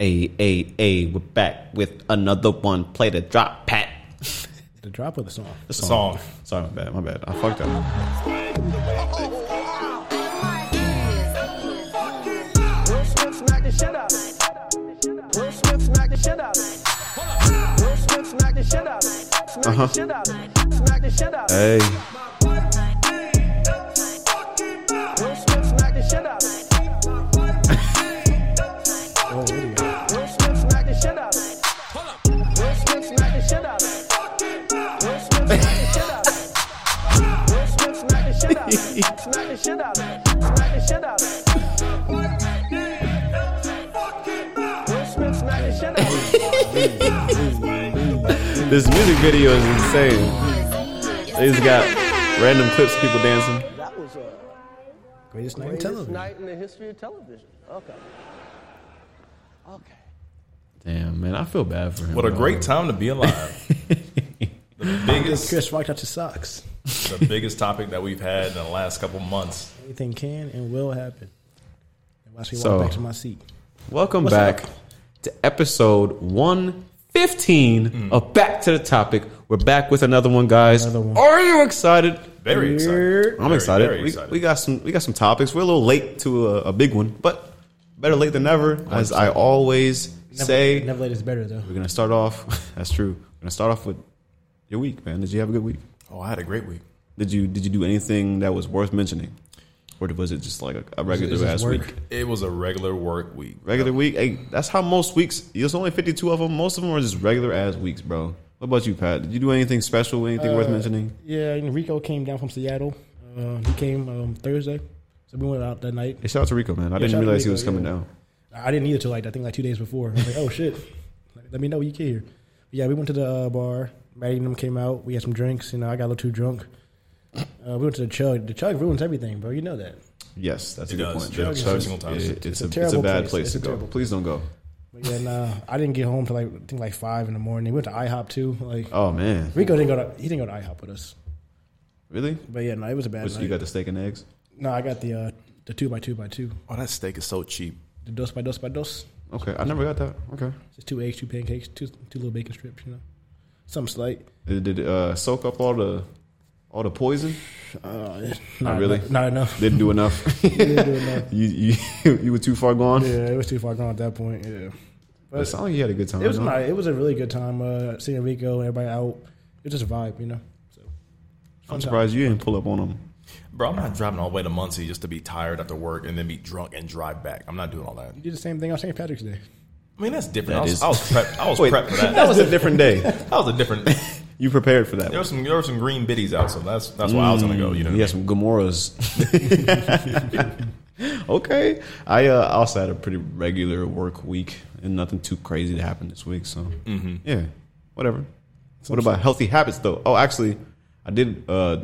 A A A, we're back with another one. Play the drop, Pat. The drop of the song. The Song. Sorry, my bad. My bad. I fucked up. Will Smith smack the shit out. Will Smith smack the shit out. Will Smith smack the shit out. Smack the shit out. Smack the shit out. Hey, Will Smith smack the shit out. Oh, idiot. Will Smith smack the shit out. Will Smith smack the shit out. Will Smith smack the shit out. Will Smith smack the shit out. Smack the shit out. Smack the shit out. Will Smith smack the shit out. this music video is insane. It's got random clips, of people dancing. That was a Greatest night in greatest television. night in the history of television. Okay. Okay. Damn, man, I feel bad for him. What a bro. great time to be alive. the biggest, Chris Rock out your socks. the biggest topic that we've had in the last couple months. Anything can and will happen. And watch me So- walk back to my seat. Welcome What's back up? to episode 115 of Back to the Topic. We're back with another one, guys. Another one. Are you excited? Very excited. I'm Very, excited. very We- We, got some we got some topics. We're a little late to a, a big one, but better late than never, as I always say. never late is better though. We're gonna start off. That's true. We're gonna start off with your week, man. Did you have a good week? Oh, I had a great week. Did you Did you do anything that was worth mentioning, or was it just like a, a regular This is ass work. week? It was a regular work week. Regular week. Hey, that's how most weeks. There's only 52 of them. Most of them are just regular ass weeks, bro. What about you, Pat? Did you do anything special? Anything worth mentioning? Yeah, Enrico came down from Seattle. Uh, he came um, Thursday, so we went out that night. Hey, shout out to Rico, man. I shout didn't out to realize he Rico, was coming yeah. down. I didn't either till like I think like two days before. I was like, oh shit, Like, let me know when you get here. But yeah, we went to the uh, bar. Maddie and them came out. We had some drinks. You know, I got a little too drunk. Uh, we went to the chug. The chug ruins everything, bro. You know that. Yes, that's a It good does. point. It does. Yeah, Every single time. yeah, It's, It's a a, it's a terrible bad place. place It's to a go. terrible Please don't go. But yeah, nah, I didn't get home till like I think like five in the morning. We went to IHOP too. Like Oh man, Rico didn't go to he didn't go to IHOP with us. really? But yeah, no, it was a bad Which, night. you got the steak and eggs? no, I got the uh, the two by two by two. Oh, that steak is so cheap. The dos by dos by dos. Okay, I never got that. Okay. It's two eggs, two pancakes, two two little bacon strips. You know, something slight. Did, did it uh, soak up all the all the poison? Uh, not Oh, really? Not, enough. Didn't do enough. Didn't do enough. you, you you were too far gone. Yeah, it was too far gone at that point. Yeah, But it sounded like you had a good time. it was huh? my, it was a really good time. Uh, seeing Rico, everybody out. It was just a vibe, you know. So, I'm surprised you didn't pull up on them. Bro, I'm not driving all the way to Muncie just to be tired after work and then be drunk and drive back. I'm not doing all that. you did the same thing on St. Patrick's Day. I mean, that's different. That I, was, is- I was prepped. I was Wait, prepped for that. that was a different day. That was a different. There You prepared for that. were some there were some green biddies out, so that's that's why I was gonna go. You know, You had some Gamoras. okay. I uh, also had a pretty regular work week and nothing too crazy to happen this week. So, Mm-hmm. yeah, whatever. what about healthy habits, though? Oh, actually, I did uh,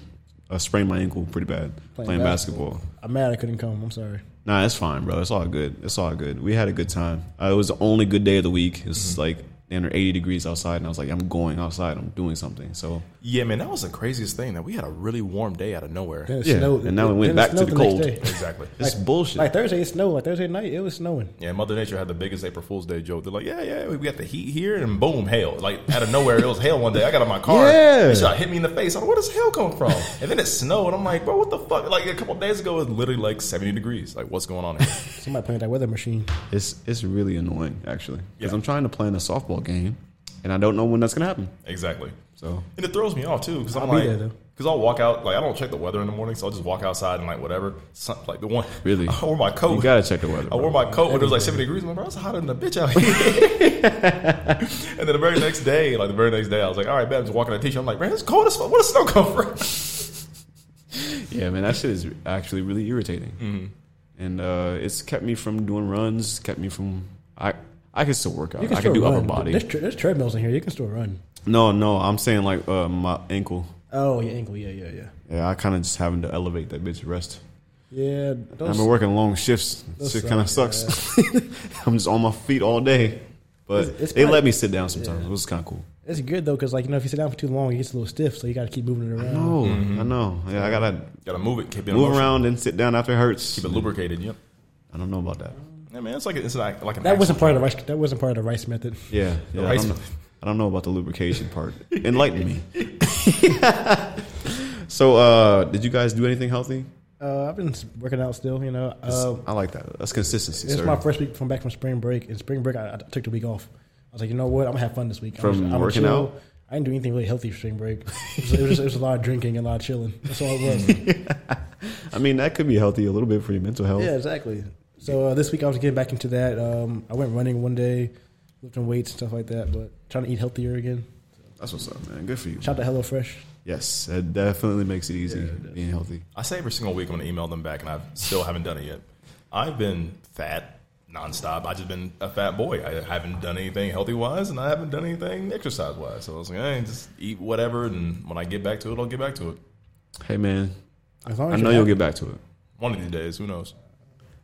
uh, sprain my ankle pretty bad playing, basketball. I'm mad I couldn't come. I'm sorry. Nah, it's fine, bro. It's all good. It's all good. We had a good time. Uh, it was the only good day of the week. It was Mm-hmm. like under 80 degrees outside, and I was like, I'm going outside. I'm doing something. So, yeah, man, that was the craziest thing. That we had a really warm day out of nowhere. Then it Yeah, snowed. and now it went Then back to snowed the next cold. day. Exactly. it's bullshit. Like Thursday, it snowed. Like Thursday night, it was snowing. Yeah, Mother Nature had the biggest April Fool's Day joke. They're like, yeah, yeah, we got the heat here, and boom, hail. Like, out of nowhere, it was hail one day. I got in my car. Yeah. This shot hit me in the face. I'm like, where does hail come from? And then it snowed. I'm like, bro, what the fuck? Like, a couple days ago, it was literally like 70 degrees. Like, what's going on here? Somebody playing that weather machine. It's it's really annoying actually because Yeah. I'm trying to plan a softball game and I don't know when that's gonna happen. exactly. So And it throws me off, too, because I'm I'll be like, there, though. because I'll walk out. Like, I don't check the weather in the morning, so I'll just walk outside and, like, whatever. Some, like, the one. Really? I wore my coat. Oh. you gotta check the weather. I wore bro. my coat when it was like 70 degrees. I'm like, bro, it's hotter than a bitch out here. and then the very next day, like the very next day, I was like, all right, man, I'm just walking in a t-shirt. I'm like, man, it's cold as fuck. Where does snow come from? yeah, man, that shit is actually really irritating, Mm-hmm. and uh, it's kept me from doing runs. Kept me from I I could still work out. I still could do run. upper body. There's, tre- there's treadmills in here. You can still run. No, no, I'm saying like uh, my ankle. Oh, your ankle. Yeah, yeah, yeah. Yeah, I kind of just having to elevate that bitch rest. Yeah. I've Those, been working long shifts. those Shit kind of suck, sucks. I'm just on my feet all day, but It's- it's they let probably- me sit down sometimes. It was kind of cool. it's good though, because like you know, if you sit down for too long, it gets a little stiff. So you got to keep moving it around. Oh, I Mm-hmm. know. Yeah, I gotta Gotta move it, keep it in move motion. around and sit down after it hurts. keep it lubricated. Yep. I don't know about that. Yeah, man, it's like it's like like an That wasn't accident. part of the rice. That wasn't part of the rice method. Yeah, yeah. I Rice- don't, know, I don't know about the lubrication part. Enlighten me. so, uh, did you guys do anything healthy? Uh, I've been s- working out still. You know, uh, I like that. That's consistency, it's sir. my first week from back from spring break. And spring break, I, I took the week off. I was like, you know what? I'm gonna have fun this week. I'm From just- I'm working chill. out? I didn't do anything really healthy for spring break. It was, it was just it was a lot of drinking and a lot of chilling. That's all it was. I mean, that could be healthy a little bit for your mental health. Yeah, exactly. So uh, this week I was getting back into that. Um, I went running one day, lifting weights and stuff like that, but trying to eat healthier again. That's what's up, man. Good for you. Shout out to HelloFresh. Yes, it definitely makes it easy being healthy. I say every single week I'm gonna email them back, and I still haven't done it yet. I've been fat nonstop. I just been a fat boy. I haven't done anything healthy wise, and I haven't done anything exercise wise. So I was like, hey, just eat whatever, and when I get back to it, I'll get back to it. Hey, man. As long I as know you're you'll happy- get back to it One of these days, who knows?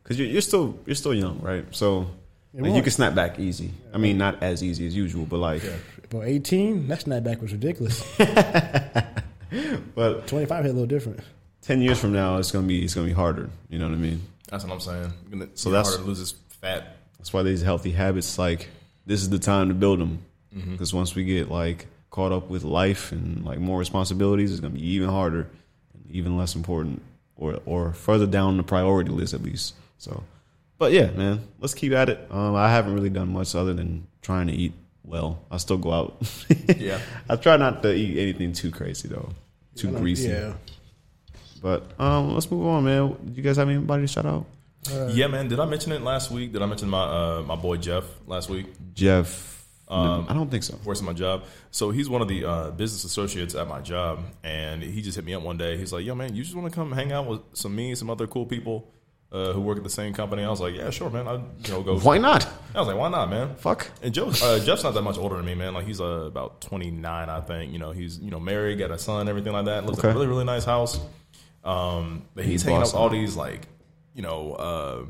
because you're, you're still you're still young, right? So It like, you won't. can snap back easy. I mean, not as easy as usual, but like, But 18, that snap back was ridiculous. but 25 hit a little different. ten years from now, it's gonna be it's gonna be harder. You know what I mean? That's what I'm saying. Gonna- So it's that's- harder to lose this fat. That's why these healthy habits, like this, is the time to build them. Mm-hmm. Because once we get like caught up with life and like more responsibilities, it's gonna be even harder, and even less important, or or further down the priority list at least. So, but yeah, man, let's keep at it. Um, I haven't really done much other than trying to eat well. I still go out. Yeah. I try not to eat anything too crazy though, too greasy. Yeah. But um, let's move on, man. Did you guys have anybody to shout out? yeah, man. Did I mention it last week? Did I mention my uh, my boy Jeff last week? Jeff. no, I don't think so. works at my job. So he's one of the uh, business associates at my job, and he just hit me up one day. He's like, "Yo, man, you just want to come hang out with some me, and some other cool people uh, who work at the same company?" I was like, "Yeah, sure, man. I you know go." Why not? I was like, "Why not, man?" Fuck. And Joe, uh, Jeff's not that much older than me, man. Like he's uh, about twenty nine, I think. You know, he's you know married, got a son, everything like that. Lives in Okay. a really really nice house. Um, but he's He's hanging out with bossing. all these like you know uh,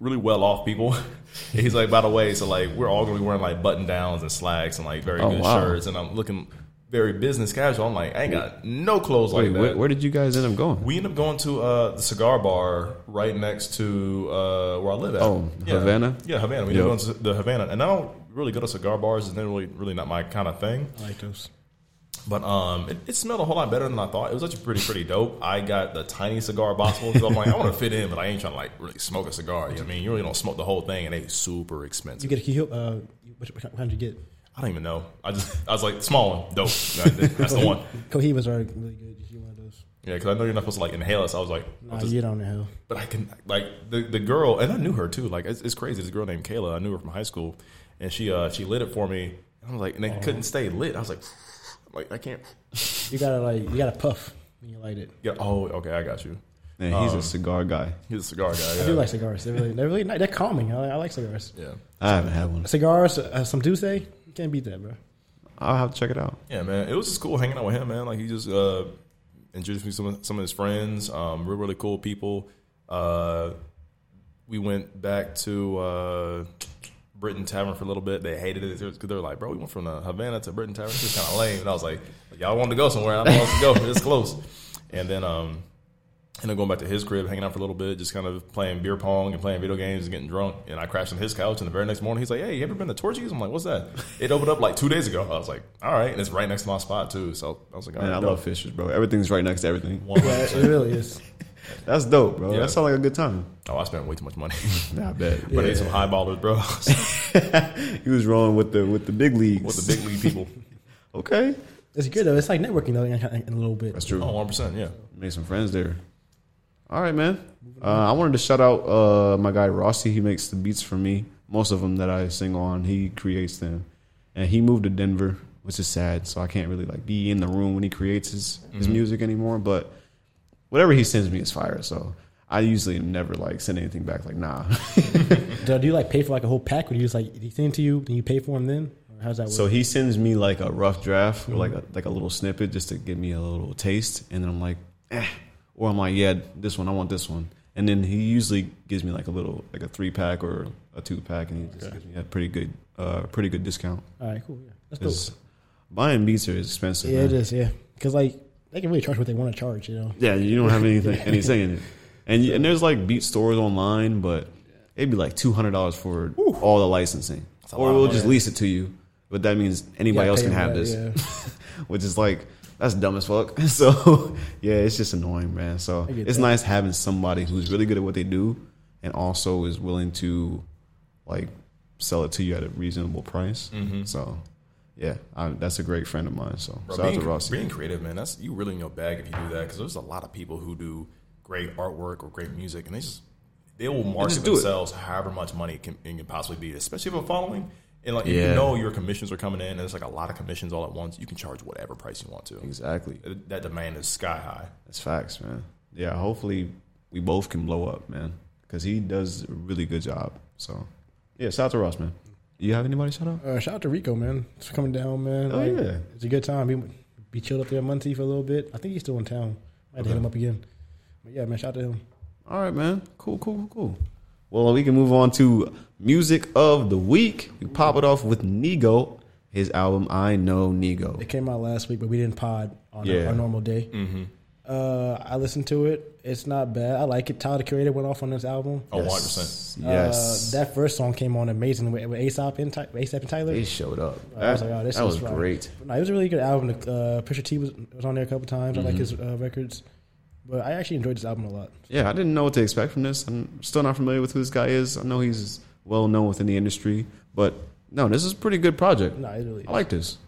really well off people. and he's like, by the way, so like we're all gonna be wearing like button downs and slacks and like very Oh, good wow. shirts, and I'm looking very business casual. I'm like, I ain't got no clothes Wait, like that. where, where did you guys end up going? we end up going to uh, the cigar bar right next to uh, where I live at. Oh, Havana? Yeah, Havana. We ended Yep. up going to the Havana, and I don't really go to cigar bars. It's not really, really not my kind of thing. I like those. But um, it, it smelled a whole lot better than I thought. It was actually pretty, pretty dope. I got the tiny cigar possible because I'm like, I want to fit in, but I ain't trying to like really smoke a cigar. You know what I mean? You really don't smoke the whole thing, and they super You expensive. get a key hoop. Uh, you- what, what kind did you get? I don't even know. I just, I was like, small one, dope. That's the one. Cohibas are really good. You get one of those. Yeah, because I know you're not supposed to like inhale it. So I was like, I'm Nah, just you don't know how. But I can like the the girl, and I knew her too. Like it's, it's crazy. This girl named Kayla, I knew her from high school, and she uh she lit it for me. And I was like, and they Oh. couldn't stay lit. I was like, like I can't. You gotta like, you gotta puff when you light it. Yeah. Oh, okay, I got you. Man, he's a cigar guy. He's a cigar guy. Yeah. I do like cigars. They're really, they're really, nice. they're calming. I like, I like cigars. yeah. I haven't had one. Cigars, uh, some Douce, you can't beat that, bro. I'll have to check it out. Yeah, man. It was just cool hanging out with him, man. Like he just uh, introduced me to some of, some of his friends, um, real really cool people. Uh, we went back to uh, Britain Tavern for a little bit. They hated it because they were like, "Bro, we went from the Havana to Britain Tavern. This is kind of lame." And I was like, "Y'all wanted to go somewhere? I wanted to go. It's close." And then um, and then going back to his crib, hanging out for a little bit, just kind of playing beer pong and playing video games and getting drunk. And I crashed on his couch, and the very next morning he's like, "Hey, you ever been to Torchy's?" I'm like, "What's that?" It opened up like two days ago. I was like, "All right," and it's right next to my spot too. So I was like, "All Man, right, I dope." love Fishers, bro. Everything's right next to everything. Yeah, it really is. That's dope, bro. Yeah. That sounds like a good time. Oh, I spent way too much money, Yeah, I bet. but I ate some highballers, bro, he was rolling with the with the big leagues. with the big league people. okay, It's good though. It's like networking though, in, in a little bit. that's true. Oh, 100 percent, yeah. Made some friends there. All right, man. Uh, I wanted to shout out uh, my guy Rossi. He makes the beats for me. Most of them that I sing on, he creates them. And he moved to Denver, which is sad. So I can't really like be in the room when he creates his, his music anymore. But whatever he sends me is fire. So I usually am never like send anything back. Like nah. Do, do you like pay for like a whole pack, or do you just like he send it to you, then you pay for them then? Or how's that work? so he sends me like a rough draft or like a, like a little snippet just to give me a little taste, and then I'm like, eh. or I'm like, yeah, this one, I want this one, and then he usually gives me like a little like a three pack or a two pack, and he just gives me a pretty good uh pretty good discount. All right, cool. Yeah, that's dope. 'Cause buying beats are expensive. Yeah, it man. is. Yeah, because like they can really charge what they want to charge. You know, Yeah, you don't have anything anything in it, and you, and there's like beat stores online, but it'd be like two hundred dollars for all the licensing, or lot of we'll just money. lease it to you. But that means anybody Yeah, else pay can them have that, this, which is like that's dumb as fuck. So yeah, it's just annoying, man. So get it's that. nice having somebody who's really good at what they do and also is willing to like sell it to you at a reasonable price. So yeah, I, that's a great friend of mine. So Mm-hmm. Bro, shout out being, to Rossi. being creative, man, that's you really in your bag if you do that because there's a lot of people who do great artwork or great music, and they just they will market just do it. themselves however much money it can, it can possibly be, especially if a following. And like, if Yeah. you know your commissions are coming in, and it's like a lot of commissions all at once. You can charge whatever price you want to. Exactly. That demand is sky high. That's facts, man. Yeah, hopefully we both can blow up, man. Because he does a really good job. So, yeah, shout out to Ross, man. You have anybody shout out? Uh, shout out to Rico, man. It's for coming down, man. Oh, Like, yeah. It's a good time. He be chilled up there at Muncie for a little bit. I think he's still in town. Might hit him up again. But yeah, man, shout out to him. All right, man. Cool, cool, cool, cool. Well, we can move on to music of the week. We pop it off with Nigo, his album I Know Nigo. It came out last week, but we didn't pod on Yeah. our, our normal day. Mm-hmm. Uh, I listened to it. It's not bad. I like it. Tyler the Creator went off on this album. Oh, 100%. Yes. Uh, that first song came on amazing with, with ASAP and Ty- ASAP and Tyler. they showed up. I was like, oh, this that was is right. great. But no, it was a really good album. Uh, Pusha T was, was on there a couple times. Mm-hmm. I like his uh, records, but I actually enjoyed this album a lot. Yeah, I didn't know what to expect from this. I'm still not familiar with who this guy is. I know he's well known within the industry, but no, this is a pretty good project. No, it really. I like this.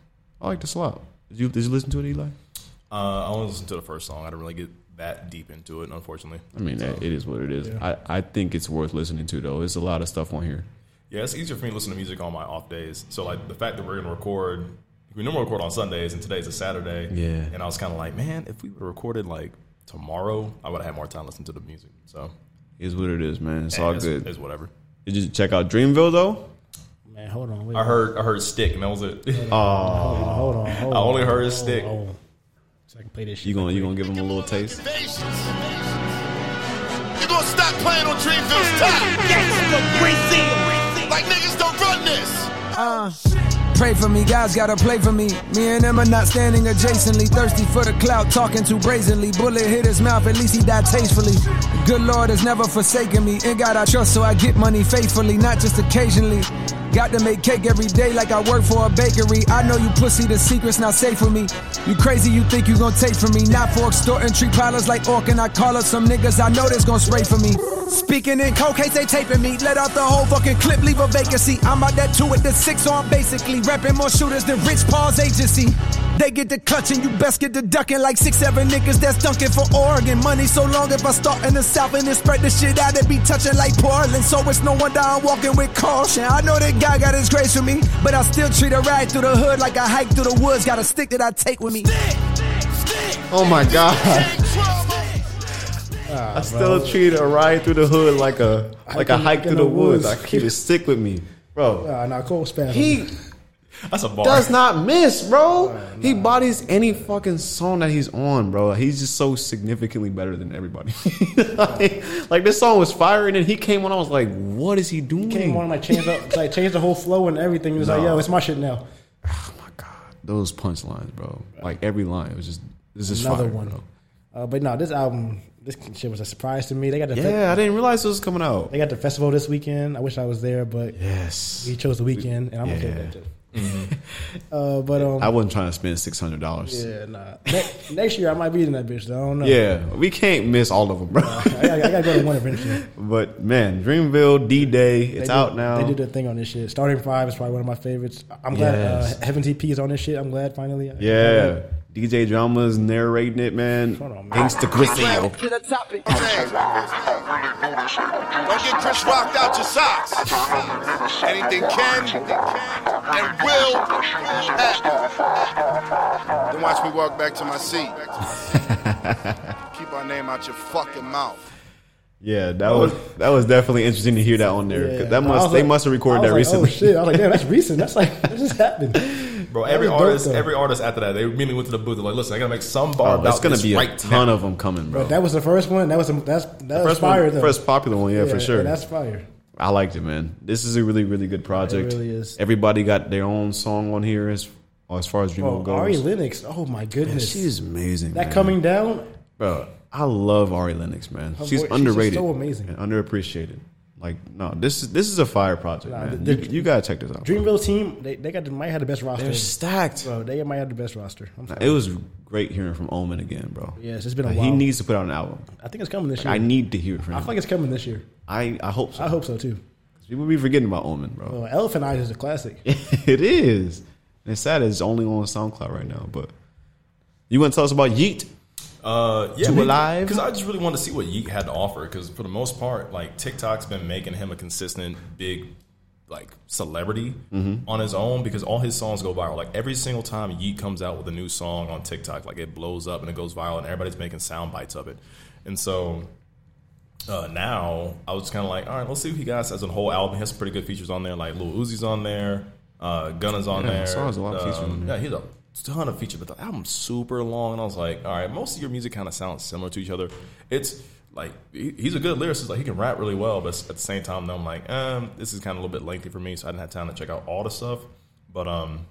I like this a lot. Did you, did you listen to it, Eli? Uh, I only listened to the first song. I didn't really get that deep into it, unfortunately. I mean, it it is what it is. I, I think it's worth listening to, though. There's a lot of stuff on here. Yeah, it's easier for me to listen to music on my off days. So like the fact that we're gonna record, we normally record on Sundays, and today's a Saturday. Yeah. and I was kind of like, man, if we would have recorded like tomorrow, I would have had more time listening to the music. So It Is what it is, man. It's eh, all it's, good. It's whatever. Did you check out Dreamville, though? Man, hold on. Wait, I heard I heard stick, and that was it. Uh, hold on. Hold on. Hold I on, only heard hold his on, stick. hold on. So I can play this shit. You gonna you gonna give them a little taste? You gonna stop playing on Dreamville's top? Like niggas don't run this. Pray for me, God's gotta play for me. Me and him are not standing adjacently. Thirsty for the clout, talking too brazenly. Bullet hit his mouth, at least he died tastefully. Good Lord has never forsaken me. In God I trust, so I get money faithfully, not just occasionally. Got to make cake every day like I work for a bakery. I know you pussy, the secret's not safe with me. You crazy, you think you gon' take from me. Not for extorting, treat pilots like orc, and I call up some niggas I know that's gon' spray for me. Speaking in cold case, they taping me. Let out the whole fucking clip, leave a vacancy. I'm out that two with the six, so I'm basically repping more shooters than Rich Paul's agency. They get the clutching, you best get the ducking like six, seven niggas that's dunking for Oregon. Money so long if I start in the south and then spread the shit out, it be touching like Portland. So it's no wonder I'm walking with caution. I know that God got his grace for me, but I still treat a ride through the hood like a hike through the woods. Got a stick that I take with me. Oh my god! I still treat a ride through the hood like a like a Hiking hike through in the the woods. I woods. keep it sick with me, bro. Nah, nah, Cole Spam. He That's a bar. does not miss, bro. He bodies any fucking song that he's on, bro. He's just so significantly better than everybody. like, like, this song was fire, and then he came on. I was like, what is he doing? came on like changed the like changed the whole flow and everything. He was like, yo, it's my shit now. Oh my god, those punchlines, bro. Like every line was just this is Another fire, one. bro. Uh, but no, this album, this shit was a surprise to me. They got the fe- Yeah, I didn't realize it was coming out. they got the festival this weekend. I wish I was there, but Yes, he chose the weekend, and I'm okay Yeah. with that. Too. uh, but um, I wasn't trying to spend six hundred dollars. yeah, nah. Ne- next year I might be in that bitch. Though. I don't know. Yeah, we can't miss all of them, bro. I gotta, I gotta go to one eventually. but man, Dreamville D Day, They it's do- out now. They do their thing on this shit. Starting Five is probably one of my favorites. I'm glad Yes. uh, Heaven TP is on this shit. I'm glad finally. yeah, DJ Drama's narrating it, man. Hold on, man. Thanks to Griselio. Don't get Chris rocked out your socks. Anything can and will happen. Then watch me walk back to my seat. Keep our name out your fucking mouth. Yeah, that was that was definitely interesting to hear that on there. 'cause That must they must have recorded that recently. Oh shit! I was like, damn, that's recent. That's like that just happened. Bro, That every was dope, artist, though. every artist after that, they immediately went to the booth. They're like, listen, I gotta make some bar. Oh, that's about gonna this be a right ton now. of them coming, bro. But that was the first one. That was the, that's that was first one, fire though. first popular one, yeah, for sure. That's fire. I liked it, man. This is a really, really good project. It really is. Everybody got their own song on here as as far as Oh, Dreamville Ari goes. Lennox. Oh my goodness. She's amazing. that man. coming down. bro. I love Ari Lennox, man. Her voice- she's she's just underrated, so amazing. and underappreciated. Like no, this is this is a fire project, man. the- you, you gotta check this out. Dreamville team, they, they got might have the best roster. They're stacked. Bro, they might have the best roster. I'm sorry. It was great hearing from Omen again, bro. Yes, it's been a Like, He while. needs to put out an album. I think it's coming this year. I I, need to hear it from feel like him. it's coming this year. I, I hope so. I hope Oh, so too. People be forgetting about Omen, bro. Well, Elephant Eyes is a classic. it is. And it's sad it's only on SoundCloud right now, but you want to tell us about Yeet? Uh, yeah, To Alive? Because I just really wanted to see what Yeet had to offer. Because for the most part, like TikTok's been making him a consistent big like celebrity on his own because all his songs go viral. Like every single time Yeet comes out with a new song on TikTok, like it blows up and it goes viral, and everybody's making sound bites of it. And so uh, now I was kind of like, all right, let's see what he got as a whole album. He has some pretty good features on there, like Lil Uzi's on there, uh, Gunna's on Yeah, I there. um, saw there's a lot of features on there. Yeah, he's a ton of features, but the album's super long. And I was like, all right, most of your music kind of sounds similar to each other. It's like he- he's a good lyricist, like he can rap really well, but s- at the same time, though, I'm like, um, this is kind of a little bit lengthy for me, so I didn't have time to check out all the stuff. But um,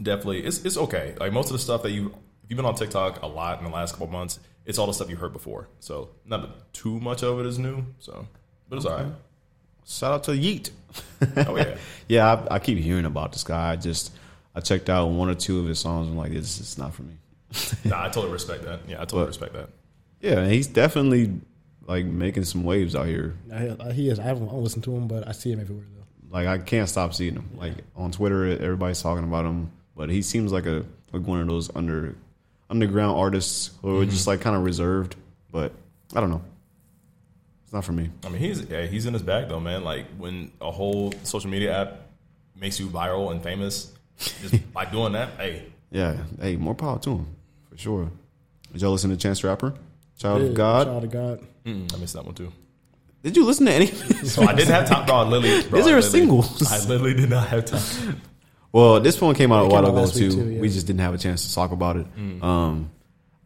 definitely it's it's okay. Like most of the stuff that you if you've been on TikTok a lot in the last couple months, it's all the stuff you heard before. So not too much of it is new. So but it's all Shout out to Yeet. right. Oh yeah. Yeah, I, I keep hearing about this guy. I just I checked out one or two of his songs. I'm like, this is not for me. Nah, I totally respect that. Yeah, I totally respect that. Yeah, and he's definitely like making some waves out here. I, he is. I haven't I don't listen to him, but I see him everywhere though. Like I can't stop seeing him. Like on Twitter, everybody's talking about him, but he seems like a like one of those under underground artists who are just like kind of reserved. But I don't know. It's not for me. I mean he's yeah, he's in his bag though, man. Like when a whole social media app makes you viral and famous, just by doing that, hey, Yeah. Hey, more power to him for sure. Did y'all listen to Chance the Rapper? Child Yeah, of God. Child of God. I missed that one too. Did you listen to any? So I didn't have time. Bro, I literally, bro, Is there I literally- a singles? I literally did not have time. Well, this one came out a It came while out ago last too. week, too, yeah. We just didn't have a chance to talk about it. Um,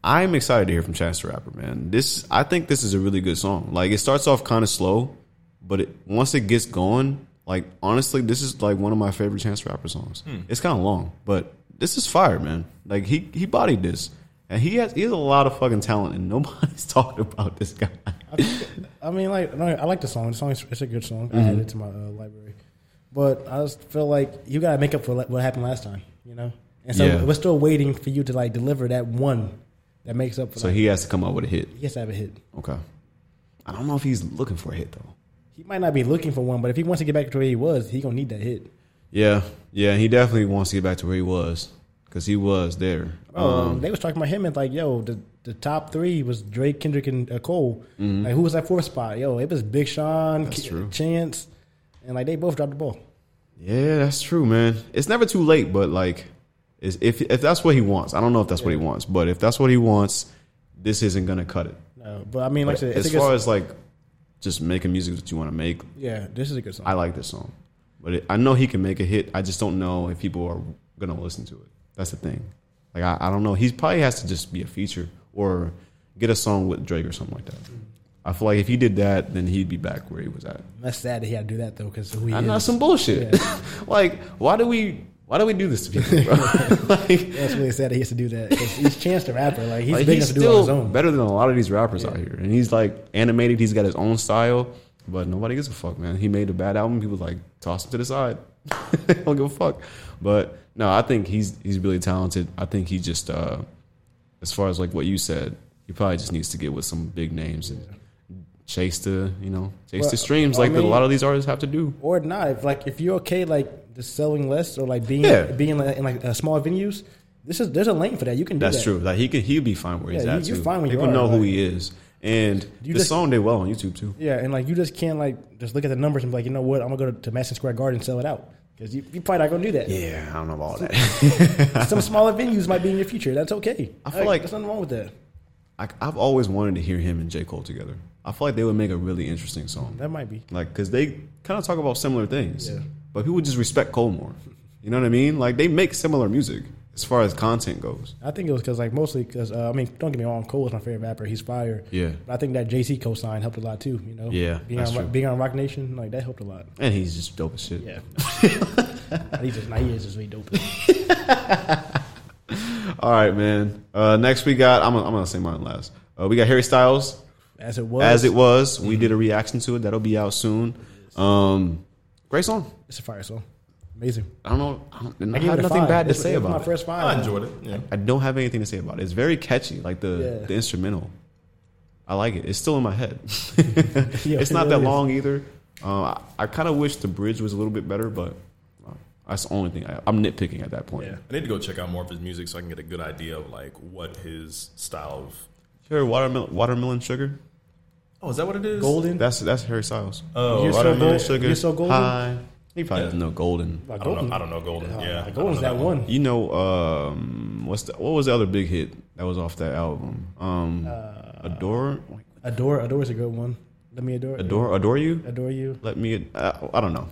I'm excited to hear from Chance the Rapper, man. This I think this is a really good song. Like it starts off kind of slow, but it, once it gets going, like honestly, this is like one of my favorite Chance the Rapper songs. It's kind of long, but this is fire, man. Like he he bodied this, and he has he has a lot of fucking talent, and nobody's talking about this guy. I mean, like, no, I like the song. The song is it's a good song. Mm-hmm. I added it to my uh, library, but I just feel like you gotta make up for like, what happened last time, you know. And so Yeah. we're still waiting for you to like deliver that one that makes up for. So like, he has to come out with a hit. he has to have a hit. Okay, I don't know if he's looking for a hit though. He might not be looking for one, but if he wants to get back to where he was, he gonna need that hit. Yeah, yeah, he definitely wants to get back to where he was because he was there. Um, Mm-hmm. they was talking about him and like, yo, the the top three was Drake, Kendrick, and uh, Cole. Like, who was that fourth spot? Yo, it was Big Sean, K- Mm-hmm. true. Chance, and like they both dropped the ball. Yeah, that's true, man. It's never too late, but like, is if if that's what he wants, I don't know if that's what he wants, but if that's what he wants, this isn't gonna cut it. No, Uh, but I mean, like I said, it's as a good, far as like just making music that you want to make, yeah, this is a good song. I like this song, but it, I know he can make a hit. I just don't know if people are gonna listen to it. That's the thing. Like, I, I don't know. He probably has to just be a feature or get a song with Drake or something like that. I feel like if he did that, then he'd be back where he was at. That's sad that he had to do that though, because who he I'm not is. some bullshit. like, why do we why do we do this to people, bro? like, That's really sad that he has to do that. 'cause He's Chance the Rapper. Like he's like, big he's enough to do it on his still own. better than a lot of these rappers out here, and he's like animated. He's got his own style, but nobody gives a fuck, man. He made a bad album. People like toss him to the side. They don't give a fuck. But no, I think he's he's really talented. I think he just, uh, as far as like what you said, he probably just needs to get with some big names and chase the you know chase Well, the streams I like that a mean- lot of these artists have to do. Or not. If like if you're okay, like just selling less or like being Yeah. being like, in like uh, small venues. This is there's a lane for that. You can. Do That's that. true. Like he could, he'd be fine where he's Yeah, at. you- you too. fine where you People are, know who like- he is, and the You just- song did well on YouTube too. Yeah, and like you just can't like just look at the numbers and be like, you know what, I'm gonna go to, to Madison Square Garden and sell it out because you you probably not gonna do that. Yeah, I don't know about all that. Some smaller venues might be in your future. That's okay. I feel like- there's nothing wrong with that. I, I've always wanted to hear him and J Cole together. I feel like they would make a really interesting song, That might be. like because they kind of talk about similar things, Yeah. but people just respect Cole more. You know what I mean? Like they make similar music as far as content goes. I think it was because like mostly because uh, I mean don't get me wrong, Cole is my favorite rapper. He's fire. Yeah. but I think that JC co-sign helped a lot too. You know. Yeah, being that's on Ro- true. being on Rock Nation like that helped a lot. And he's just dope as shit. Yeah. He's just nah, he is just really dope. All right, man. Uh, next we got I'm gonna, I'm gonna say mine last. Uh, we got Harry Styles As it was. As it was, Mm-hmm. we did a reaction to it. That'll be out soon. Um, great song. It's a fire song. Amazing. I don't know. I, don't, I gave have it a nothing five. bad to It's- say it's about my it. first five. I enjoyed it. Yeah. I don't have anything to say about it. It's very catchy, like the Yeah. the instrumental. I like it. It's still in my head. Yeah, it's it not that really is. long either. Um, I, I kind of wish the bridge was a little bit better, but uh, that's the only thing. I, I'm nitpicking at that point. Yeah. I need to go check out more of his music so I can get a good idea of like what his style of. You heard watermelon, watermelon sugar? Oh, is that what it is? Golden. That's that's Harry Styles. Oh, You're so watermelon gold- sugar. You're so golden. Hi. He probably Yeah. doesn't know golden. Like I don't Golden. know. I don't know Golden. yeah, I Like Golden's don't know that one. You know, um, what's the, what was the other big hit that was off that album? Um, Uh, adore, Adore. Adore is a good one. Let me adore. adore, adore you. Adore you. Let me. Uh, I don't know.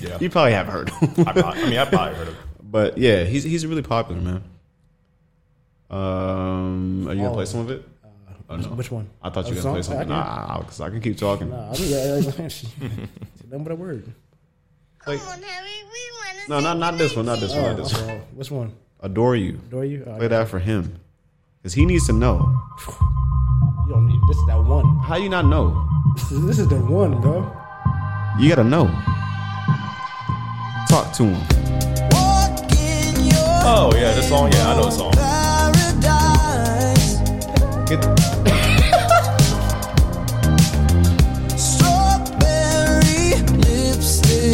Yeah. you probably have heard. Him. I, probably- I mean, I probably heard of. But yeah, he's he's really popular, man. Um, are you gonna Oh. play some of it? Oh, no. Which one? I thought you A were song? gonna play something. I can- Nah, because I can keep talking. Nah, I mean, yeah, yeah, yeah. Shit, nothing but a word. Like, Come on, Harry, we wanna no, not not this one. Not this one. Oh, Not this one. oh, which one? Adore you. Adore you. Oh, Play that for him, cause he needs to know. You don't need this. Is that one. How you not know? This is, this is the one, bro. You gotta know. Talk to him. Oh yeah, this song. Yeah, I know the song.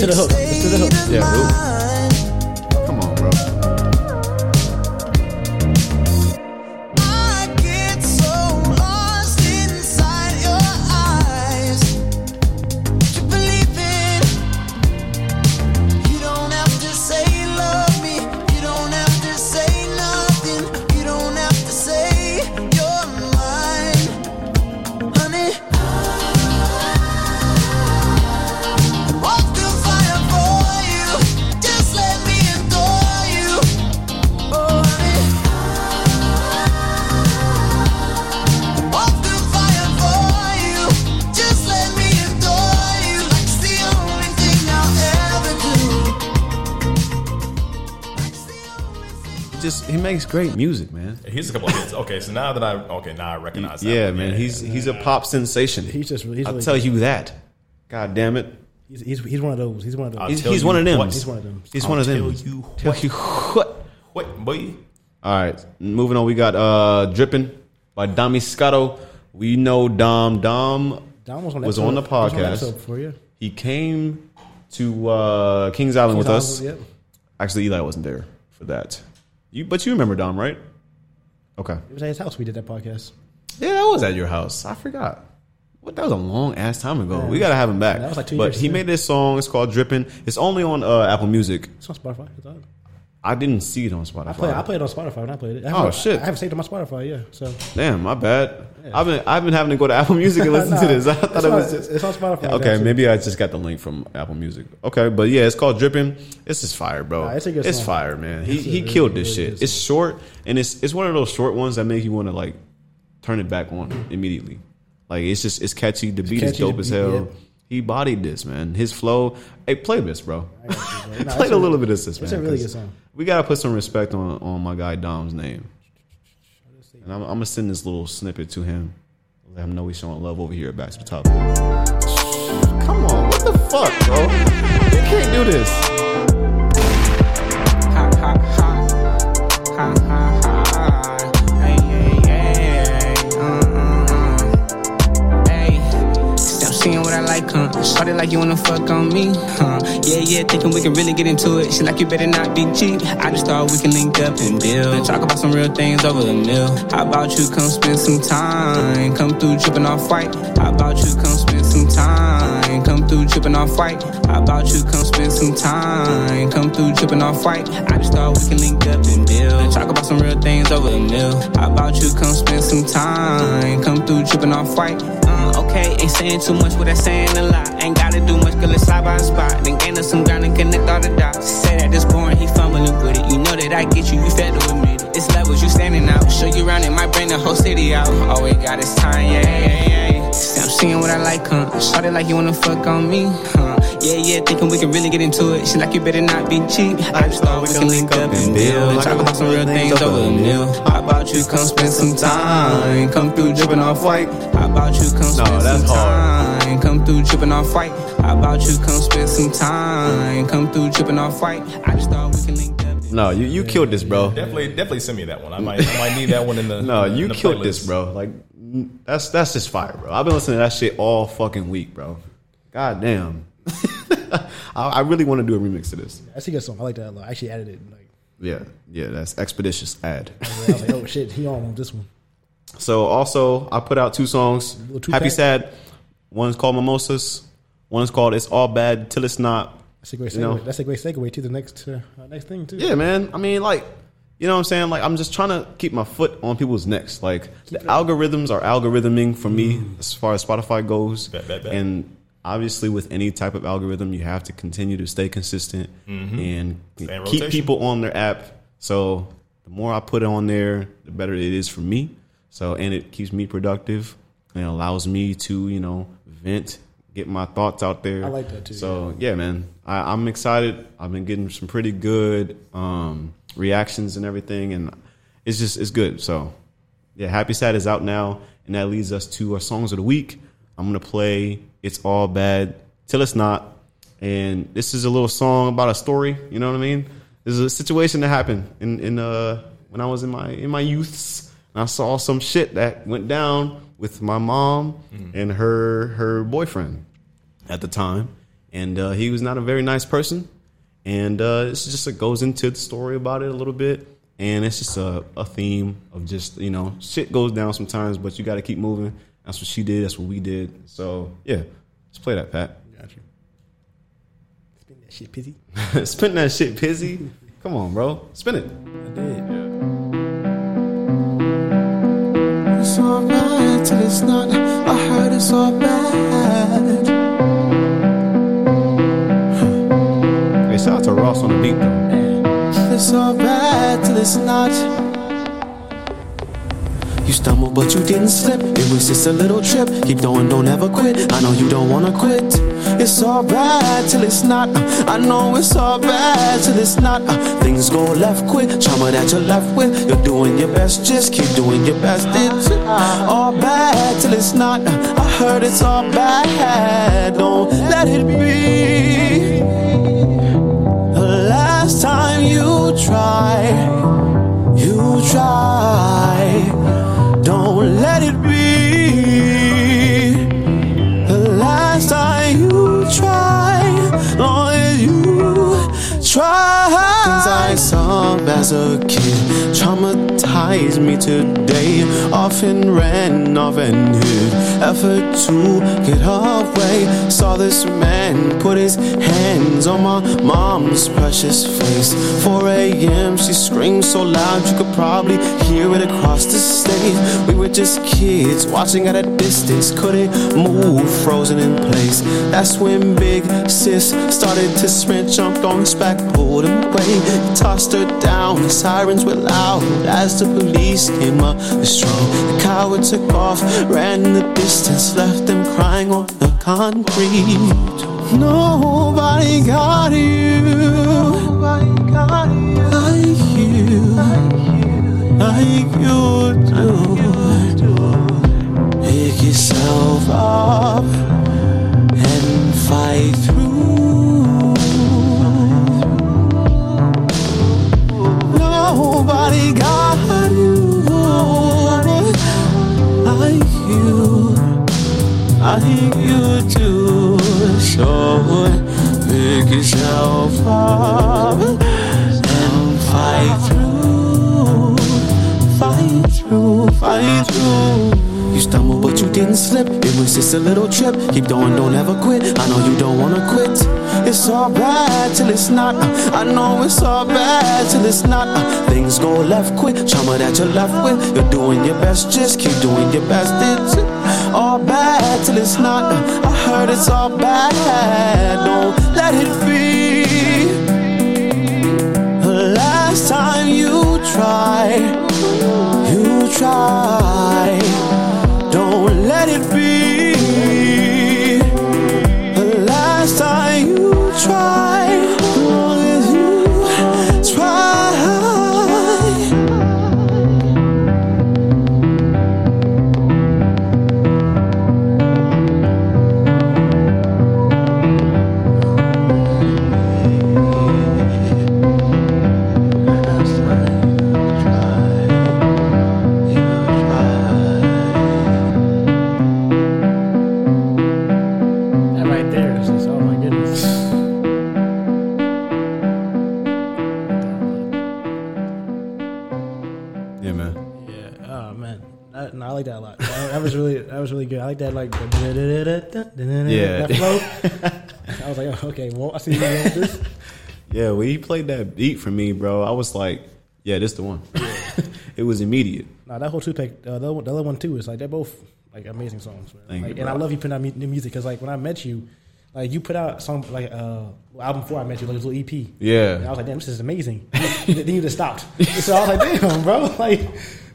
To the hook. It's to the hook. Yeah, boo. Come on, bro. Walk through fire for you. Just let me adore you. Oh, honey. Walk through fire for you. Just let me adore you. Like it's the only thing I'll ever do. Like it's the only thing. He just he makes great music, man. Here's a couple of hits. Okay, so now that I okay now I recognize. That Yeah, one. man. He's he's a pop sensation. He's just. He's I'll really, tell you that. God damn it. He's, he's, he's one of those. He's one of those. He's, tell he's you one of them. what. He's one of them. He's one of them. tell you what. Tell you what. Wait, boy. All right, moving on. We got uh "Dripping" by Dami Scotto. We know Dom. Dom Dom was on, was episode- on the he was on podcast. episode before you. he came to uh, Kings Island with Dom us. was- yep. Actually, Eli wasn't there for that. You, but you remember Dom, right? Okay. It was at his house. We did that podcast. Yeah, that was at your house. I forgot. What that was a long ass time ago. we gotta have him back. That was like two but years he ago. made this song. It's called "Dripping." It's only on uh, Apple Music. It's on Spotify. I thought. I didn't see it on Spotify. I play. I played it on Spotify when I played it. I Oh, haven't- shit. I haven't saved it on my Spotify. Yeah. So Damn, my bad. I've been I've been having to go to Apple Music and listen to Nah, this. I it's thought it was on- just it's on Spotify, Yeah, Okay, that's it. maybe I just got the link from Apple Music. Okay, but yeah, it's called Dripping. It's just fire, bro. Nah, it's it's a good song. fire, man. He It's a he really, killed this really shit. good It's short and it's it's one of those short ones that make you want to like turn it back on immediately. Like it's just it's catchy. The beat is catchy, the dope as beat, hell. yeah. He bodied this, man. His flow. Hey, play this, bro. bro. Nah, Played it's a a- little bit of this, man. it's a really 'cause good song. We gotta put some respect on on my guy Dom's name. And I'm, I'm gonna send this little snippet to him. Let him know we showing love over here at Back to the Top. Come on, what the fuck, bro? You can't do this. Ha ha ha. Ha ha ha. Ay, ay, ay, ay. Uh, uh, uh. Ay. Stop seeing what I like, huh? Started like you wanna fuck on me, huh? Yeah, yeah, thinking we can really get into it. She like you better not be cheap. I just thought we can link up and build. Talk about some real things over the meal. How about you come spend some time? Come through tripping off white. How about you come spend some time? Come through tripping off white. How about you come spend some time? Come through tripping off white. I just thought we can link up and build. Talk about some real things over the meal. How about you come spend some time? Come through tripping off white. Uh, okay, ain't saying too much without saying a lot. Ain't gotta do much, girl, it's side by spot. Then gain us some ground and connect all the dots. Say that it's boring, he fumbling with it. You know that I get you, you fed with me. It's levels, you standing out. Show you around, it might bring the whole city out. All we got is time, yeah, yeah, yeah. Stop seeing seeing what I like, huh? Started like you wanna fuck on me, huh? Yeah, yeah, thinking we can really get into it. She like you better not be cheap. I just thought we can link up and build and talk about some real things over a meal. How about you come spend some time? Come through dripping off white. How about you come spend that's some hard. time? Come through dripping off white. How about you come spend some time? Come through dripping off white. I just thought we can link up. No, you, you killed this, bro. Definitely, definitely send me that one. I might, I might need that one in the. No, in you the killed playlist. this, bro. Like n- that's that's just fire, bro. I've been listening to that shit all fucking week, bro. God damn. I, I really want to do a remix of this. That's a good song. I like that a lot. I actually added it. Like, Yeah, yeah, that's expeditious ad. I was like, oh shit, he on this one. So also, I put out two songs. Little two Happy pack? sad. One's called Mimosas. One's called It's All Bad Till It's Not. That's a great segue. You know? That's a great segue to the next uh, our next thing too. Yeah, man. I mean, like, you know what I'm saying? Like, I'm just trying to keep my foot on people's necks. Like, the algorithms are algorithming for me Mm. as far as Spotify goes. Bet, bet, bet. And obviously, with any type of algorithm, you have to continue to stay consistent and keep Mm-hmm. in rotation. people on their app. So, the more I put on there, the better it is for me. So, and it keeps me productive and allows me to, you know, vent, get my thoughts out there. I like that too, So, so yeah, man, I, I'm excited. I've been getting some pretty good um, reactions and everything, and it's just it's good. So yeah, Happy Sad is out now, and that leads us to our songs of the week. I'm gonna play "It's All Bad Till It's Not," and this is a little song about a story. You know what I mean? This is a situation that happened in in uh when I was in my in my youths, and I saw some shit that went down with my mom and her her boyfriend at the time, and uh, he was not a very nice person. And uh, this just it goes into the story about it a little bit, and it's just a, a theme of just you know shit goes down sometimes, but you got to keep moving. That's what she did. That's what we did. So yeah, let's play that, Pat. Spin that shit, pizzy. Spin that shit, Pizzy. Come on, bro. Spin it. I did. It's all right till it's not. I heard it's all bad. Hey, shout out to Ross on the beat though. It's all bad till it's not. You stumbled, but you didn't slip. It was just a little trip. Keep going, don't ever quit. I know you don't wanna quit. It's all bad till it's not. I know it's all bad till it's not. Things go left quick. Trauma that you're left with. You're doing your best, just keep doing your best. It's all bad till it's not. I heard it's all bad. Don't let it be. The last time you try, you try. Don't let it be. The last time you try, long as you try. Things I saw as a kid traumatized me today. Often ran off and hid, effort to get away. Saw this man put his hands on my mom's precious face. 4 a.m. She screamed so loud you could probably hear it across the stage. We were just kids watching at a distance, couldn't move, frozen in place. That's when big sis started to sprint, jumped on his back, pulled him away, tossed her down. Sirens were loud as the police came up the strong. The coward took off, ran in the distance, left them crying on the concrete. Nobody got you. Nobody got you. Like you. Like you do. Pick yourself up and fight through. Nobody got you. Like you. I think you do. So pick yourself up and fight through, fight through, fight through. You stumble, but you didn't slip. It was just a little trip. Keep going, don't ever quit. I know you don't wanna quit. It's all bad till it's not. I know it's all bad till it's not. Things go left quick. Trauma that you're left with. You're doing your best, just keep doing your best. It's all bad till it's not. I heard it's all bad. Don't let it be. The last time you try, you try. Don't let it be. oh oh, like that a lot. That that was really that was really good. I like that like yeah. Yeah. that flow. I was like, oh, okay, well, I see you doing this. Yeah, when he played that beat for me, bro, I was like, yeah, this the one. it was immediate. Nah, that whole toothpick, uh, the, other one- the other one too, is like they're both like amazing songs. Man. Thank Like, you, and I bro. love you putting out mu- new music because like when I met you, like you put out some like uh well, album before I met you, like a little EP. Yeah. And I was like, damn, this is amazing. then you just stopped. So I was like, damn, bro, like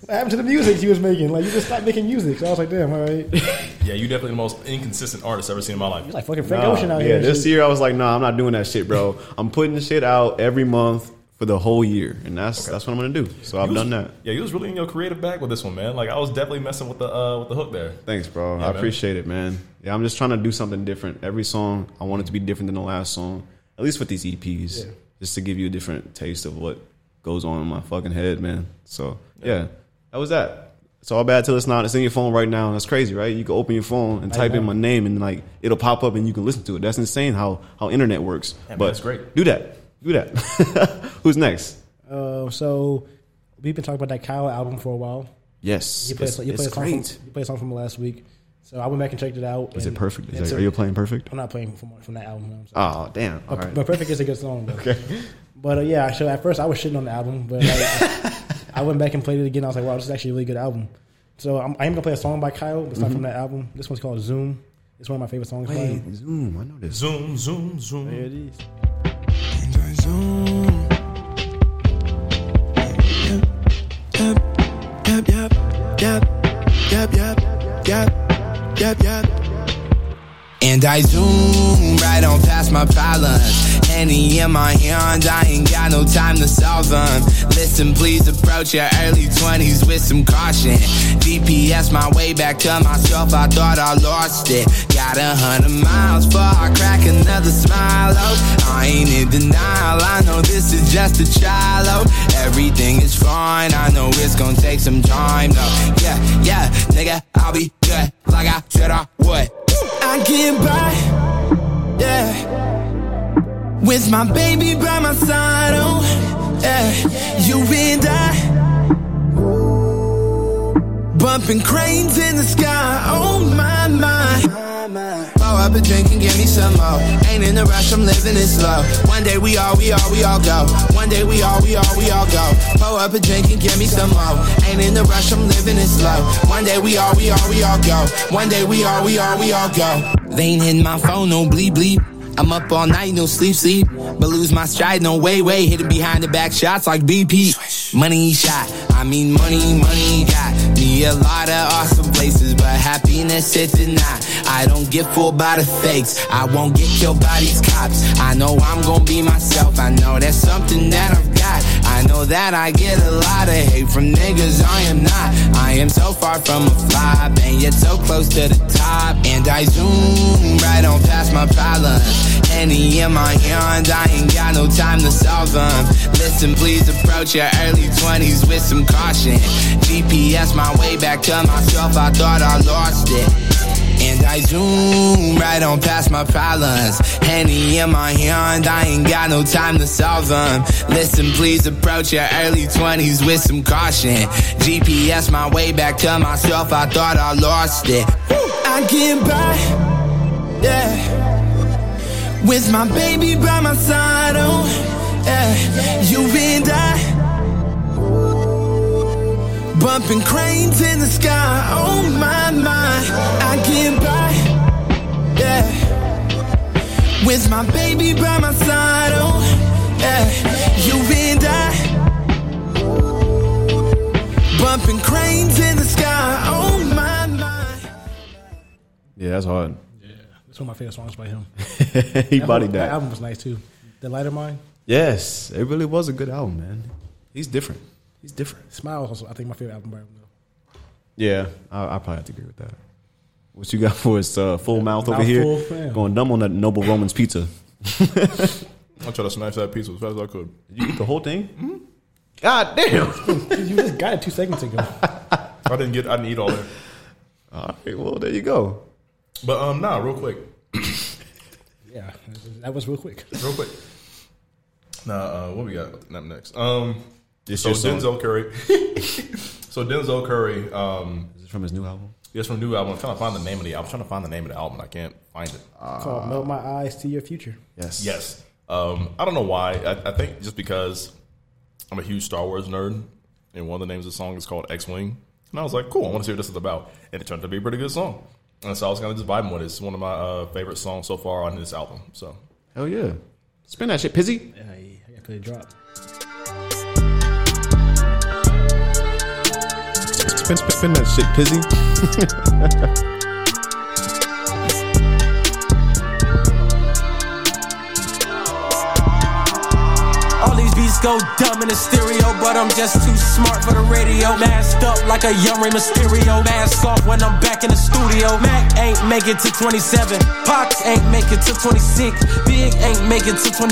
what happened to the music you was making? Like you just stopped making music. So I was like, damn, all right. You're Yeah, you definitely the most inconsistent artist I've ever seen in my life. like fucking Frank Nah, Ocean out yeah, here. and this shit. year I was like, nah, I'm not doing that shit, bro. I'm putting the shit out every month for the whole year, and that's that's what I'm gonna do. So I've You was- done that. Yeah, you was really in your creative bag with this one, man. Like I was definitely messing with the uh, with the hook there. Thanks, bro. I man. appreciate it, man. Yeah, I'm just trying to do something different. Every song, I want it to be different than the last song, at least with these EPs, just to give you a different taste of what goes on in my fucking head, man. So, yeah, that was that. It's all bad till it's not. It's in your phone right now. That's crazy, right? You can open your phone and type in my name, and like it'll pop up, and you can listen to it. That's insane how how internet works. man, but that's great. Do that. Do that. Who's next? Uh, so we've been talking about that Kyle album for a while. Yes, You played, it's, you it's played a song great. From, you played a song from last week. So I went back and checked it out. Is and- it perfect? Is and that- so- are you playing perfect? I'm not playing from, from that album. you know what I'm saying? Oh damn! All right. But Perfect is a good song, though. Okay. But uh, yeah, actually, at first I was shitting on the album, but like, I went back and played it again. I was like, wow, this is actually a really good album. So I'm, I am going to play a song by Kyle, but it's not from that album. This one's called Zoom. It's one of my favorite songs. by Mm-hmm. Wait, him. Zoom. I know this. Zoom, zoom, zoom. And I zoom right on past my problems. Henny in my hand, I ain't got no time to solve them. Listen, please approach your early 20s with some caution. DPS my way back to myself, I thought I lost it. Got a hundred miles before I crack another smile, oh. I ain't in denial, I know this is just a trial, oh. Everything is fine, I know it's gonna take some time, though. Yeah, yeah, nigga, I'll be good, like I said I would. I get by, yeah. With my baby by my side, oh, yeah. You and I, bumping cranes in the sky, oh my Oh, my. Pour up a drink and give me some more. Ain't in a rush, I'm living it slow. One day we all, we all, we all go. One day we all, we all, we all go. Pour up a drink and give me some more. Ain't in a rush, I'm living it slow. One day we all, we all, we all go. One day we all, we all, we all go. They ain't hitting my phone, no bleep bleep. I'm up all night, no sleep, sleep. But lose my stride, no way, way. Hitting behind the back shots like BP. Money shot, I mean money, money got me a lot of awesome places, but happiness it did not. I don't get fooled by the fakes. I won't get killed by these cops. I know I'm gonna be myself. I know that's something that I've got. I know that I get a lot of hate from niggas. I am not. I am so far from a flop, and yet so close to the top. And I zoom right on past my problems. Any in my hand, I ain't got no time to solve them. Listen, please approach your early 20s with some caution. GPS my way back to myself. I thought I lost it. And I zoom right on past my problems. Henny in my hand, I ain't got no time to solve them. Listen, please approach your early 20s with some caution. GPS my way back to myself, I thought I lost it. I get by, yeah. With my baby by my side, oh, yeah. You and I. Bumping cranes in the sky, oh my my, I get by, yeah. With my baby by my side, oh yeah, you and I. Bumping cranes in the sky, oh my my. Yeah, that's hard. It's one of my favorite songs by him. he bodied That that. album was nice too. The Light of Mine, Yes, it really was a good album, man. He's different. He's different. Smiles, also, I think my favorite album by him. Though. Yeah, I, I probably have to agree with that. What you got for us? Uh, full mouth over here, Mouthful, yeah. going dumb on that Noble Romans pizza. I tried to snipe that piece as fast as I could. Did you eat the whole thing? Mm-hmm. God damn! You just got it two segments ago. I didn't get. I didn't eat all that. all right, well there you go. But um, nah, real quick, yeah, that was real quick. real quick. Nah, uh, what we got up next? Um, This So year's song. Denzel Curry. so Denzel Curry. Um, Is this from his new album? Yes, from the new album. I'm trying to find the name of the album. I'm trying to find the name of the album. I can't find it. called Melt My Eyes to Your Future. Yes. Yes. Um, I don't know why. I, I think just because I'm a huge Star Wars nerd, and one of the names of the song is called X Wing. And I was like, cool, I want to see what this is about. And it turned out to be a pretty good song. And so I was kind of just vibing with it. It's one of my uh, favorite songs so far on this album. So Hell yeah. Spin that shit, Pizzy. Yeah, I gotta play a drop. Spin, spin, spin that shit, Pizzy. All these beats go dumb in the stereo, but I'm just too smart for the radio. Masked up like a young Rey Mysterio. Mask off when I'm back in the studio. Mac ain't make it to 27. Pox ain't make it to 26. Big ain't make it to 25.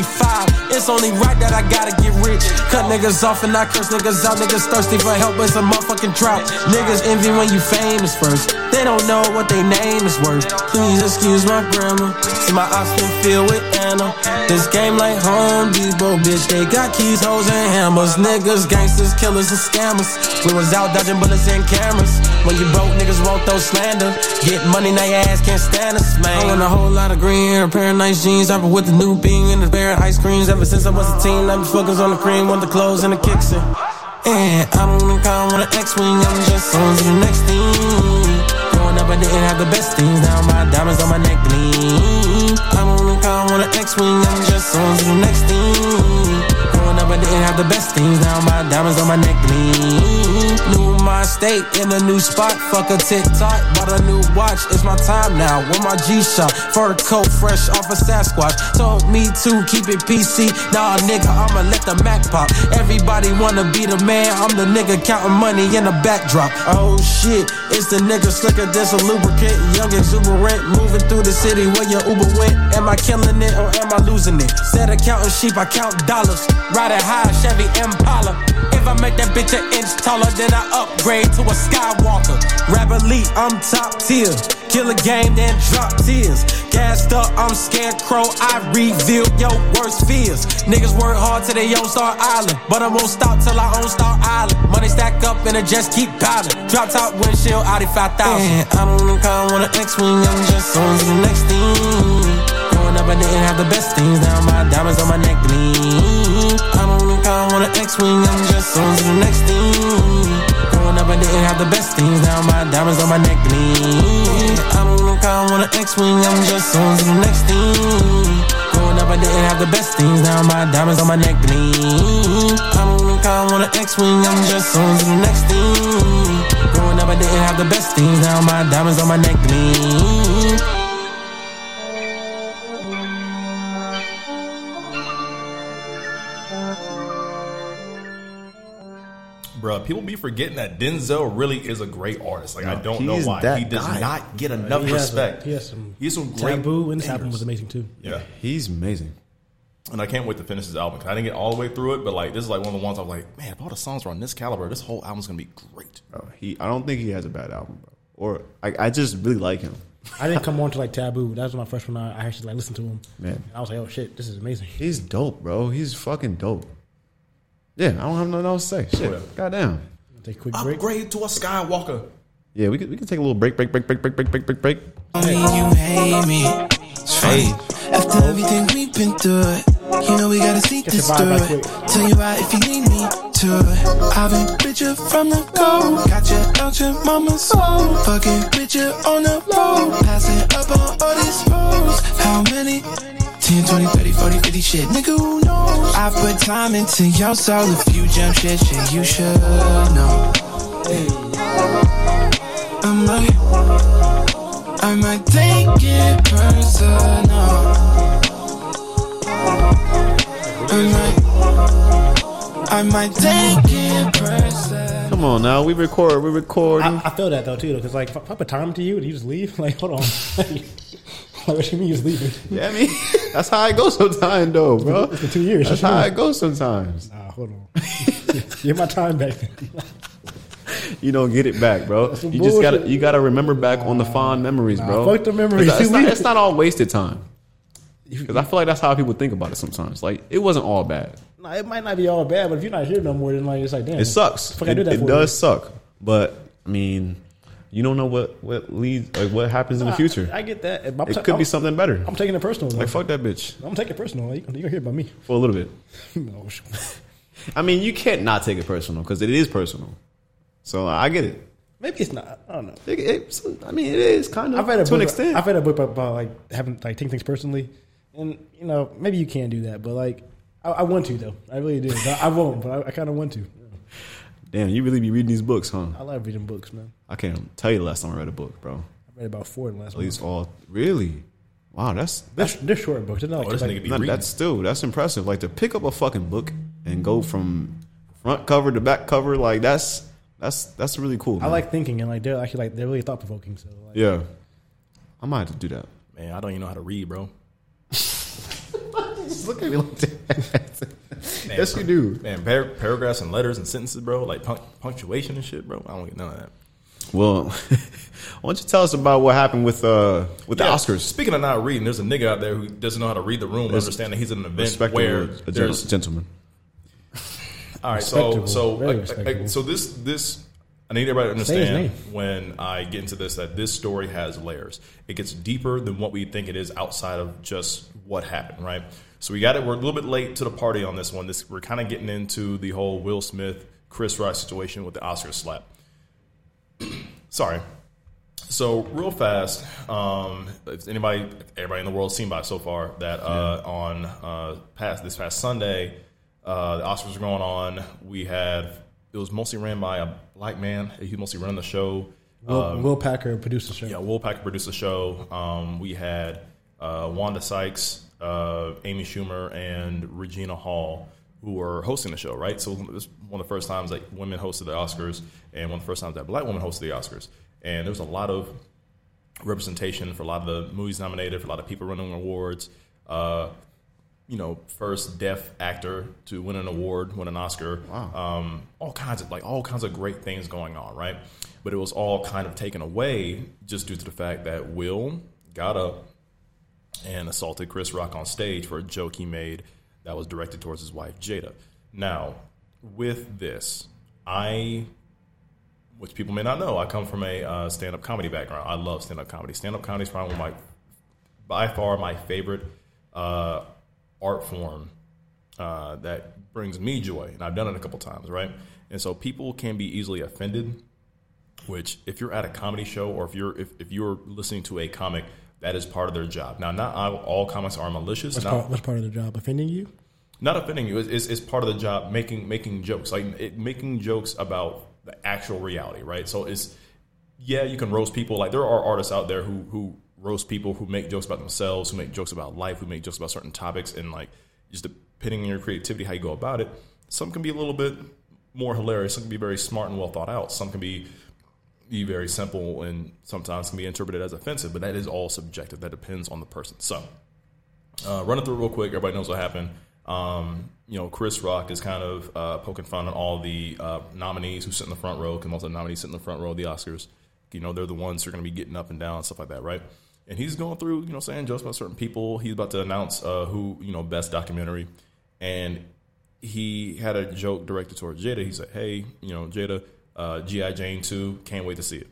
It's only right that I gotta get rich. Cut niggas off and I curse niggas out. Niggas thirsty for help, it's a motherfucking drought. Niggas envy when you famous first. They don't know what they name is worth. Please excuse my grammar. See my ops been filled with Anna. This game like Home Depot, bitch. They got keys, hoes, and hammers. Niggas, gangsters, killers, and scammers. We was out dodging bullets and cameras. When you broke, niggas won't throw slander. Get money, now your ass can't stand us, man. I want a whole lot of green, a pair of nice jeans. I've been with the new bean and a pair of ice creams. Ever since I was a teen, I've been focused on the cream, want the clothes and the kicks. And eh, I don't even count on an X-Wing, I'm just on to the next thing. Growing up, I didn't have the best things. Now my diamonds on my neck gleam. I'm only calm on an X-wing. I'm just on to the next thing. Growing up, I didn't have the best things. Now my diamonds on my neck gleam. New my state in a new spot. Fuck a TikTok, bought a new watch. It's my time now. With my G-shot, fur coat fresh off a Sasquatch. Told me to keep it PC. Nah, nigga, I'ma let the Mac pop. Everybody wanna be the man. I'm the nigga counting money in the backdrop. Oh shit, it's the nigga slicker than some lubricant. Young exuberant, moving through the city where your Uber went. Am I killing it or am I losing it? Instead of counting sheep, I count dollars. Riding high, Chevy Impala. If I make that bitch an inch taller, then I upgrade to a Skywalker. Rap elite, I'm top tier. Kill a game, then drop tears. Gassed up, I'm scarecrow. I reveal your worst fears. Niggas work hard till they own Star Island. But I won't stop till I own Star Island. Money stack up and it just keep piling. Drop top windshield, Audi 5000. And I don't even count on an X-Wing, I'm just on to the next thing. Growing up, I didn't have the best things. Now my diamonds on my neck gleam. I don't even count on an X-Wing, I'm just on to the next thing. Growing up, I didn't have the best things. Now my diamonds on my neck gleam. I don't even count on an X-Wing, I'm just on to the next thing. Growing up, I didn't have the best things. Now my diamonds on my neck gleam. I don't even count on an X-wing. I'm just on to the next thing. Growing up, I didn't have the best things. Now my diamonds on my neck gleam. Bruh, people be forgetting that Denzel really is a great artist. Like I don't know he's why that he does guy. not get enough Uh, He has respect. some- he has some He has some great Taboo and this album bangers. was amazing too. Yeah, He's amazing. and I can't wait to finish this album. 'cause I didn't get all the way through it, but like this is like one of the ones I'm like, man, if all the songs are on this caliber, this whole album's gonna be great. Oh, he. I don't think he has a bad album, bro. Or I, I just really like him. I didn't come on to like Taboo. That was my first one. I I actually like listened to him. Man. I was like, oh shit, this is amazing. He's dope, bro. He's fucking dope. Yeah, I don't have nothing else to say. Shit, Whatever. goddamn. Take a quick break. Upgrade to a Skywalker. Yeah, we could, we could take a little break, break, break, break, break, break, break, break, break. Only you hate me. Hey. After everything we've been through, you know we gotta see Get the this vibe through. back it. quick. Tell you why if you need me to. I've been with you from the go. Got you out your mama's soul. Fucking with you on the road. Passing up on all these roads. How many? 10, 20, 30, 40, 50 shit. Nigga, who knows? I put time into your soul. If you jump shit, shit, you should know. Hey. I'm like. I might take it personal. I might, I might take it personal. Come on now, we record, we record. I, I feel that though too, because like if I put time to you and you just leave, like hold on, like what you mean you just leaving? yeah, I mean, that's how it goes sometimes, though, bro. It's been two years. That's how it goes sometimes. Nah, hold on, get my time back. You don't get it back, bro. some You just gotta bullshit. you gotta remember back on the fond memories, nah, bro. fuck the memories. It's, it's You not, leave it's it. not all wasted time. Because I feel like that's how people think about it sometimes. Like it wasn't all bad. Nah, it might not be all bad, but if you're not here no more, then like it's like damn, It sucks. Fuck, It, I do that it for does suck, but I mean, you don't know what what leads like what happens in the future. Uh, I, I get that. It it could be something better. I'm taking it personal. Though. like fuck that bitch I'm taking it personal. Like, you gonna hear about me? for a little bit. No, sh- I mean, you can't not take it personal because it is personal. So uh, I get it. Maybe it's not. I don't know. It- it's- I mean, it is kind of I've read a to book, uh, an extent. I've read a book about like having like taking things personally, and you know maybe you can do that, but like I, I want to though. I really do. I, I won't, but I, I kind of want to. Damn, you really be reading these books, huh? I love reading books, man. I can't tell you the last time I read a book, bro. I read about four in the last. At least all really. Wow, that's They're, they're short books. They're not like, Oh, this like- nigga be Nah, reading. that's still that's impressive. Like to pick up a fucking book and go from front cover to back cover, like that's that's that's really cool. I man. like thinking and like they're actually like they're really thought provoking. So like, Yeah, I might have to do that. Man, I don't even know how to read, bro. Just look at me like that. yes, you do. Man, par- paragraphs and letters and sentences, bro. Like punc- punctuation and shit, bro. I don't get none of that. Well, why don't you tell us about what happened with uh with the Yeah, Oscars? Speaking of not reading, there's a nigga out there who doesn't know how to read the room. and understand that he's in an event Respectable where a gen- there's gentleman. All right, so Respectable. so Very I- I- I- respectable. so this this I need everybody to Say his understand when I get into this that this story has layers. It gets deeper than what we think it is outside of just what happened, right? So we got it. We're a little bit late to the party on this one. This we're kind of getting into the whole Will Smith Chris Rock situation with the Oscar slap. Sorry. So real fast, um, if anybody, if everybody in the world seen by so far that uh, on uh, past this past Sunday, uh, the Oscars were going on. We had it was mostly ran by a black man. He mostly ran the show. Will, Uh, Will Packer produced the show. Yeah, Will Packer produced the show. Um, we had uh, Wanda Sykes, uh, Amy Schumer, and Regina Hall who were hosting the show, right? So it was one of the first times that women hosted the Oscars, and one of the first times that black women hosted the Oscars. And there was a lot of representation for a lot of the movies nominated, for a lot of people running awards. Uh, you know, first deaf actor to win an award, win an Oscar. Um, all kinds of like all kinds of great things going on, right? But it was all kind of taken away just due to the fact that Will got up and assaulted Chris Rock on stage for a joke he made that was directed towards his wife Jada. Now, with this, I which people may not know, I come from a uh, stand up comedy background. I love stand up comedy. Stand up comedy is probably my, by far my favorite uh, art form uh, that brings me joy. And I've done it a couple times, right? And so people can be easily offended, which if you're at a comedy show or if you're if, if you're listening to a comic, that is part of their job. Now, not all, all comics are malicious. That's Not- part, that's part of the job. Offending you? not offending you. It's, it's, it's part of the job making making jokes, like it, making jokes about the actual reality, right? So it's yeah, you can roast people. Like there are artists out there who who roast people, who make jokes about themselves, who make jokes about life, who make jokes about certain topics, and like just depending on your creativity, how you go about it. Some can be a little bit more hilarious. Some can be very smart and well thought out. Some can be be very simple and sometimes can be interpreted as offensive, but that is all subjective. That depends on the person. So, uh, running through real quick, everybody knows what happened. Um, you know, Chris Rock is kind of uh, poking fun at all the uh, nominees who sit in the front row, because most of the nominees sit in the front row of the Oscars. You know, they're the ones who are going to be getting up and down and stuff like that, right? And he's going through, you know, saying jokes about certain people. He's about to announce uh, who, you know, best documentary. And he had a joke directed towards Jada. He said, "Hey, you know, Jada, uh, GI Jane two, can't wait to see it."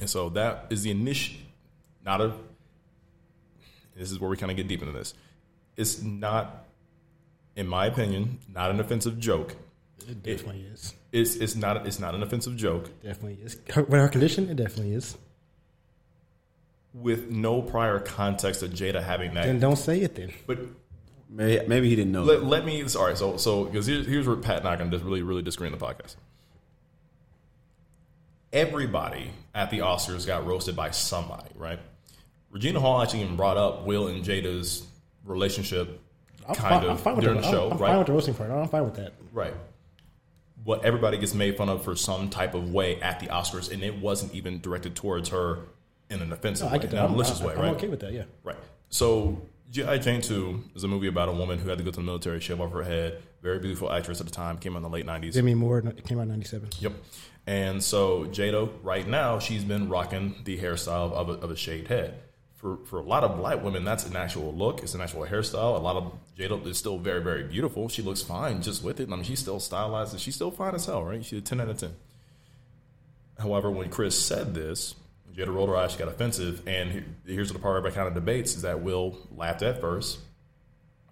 And so that is the initial, not a. This is where we kind of get deep into this. It's not, in my opinion, not an offensive joke. It definitely is. It's it's not it's not an offensive joke Definitely is. Her, with her condition, it definitely is. with no prior context of Jada having that. Then don't say it. Then but Maybe, maybe he didn't know. let, let me. All right, so so because here's, here's where Pat and I can just really really disagree in the podcast. Everybody at the Oscars got roasted by somebody, right? Regina Hall actually even brought up Will and Jada's relationship, I'm, kind fine, of I'm fine with during that. the show, I'm, I'm right? fine with the roasting part. I'm fine with that. Right. What everybody gets made fun of for some type of way at the Oscars, and it wasn't even directed towards her in an offensive No, way, I get in that. a I'm, malicious I, way, I'm right? okay with that. Yeah. Right. So G.I. Jane 2 is a movie about a woman who had to go to the military, shave off her head. Very beautiful actress at the time, came out in the late 90s. Demi Moore no, it came out in '97. Yep. And so Jada, right now, she's been rocking the hairstyle of a, of a shaved head. For for, for a lot of black women, that's an actual look. It's an actual hairstyle. A lot of Jada is still very, very beautiful. She looks fine just with it. I mean, she's still stylized. and She's still fine as hell, right? She's a 10 out of 10. However, when Chris said this, Jada rolled her eyes, she got offensive. And he- here's the part everybody kind of debates is that Will laughed at first.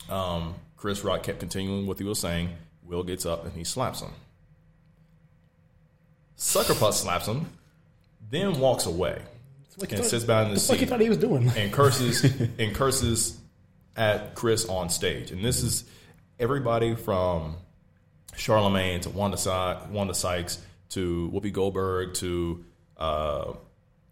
Um, Chris Rock kept continuing what he was saying. Will gets up and he slaps him. Sucker Puss slaps him, then walks away Like, and sits down in the What the fuck you seat thought he was doing? and curses and curses at Chris on stage. And this is everybody from Charlemagne to Wanda, si- Wanda Sykes to Whoopi Goldberg to uh,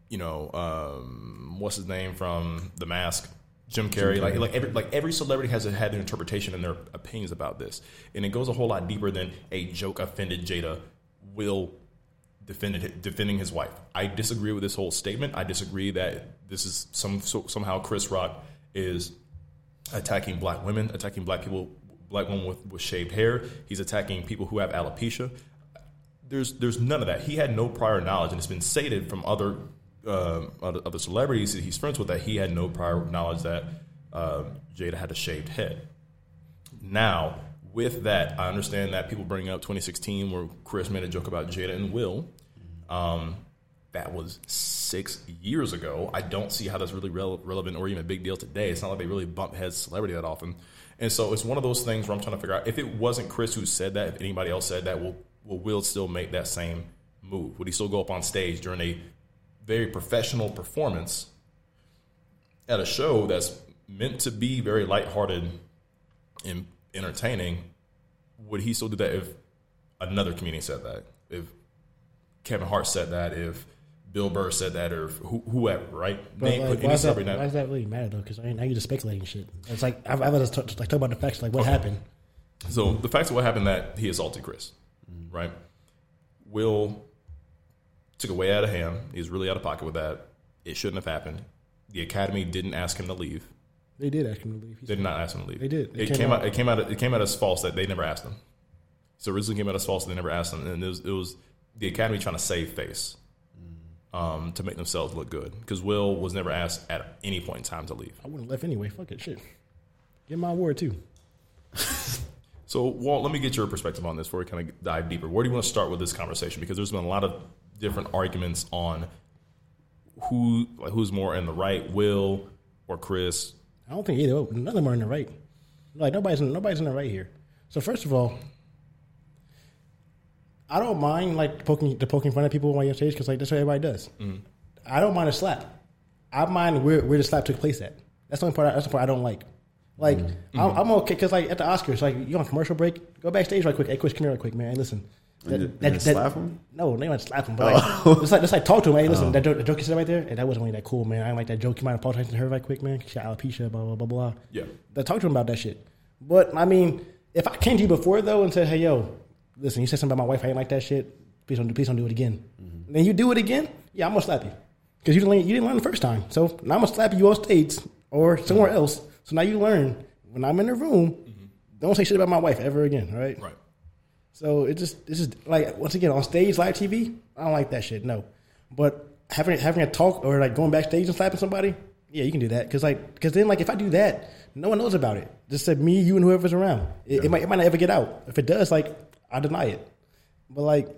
you know um, what's his name from The Mask. Jim Carrey, like like every like every celebrity has had their interpretation and their opinions about this, and it goes a whole lot deeper than a joke offended Jada will defended defending his wife. I disagree with this whole statement. I disagree that this is some so, somehow Chris Rock is attacking black women, attacking black people, black women with, with shaved hair. He's attacking people who have alopecia. There's there's none of that. He had no prior knowledge, and it's been stated from other uh, other, other celebrities that he's friends with that he had no prior knowledge that uh, Jada had a shaved head. Now, with that, I understand that people bring up 2016 where Chris made a joke about Jada and Will. Um, that was six years ago. I don't see how that's really rele- relevant or even a big deal today. It's not like they really bump heads celebrity that often. And so it's one of those things where I'm trying to figure out if it wasn't Chris who said that, if anybody else said that, will will Will still make that same move? Would he still go up on stage during a very professional performance at a show that's meant to be very lighthearted and entertaining, would he still do that if another comedian said that? If Kevin Hart said that? If Bill Burr said that? Or if who, whoever? Right? But, Name, like, put why, any is that, celebrity why now. does that really matter though? Because now you're just speculating shit. It's like I've, I've just talk, like talk about the facts, like what happened. So the fact of what happened that he assaulted Chris, Mm-hmm. right? Will took it way out of hand. He's really out of pocket with that. It shouldn't have happened. The academy didn't ask him to leave. They did actually believe. He's They did not ask him to leave. They did. They it came came, out. out- It came out. It came out as false that they never asked him. So originally came out as false. They never asked him, and it was, it was the academy trying to save face um, to make themselves look good because Will was never asked at any point in time to leave. I wouldn't have left anyway. Fuck it, shit. Get my award too. So, Walt, let me get your perspective on this before we kind of dive deeper. Where do you want to start with this conversation? Because there's been a lot of different arguments on who like, who's more in the right, Will or Chris. I don't think either. None of them are in the right. Like nobody's in, nobody's in the right here. So first of all, I don't mind like poking the poking fun at people while you're on stage because like that's what everybody does. I don't mind a slap. I mind where where the slap took place at. That's the only part. I, that's the part I don't like. Like I'm, I'm okay because like at the Oscars, like you on commercial break, go backstage right quick. Hey, Chris, come here right quick, man. Hey, listen. And then- and then slap him? No, they want to slap him, but like, it's like, it's like talk to him. Hey, listen, that, joke, that joke you said right there, and that wasn't really that cool, man. I didn't like that joke. You might apologize to her right quick, man. She got alopecia, blah blah blah blah. Yeah. But talk to him about that shit. But I mean, if I came to you before though and said, hey yo, listen, you said something about my wife, I ain't like that shit. Please don't do, please don't do it again. Then you do it again. Yeah, I'm gonna slap you because you didn't learn, you didn't learn the first time. So now I'm gonna slap you on stage or somewhere else. So now you learn when I'm in the room. Don't say shit about my wife ever again, all right? So it just this is like once again on stage live TV. I don't like that shit. No, but having having a talk or like going backstage and slapping somebody, yeah, you can do that because like because then like if I do that, no one knows about it. Just said me, you, and whoever's around. It, it might it might not ever get out. If it does, like I deny it. But like,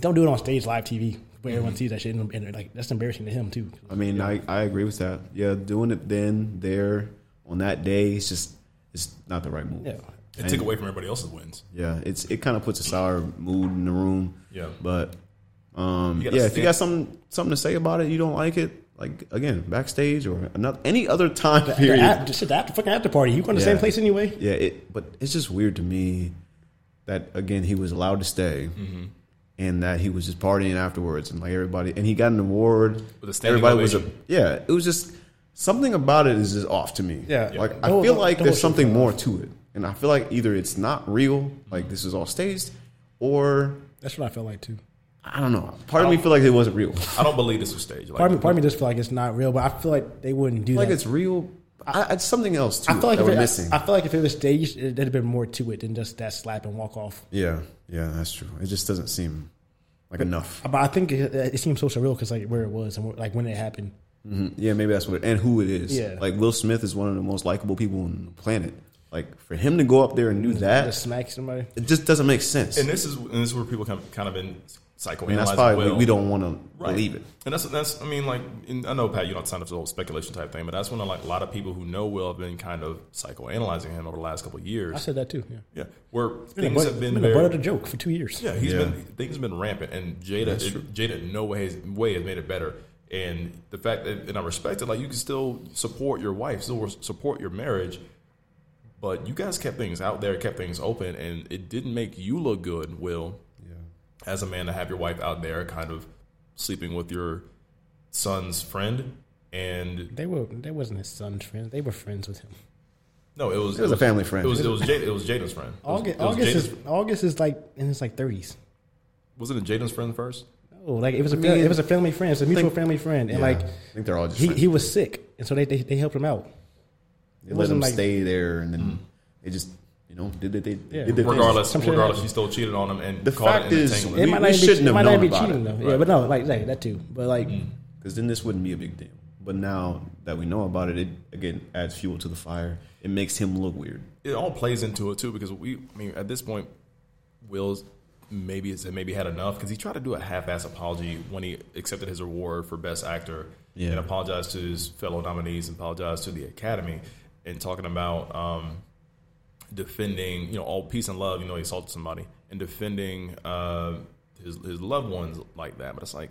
don't do it on stage live TV where everyone sees that shit and, and like that's embarrassing to him too. I mean, I, I agree with that. Yeah, doing it then, there, on that day, it's just it's not the right move. Yeah. It took away from everybody else's wins. Yeah, it's it kind of puts a sour mood in the room. Yeah. but um, You gotta yeah, if you stand- got something something to say about it, you don't like it, like again, backstage or another any other time The, period. after, shit, the after, fucking after party. You going to the same place anyway? Yeah, it, but it's just weird to me that again he was allowed to stay. Mm-hmm. And that he was just partying afterwards, and like everybody, and he got an award. With a standing everybody was, a, ovation. yeah. It was just something about it is just off to me. Yeah. like The I whole- feel the like whole there's shit something more to it, and I feel like either it's not real, like this is all staged, or That's what I felt like too. I don't know. Part of me feel like it wasn't real. I don't believe this was staged. Like, Part of me, part of me just feel like it's not real, but I feel like they wouldn't do like that. it's real. I, it's something else too I feel like that if we're it, missing. I feel like if it was staged, it, there'd have been more to it than just that slap and walk off. yeah, yeah, that's true. It just doesn't seem like enough. But I think it, it seems so surreal because like where it was and where, like when it happened, Yeah, maybe that's what. It, and who it is. Yeah. Like Will Smith is one of the most likable people on the planet. Like for him to go up there and do Just that, smack somebody. it just doesn't make sense. And And this is and this is where people kind of, kind of been psychoanalyzing. that's probably Will. we don't want to Right. believe it. And that's that's I mean like in, I know Pat, you don't sign up for the whole speculation type thing, but that's when like a lot of people who know Will have been kind of psychoanalyzing him over the last couple of years. I said that too. Yeah. yeah, where Been things a butt- have been, been a butt very- of the joke for two years. yeah, he's Yeah. been things have been rampant, and Jada Jada in no way has, way has made it better. And the fact that and I respect it, like you can still support your wife, still support your marriage, but you guys kept things out there, kept things open, and it didn't make you look good, Will, as a man to have your wife out there kind of sleeping with your son's friend. And They were. They wasn't his son's friends. They were friends with him. no, it was It was a family friend. It was it was, Jada, it was Jaden's friend. It was, August, it was August Jada's- is August is like in his like thirties. wasn't it Jaden's friend first? Oh, like it was a mean, it was a family friend, it's a mutual family friend, and Yeah. like I think they're all just he, friends. he was sick, and so they they, they helped him out. They let wasn't him like- stay there, and then they just you know did they, they, they Yeah. did their thing. Regardless, Some shit regardless, happened. she still cheated on him and The called fact it an is, entanglement. We- It we might not even be, shouldn't have it might known not be about cheating it. Mm. though. Yeah, but no, like like that too. But like because then this wouldn't be a big deal. But now that we know about it, it again adds fuel to the fire. It makes him look weird. it all plays into it too because we I mean at this point Will's maybe has maybe had enough because he tried to do a half-ass apology when he accepted his award for best actor Yeah. and apologized to his fellow nominees and apologized to the Academy and talking about um, defending you know all peace and love you know he assaulted somebody and defending uh, his his loved ones like that but it's like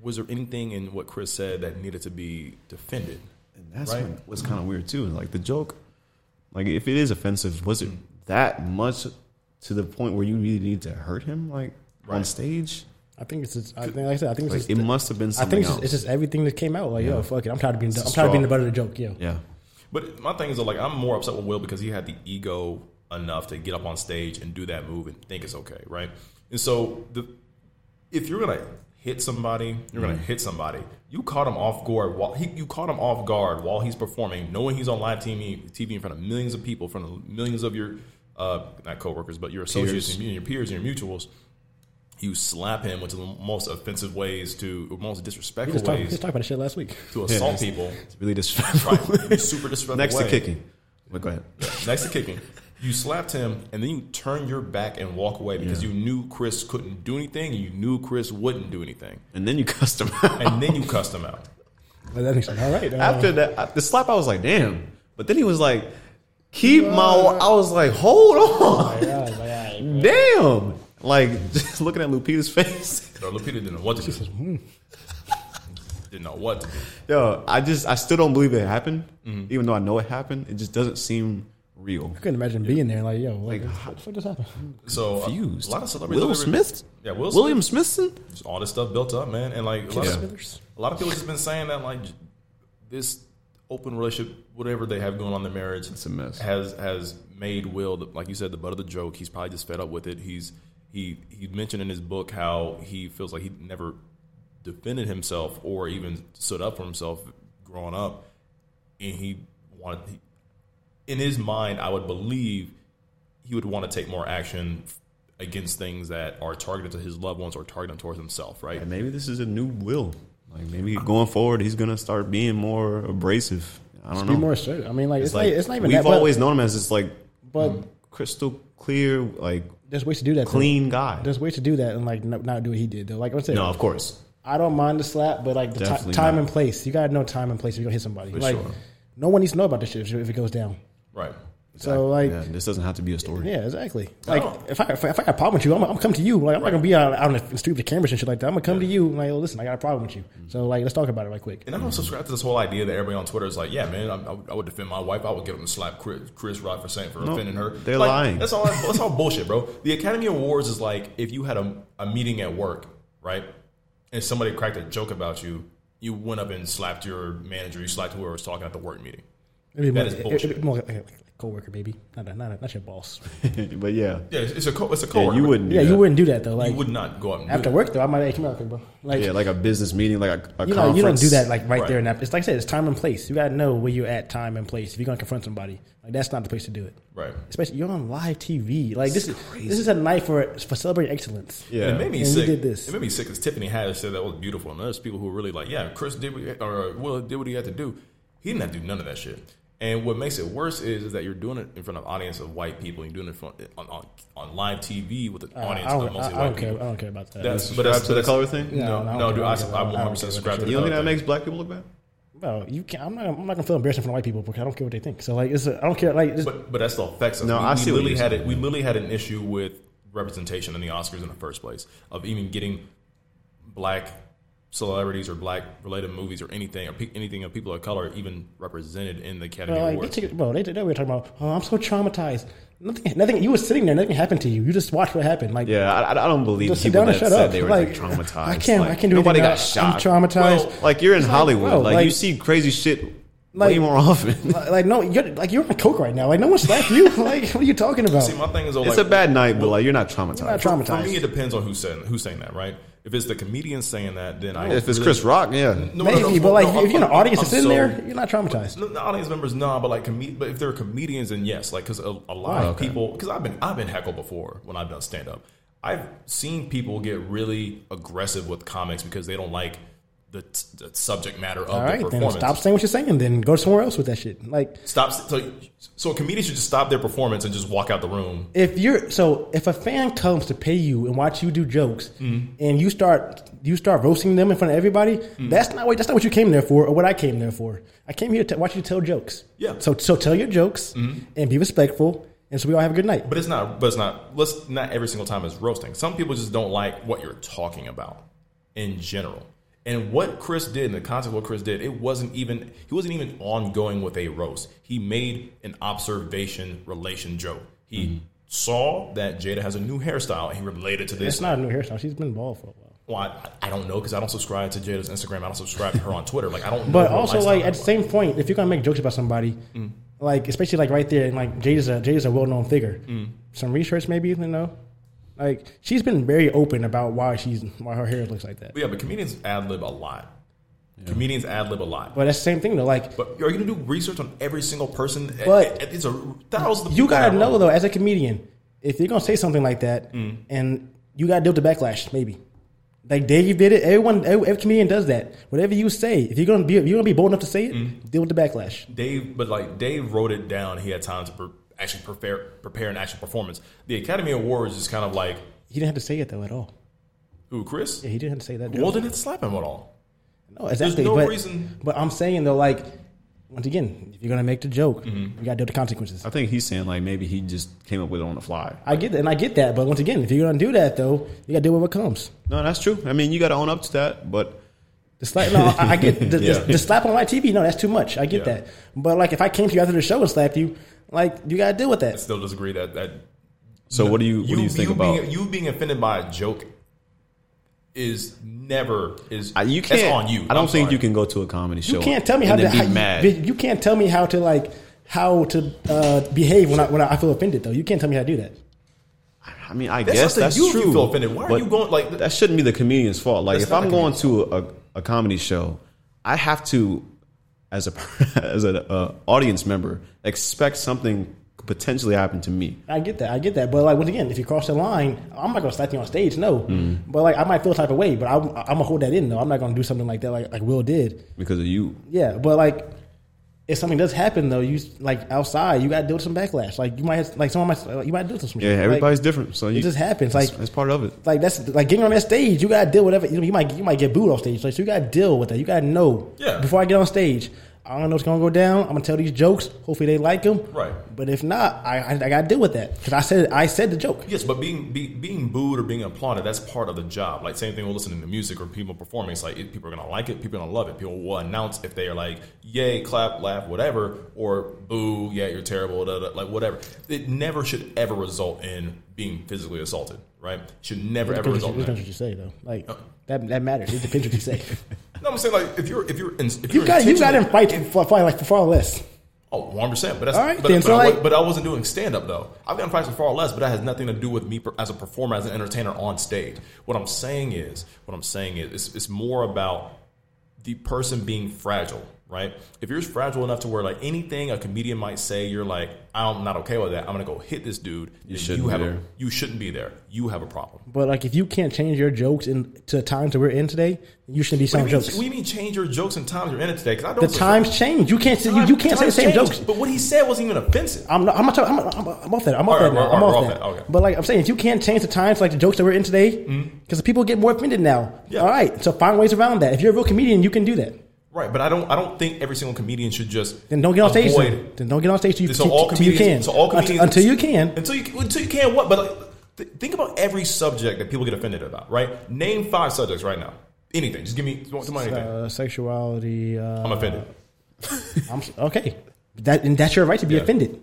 was there anything in what Chris said that needed to be defended And that's Right. what- what's kind of weird too. is, Like the joke, like if it is offensive, was it that much to the point where you really need to hurt him, like on Right. stage? I think it's just, I think like I said I think it's Like just, it must have I been something think it's just, else. it's just everything that came out. Like yo, fuck it, I'm tired of being the, I'm a tired of being the straw. butt of the joke. Yo, yeah, But my thing is like I'm more upset with Will because he had the ego enough to get up on stage and do that move and think it's okay, right? And so the if you're gonna hit somebody, you're gonna Mm-hmm. hit somebody. You caught him off guard. While he, you caught him off guard while he's performing, knowing he's on live TV, TV in front of millions of people, in front of millions of your uh, not coworkers, but your associates Peers. and your peers and your mutuals. You slap him, which is the most offensive ways to, or most we disrespectful just talked, we ways just talked about this shit last week. to assault Yeah. people. it's really disrespectful. Right, super disrespectful. Next to way. kicking, but go ahead. Next to kicking, you slapped him, and then you turned your back and walk away because you knew Chris couldn't do anything, and you knew Chris wouldn't do anything, And then you cussed him out. and then you cussed him out. But that makes sense. All right, uh, After that, I- the slap, I was like, damn. But then he was like, keep my. I was like, hold on, yeah, like, all right. damn. Like just looking at Lupita's face. No, Lupita didn't know what to hmm. do. didn't know what to do. Yo, I just I still don't believe it happened, Mm-hmm. even though I know it happened. It just doesn't seem real. I couldn't imagine being there. Like yo, like, Like, what the fuck just happened? So uh, Confused. a lot of celebrities, Will have been- Smith, yeah, Will William Smithson. Just all this stuff built up, man, and like a lot, Yeah. of, a lot of people just been saying that like this open relationship, whatever they have going on in their marriage, it's a mess. Has has made Will, the, like you said, the butt of the joke. He's probably just fed up with it. He's he he mentioned in his book how he feels like he never defended himself or even stood up for himself growing up, and he wanted. He, in his mind, I would believe he would want to take more action against things that are targeted to his loved ones or targeted towards himself, right? And maybe this is a new Will. Like maybe going forward, he's gonna start being more abrasive. I don't know. Be more assertive. I mean, like it's, It's not, like, it's not even we've that. but- always known him as this like but, crystal clear, like there's ways to do that. though. clean guy. There's ways to do that and like not, not do what he did though. Like I said, No, of course. I don't mind the slap, but like the ti Definitely time not. and place. You gotta know time and place if you're gonna hit somebody. like sure. no one needs to know about this shit if if it goes down. Right. So like yeah, yeah, this doesn't have to be a story. exactly. Oh. Like if I if I, if I got a problem with you, I'm, I'm come to you. Like I'm not gonna be out, out in the street with the cameras and shit like that. I'm gonna come to you. Like oh, listen, I got a problem with you. Mm-hmm. So like let's talk about it right quick. And I don't subscribe to this whole idea that everybody on Twitter is like, yeah, man, I, I, would- I would defend my wife. I would get him to slap Chris, Chris Rock for saying for offending her. they're Like, lying. That's all. That's all bullshit, bro. The Academy Awards is like if you had a, a meeting at work, right, and somebody cracked a joke about you, you went up and slapped your manager, you slapped whoever was talking at the work meeting. It'd be That more- is it- bullshit. it'd be more like- like- like coworker, baby, not a, not a, not your boss. but yeah, Yeah, it's, it's a co- it's a yeah, coworker. you but wouldn't. do Yeah, you that. wouldn't do that though. You Like would not go out and do after that. work though, I might hey, come out here, bro. Like Yeah, like a business meeting, like a, a you know, conference. you don't do that like right, Right. there and that. It's like I said, it's time and place. You gotta know where you're at, time and place. If you're gonna confront somebody, like that's not the place to do it. Right. Especially you're on live TV. Like this is this is a night for for celebrating excellence. Yeah, And it made me And you sick. did this. It made me sick because Tiffany Haddish said that was beautiful, and there's people who were really like, "Yeah, Chris did what, or Will did what he had to do." He didn't have to do none of that shit. And what makes it worse is, is that you're doing it in front of an audience of white people. You're doing it in front, on, on on live TV with an I, audience Uh, I of don't, I, mostly I white don't care. people. I don't care about that. That's You but that's subscribe to the that's- color thing? No, No, I no, don't dude, care. I, I I don't care. 100 I don't percent care subscribe to about the You don't think color that thing. makes black people look bad? well, you can I'm not. I'm not gonna feel embarrassing for white people because I don't care what they think. So like, it's a, I don't care. Like, it's, But but that's the effects. Of No, we, I we see what literally you're had saying. it. We literally had an issue with representation in the Oscars in the first place of even getting black celebrities or black related movies or anything or pe- anything of people of color even represented in the Academy bro, like they Awards. take it, bro. They, they were talking about. Oh, I'm so traumatized. Nothing. Nothing. You were sitting there. Nothing happened to you. You just watched what happened. Like, Yeah, I, I don't believe Just sit people down and that shut said up. they were Like, like, traumatized. I can't- I can't do Nobody got anything. I- I'm shot. traumatized. Well, like you're in Hollywood. bro, like, you like- see crazy shit Like- way more often. uh, Like, like, no, you're like you're on coke right now. Like no one slapped you. Like what are you talking about? See, my thing is all it's a like, bad night, but like you're not traumatized. not for- traumatized. For me, it depends on who's saying who's saying that, right? If it's the comedian saying that, then I If it's really- Chris Rock, No, yeah. no, no, Maybe, no, but like no, if you're in I'm- an audience I'm that's sitting so- there, you're not traumatized. No, the audience members, nah, but like, comed- but if they're comedians, then yes, like, because a, a lot Oh, of people, because I've been I've been heckled before when I've done stand up. I've seen people get really aggressive with comics because they don't like the, t- the subject matter of All the right, then performance. stop saying what you're saying. Then go somewhere else with that shit. Like Stop. So, so a comedian should just stop their performance and just walk out the room. if you're so if a fan comes to pay you and watch you do jokes Mm-hmm. and you start you start roasting them in front of everybody, that's not what that's not what you came there for or what I came there for. I came here to t- watch you tell jokes. Yeah. Mm-hmm. So so tell your jokes and be respectful, and so we all have a good night. But it's not. But it's not. Let's not every single time is roasting. Some people just don't like what you're talking about in general. And what Chris did, and the concept of what Chris did, it wasn't even. He wasn't even ongoing with a roast. He made an observation relation joke. He Mm-hmm. saw that Jada has a new hairstyle, and he related to this. it's not a new hairstyle. She's been bald for a while. Well, I, I don't know because I don't subscribe to Jada's Instagram. I don't subscribe to her on Twitter. Like I don't. know But her also, like lifestyle. at the same point, if you're gonna make jokes about somebody, Mm. like especially like right there, and like Jada's a Jada's a well known figure. Mm. Some research, maybe you know, like she's been very open about why she's why her hair looks like that. But yeah, but comedians ad lib a lot. Comedians ad lib a lot. But that's the same thing though. Like But are you going to do research on every single person? But- it's a thousands. of you people gotta that know run. though, as a comedian, if you're gonna say something like that, Mm. and you gotta deal with the backlash, maybe. Like Dave did it. Everyone, every, every comedian does that. Whatever you say, if you're gonna be, if you're gonna be bold enough to say it, Mm. deal with the backlash. Dave, but like Dave wrote it down. He had time to pre- actually prepare prepare an actual performance. The Academy Awards is kind of like He didn't have to say it though at all. who Chris. Yeah, he didn't have to say that. Well, then it's slap him at all. No, exactly. no but, reason- But I'm saying though, like once again, if you're gonna make the joke, Mm-hmm. you gotta deal with the Uh, consequences. I think he's saying like maybe he just came up with it on the fly. I get that, and I get that. But once again, if you're gonna do that though, you gotta deal with what comes. No, that's true. I mean, you got to own up to that, but The slap, no, I, I get the, Yeah. the, the slap on my TV. No, that's too much. I get Yeah. that. But like, if I came to you after the show and slapped you, like you gotta deal with I that. still disagree that that so what do you what do you think about? being, you being offended by a joke is never is I- you that's can't. on you. I don't I'm think sorry. you can go to a comedy show. You can't tell me how and to then be how, you- mad. You can't tell me how to like how to uh, behave when I when I feel offended though. You can't tell me how to do that. I mean, I That's guess up to that's you if true. you feel offended. Why are but you going- like- that? Shouldn't be the comedian's fault. Like That's if not I'm the going to a, a comedy show, I have to, as a as an uh, audience member, expect something could potentially happen to me. I get that. I get that. But like once again, if you cross the line, I'm not gonna slap you on stage. No. Mm. But like I might feel a type of way, but I'm, I'm gonna hold that in though. I'm not gonna do something like that. Like like Will did. Because of you, Yeah. But like if something does happen though, you like outside, you gotta deal with some backlash. Like you might have, like someone might you might deal with some. yeah, shit. everybody's Like, different. So It you, just happens. Like that's, that's part of it. like that's like getting on that stage. You gotta deal with whatever. You, know, you might you might get booed off stage. Like so you gotta deal with that. You gotta know. Yeah. Before I get on stage, I don't know what's gonna go down. I'm gonna tell these jokes. Hopefully they like them. Right. But if not, I I, I gotta deal with that because I said I said the joke. Yes, but being be, being booed or being applauded, that's part of the job. Like same thing with listening to music or people performing. It's like it, people are gonna like it, people are gonna love it. People will announce if they are like, yay, clap, laugh, whatever, or boo, yeah, you're terrible, da, da, like whatever. It never should ever result in being physically assaulted, right? Should never It ever depends, result what you, in it depends that. what you say though. Like Uh-huh. that that matters. It depends what you say. No, I'm saying like if you're if you're in, if you you're got you got intentionally- in fight for, for, like for far less. Oh, 100 percent. But that's All right, but, then, but so I, wa- like- but I wasn't doing stand up though. I've gotten prices for far less, but that has nothing to do with me per- as a performer, as an entertainer on stage. What I'm saying is, what I'm saying is, it's, it's more about the person being fragile, right? If you're fragile enough to where like anything a comedian might say, you're like, I'm not okay with that. I'm gonna go hit this dude. then You shouldn't be have there. A, you shouldn't be there. You have a problem. But like, if you can't change your jokes in to the times that we're in today, you shouldn't be We selling mean, jokes. we mean change your jokes and times you're in it today. 'cause I The don't times change. You can't say you, you can't say the Times same change, jokes. But what he said wasn't even offensive. I'm not. I'm not. Talking, I'm, I'm, I'm off that. I'm All off that. right, now. we're- I'm we're off, off that. that, okay. Mm-hmm. But like I'm saying, if you can't change the times, like the jokes that we're in today, because people get more offended now. Yeah. All right. So find ways around that. If you're a real comedian, you can do that. Right, but I don't. I don't think every single comedian should just Then don't get on stage. avoid- Then, Then don't get on stage till you, So till- all till you comedians. can. So all comedians. until, until you can. Until you until you can. What? But like, th- think about every subject that people get offended about. Right? Name five subjects right now. Anything. Just give me. Somebody anything. Uh, sexuality. Uh, I'm offended. I'm okay. That and that's your right to be Yeah. offended.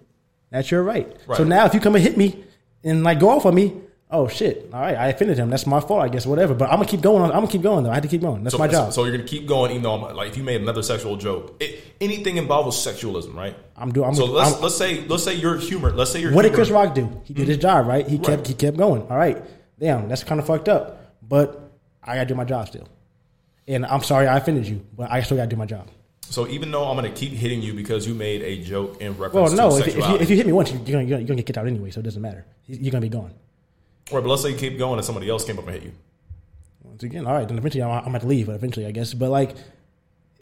That's your right. So Right. now if you come and hit me and like go off on me, oh shit! All right, I offended him. That's my fault, I guess. Whatever. But I'm gonna keep going. On, I'm gonna keep going though. I had to keep going. That's So, my job. So you're gonna keep going, even though I'm, like if you made another sexual joke, it, anything involves sexualism, right? I'm doing- I'm- so let's I'm- let's say let's say your humor. Let's say your what did humor- Chris Rock do? He did his job, right? He kept Right. he kept going. All right, damn, that's kind of fucked up. But I gotta do my job still. And I'm sorry I offended you, but I still gotta do my job. So even though I'm gonna keep hitting you because you made a joke in Well, reference no, to if, if, you, sexuality, if you hit me once, you're gonna, you're gonna- you're gonna get kicked out anyway, so it doesn't matter. You're gonna be gone. right, but let's say you keep going and somebody else came up and hit you. Once again, all right, then eventually I'm, I'm gonna leave, but eventually I guess. But like,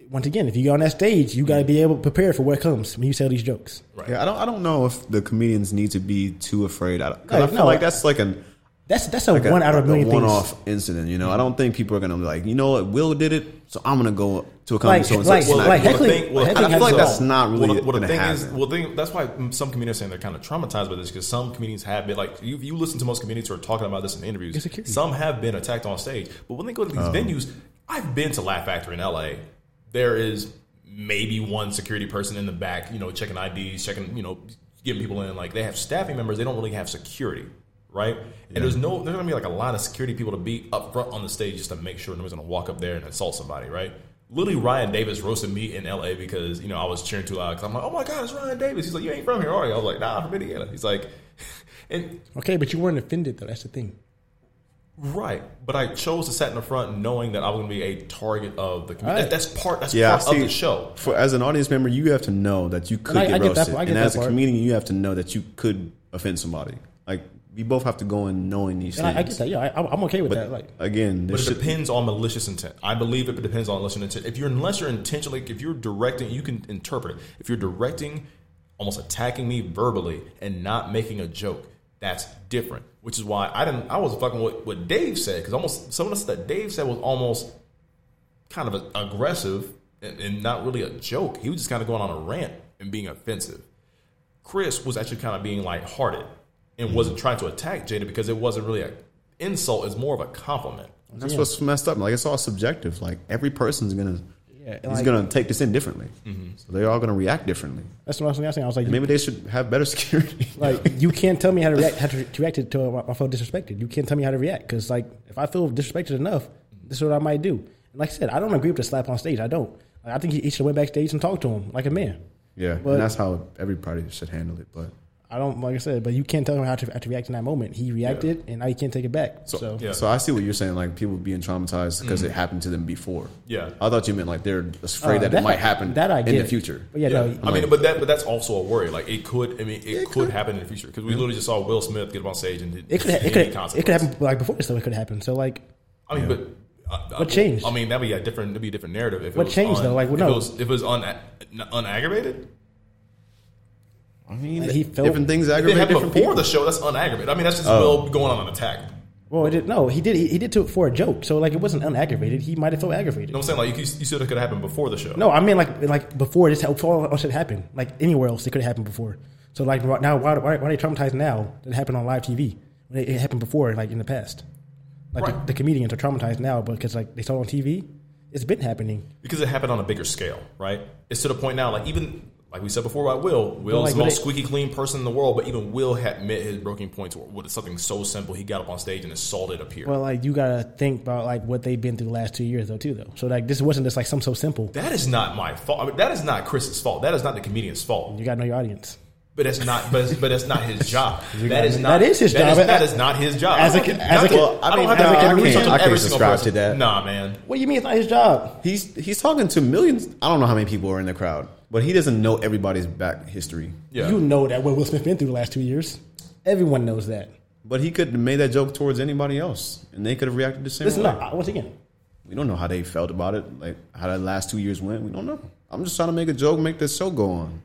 once again, if you get on that stage, you gotta be able to prepare for what comes when you tell these jokes. Yeah, I don't. I don't know if the comedians need to be too afraid. I, don't- 'cause I Like, feel no, like that's like an That's that's a like one out of a million things. one-off incident. You know, I don't think people are gonna be like, you know what, Will did it, so I'm gonna go to a comedy Like- show and like- say, like "Tonight." heckling- I feel heckling like has that's a- not really well, the, well, the gonna thing happen. is, well, the thing, that's why some comedians are saying they're kind of traumatized by this because some comedians have been like you. You listen to most comedians who are talking about this in interviews. Insecurity. Some have been attacked on stage, but when they go to these venues, I've been to Laugh Factory in L.A. There is maybe one security person in the back, you know, checking IDs, checking, you know, getting people in. Like they have staffing members, they don't really have security. Right, and there's no, there's gonna be like a lot of security people to be up front on the stage just to make sure nobody's gonna walk up there and insult somebody, right? Literally, Ryan Davis roasted me in LA because you know I was cheering too loud. Cause I'm like, oh my god, it's Ryan Davis. He's like, you ain't from here, are you? I was like, nah, I'm from Indiana. He's like, and Okay, but you weren't offended though. That's the thing. right, but I chose to sit in the front knowing that I was going to be a target of the community. Right. That's part. That's yeah, part see, of the show. For as an audience member, you have to know that you could I- get I get that roasted, part, I and get as that a part. comedian, you have to know that you could offend somebody. Like we both have to go in knowing these And things. I, I get that. Yeah, I, I'm- I'm okay with that. Like, Again, But this it should, depends on malicious intent. I believe it depends on malicious intent. If you're unless you're intentionally, if you're directing, you can interpret it. If you're directing, almost attacking me verbally and not making a joke, that's different. Which is why I didn't. I was fucking what what Dave said because almost some of the stuff that Dave said was almost kind of a- aggressive and, and not really a joke. He was just kind of going on a rant and being offensive. Chris was actually kind of being lighthearted and wasn't trying to attack Jada because it wasn't really an insult. It's more of a compliment. that's what's messed up. Like it's all subjective. Like every person's gonna, Yeah, he's like- gonna take this in differently. Mm-hmm. So they're all gonna react differently. that's what I was saying. I was like, Maybe they should have better security. like you can't tell me how to react. How to, to react to, to if I feel disrespected. You can't tell me how to react because like if I feel disrespected enough, this is what I might do. And like I said, I don't agree with the slap on stage. I don't. Like, I think he, he should have went backstage and talked to him like a man. yeah, But- and that's how every party should handle it. But I don't like I said, but you can't tell him how to, how to react in that moment. He reacted, and now you can't take it back. So, yeah. Mm. So I see what you're saying, like people being traumatized because it happened to them before. Yeah. I thought you meant like they're afraid uh, that, it might happen That I get in the it. future. But yeah, Yeah. no, I mean, but that but that's also a worry. Like it could. I mean, it, could, happen in the future because we literally just saw Will Smith get up on stage and it could it could it could happen like before this though. It could happen. So like, I mean, but. I- I- What changed? I mean, that'd be a different, that'd be a different narrative. If it What was changed, un- though? Like, if no. it was, if it was un, unaggravated, I mean, Like, he felt- different things if it aggravate happened different before people. the show. That's unaggravated. I mean, that's just Will going on an attack. You know well, it did, no, he did he, he did to it for a joke. So like, it wasn't unaggravated. He might have felt aggravated. what I'm saying? Like, you, you said it could happen before the show. No, I mean like like before this before all this had happened. Like anywhere else, it could have happened before. So like right now, why, why, why are they traumatized now? That it happened on live TV when it, it happened before, like in the past. Like Right. the, the comedians are traumatized now because like they saw it on TV. It's been happening. because it happened on a bigger scale, right? It's to the point now, like even Like we said before about Will, Will's like, the what most it- squeaky clean person in the world, but even Will had met his breaking point to with something so simple. He got up on stage and assaulted a peer. Well, like you gotta think about like what they've been through the last two years though too though. So like this wasn't just like something so simple. that is not my fault. I mean, that is not Chris's fault. That is not the comedian's fault. You gotta know your audience. But that's not. But, it's- but that's not his job. That is That not. is his That is, job. that is not his job. As a- I don't- as a- I don't- well, I I don't mean, have to no, I agree can't- with I can't every single subscribe person. to that. Nah, man. What do you mean it's not his job? He's he's talking to millions. I don't know how many people are in the crowd, but he doesn't know everybody's back history. Yeah. You know that what Will Smith been through the last two years. Everyone knows that. But he could have made that joke towards anybody else, and they could have reacted the same Listen, way. no, uh, once again, We don't know how they felt about it, like how the last two years went. We don't know. I'm just trying to make a joke, make this show go on.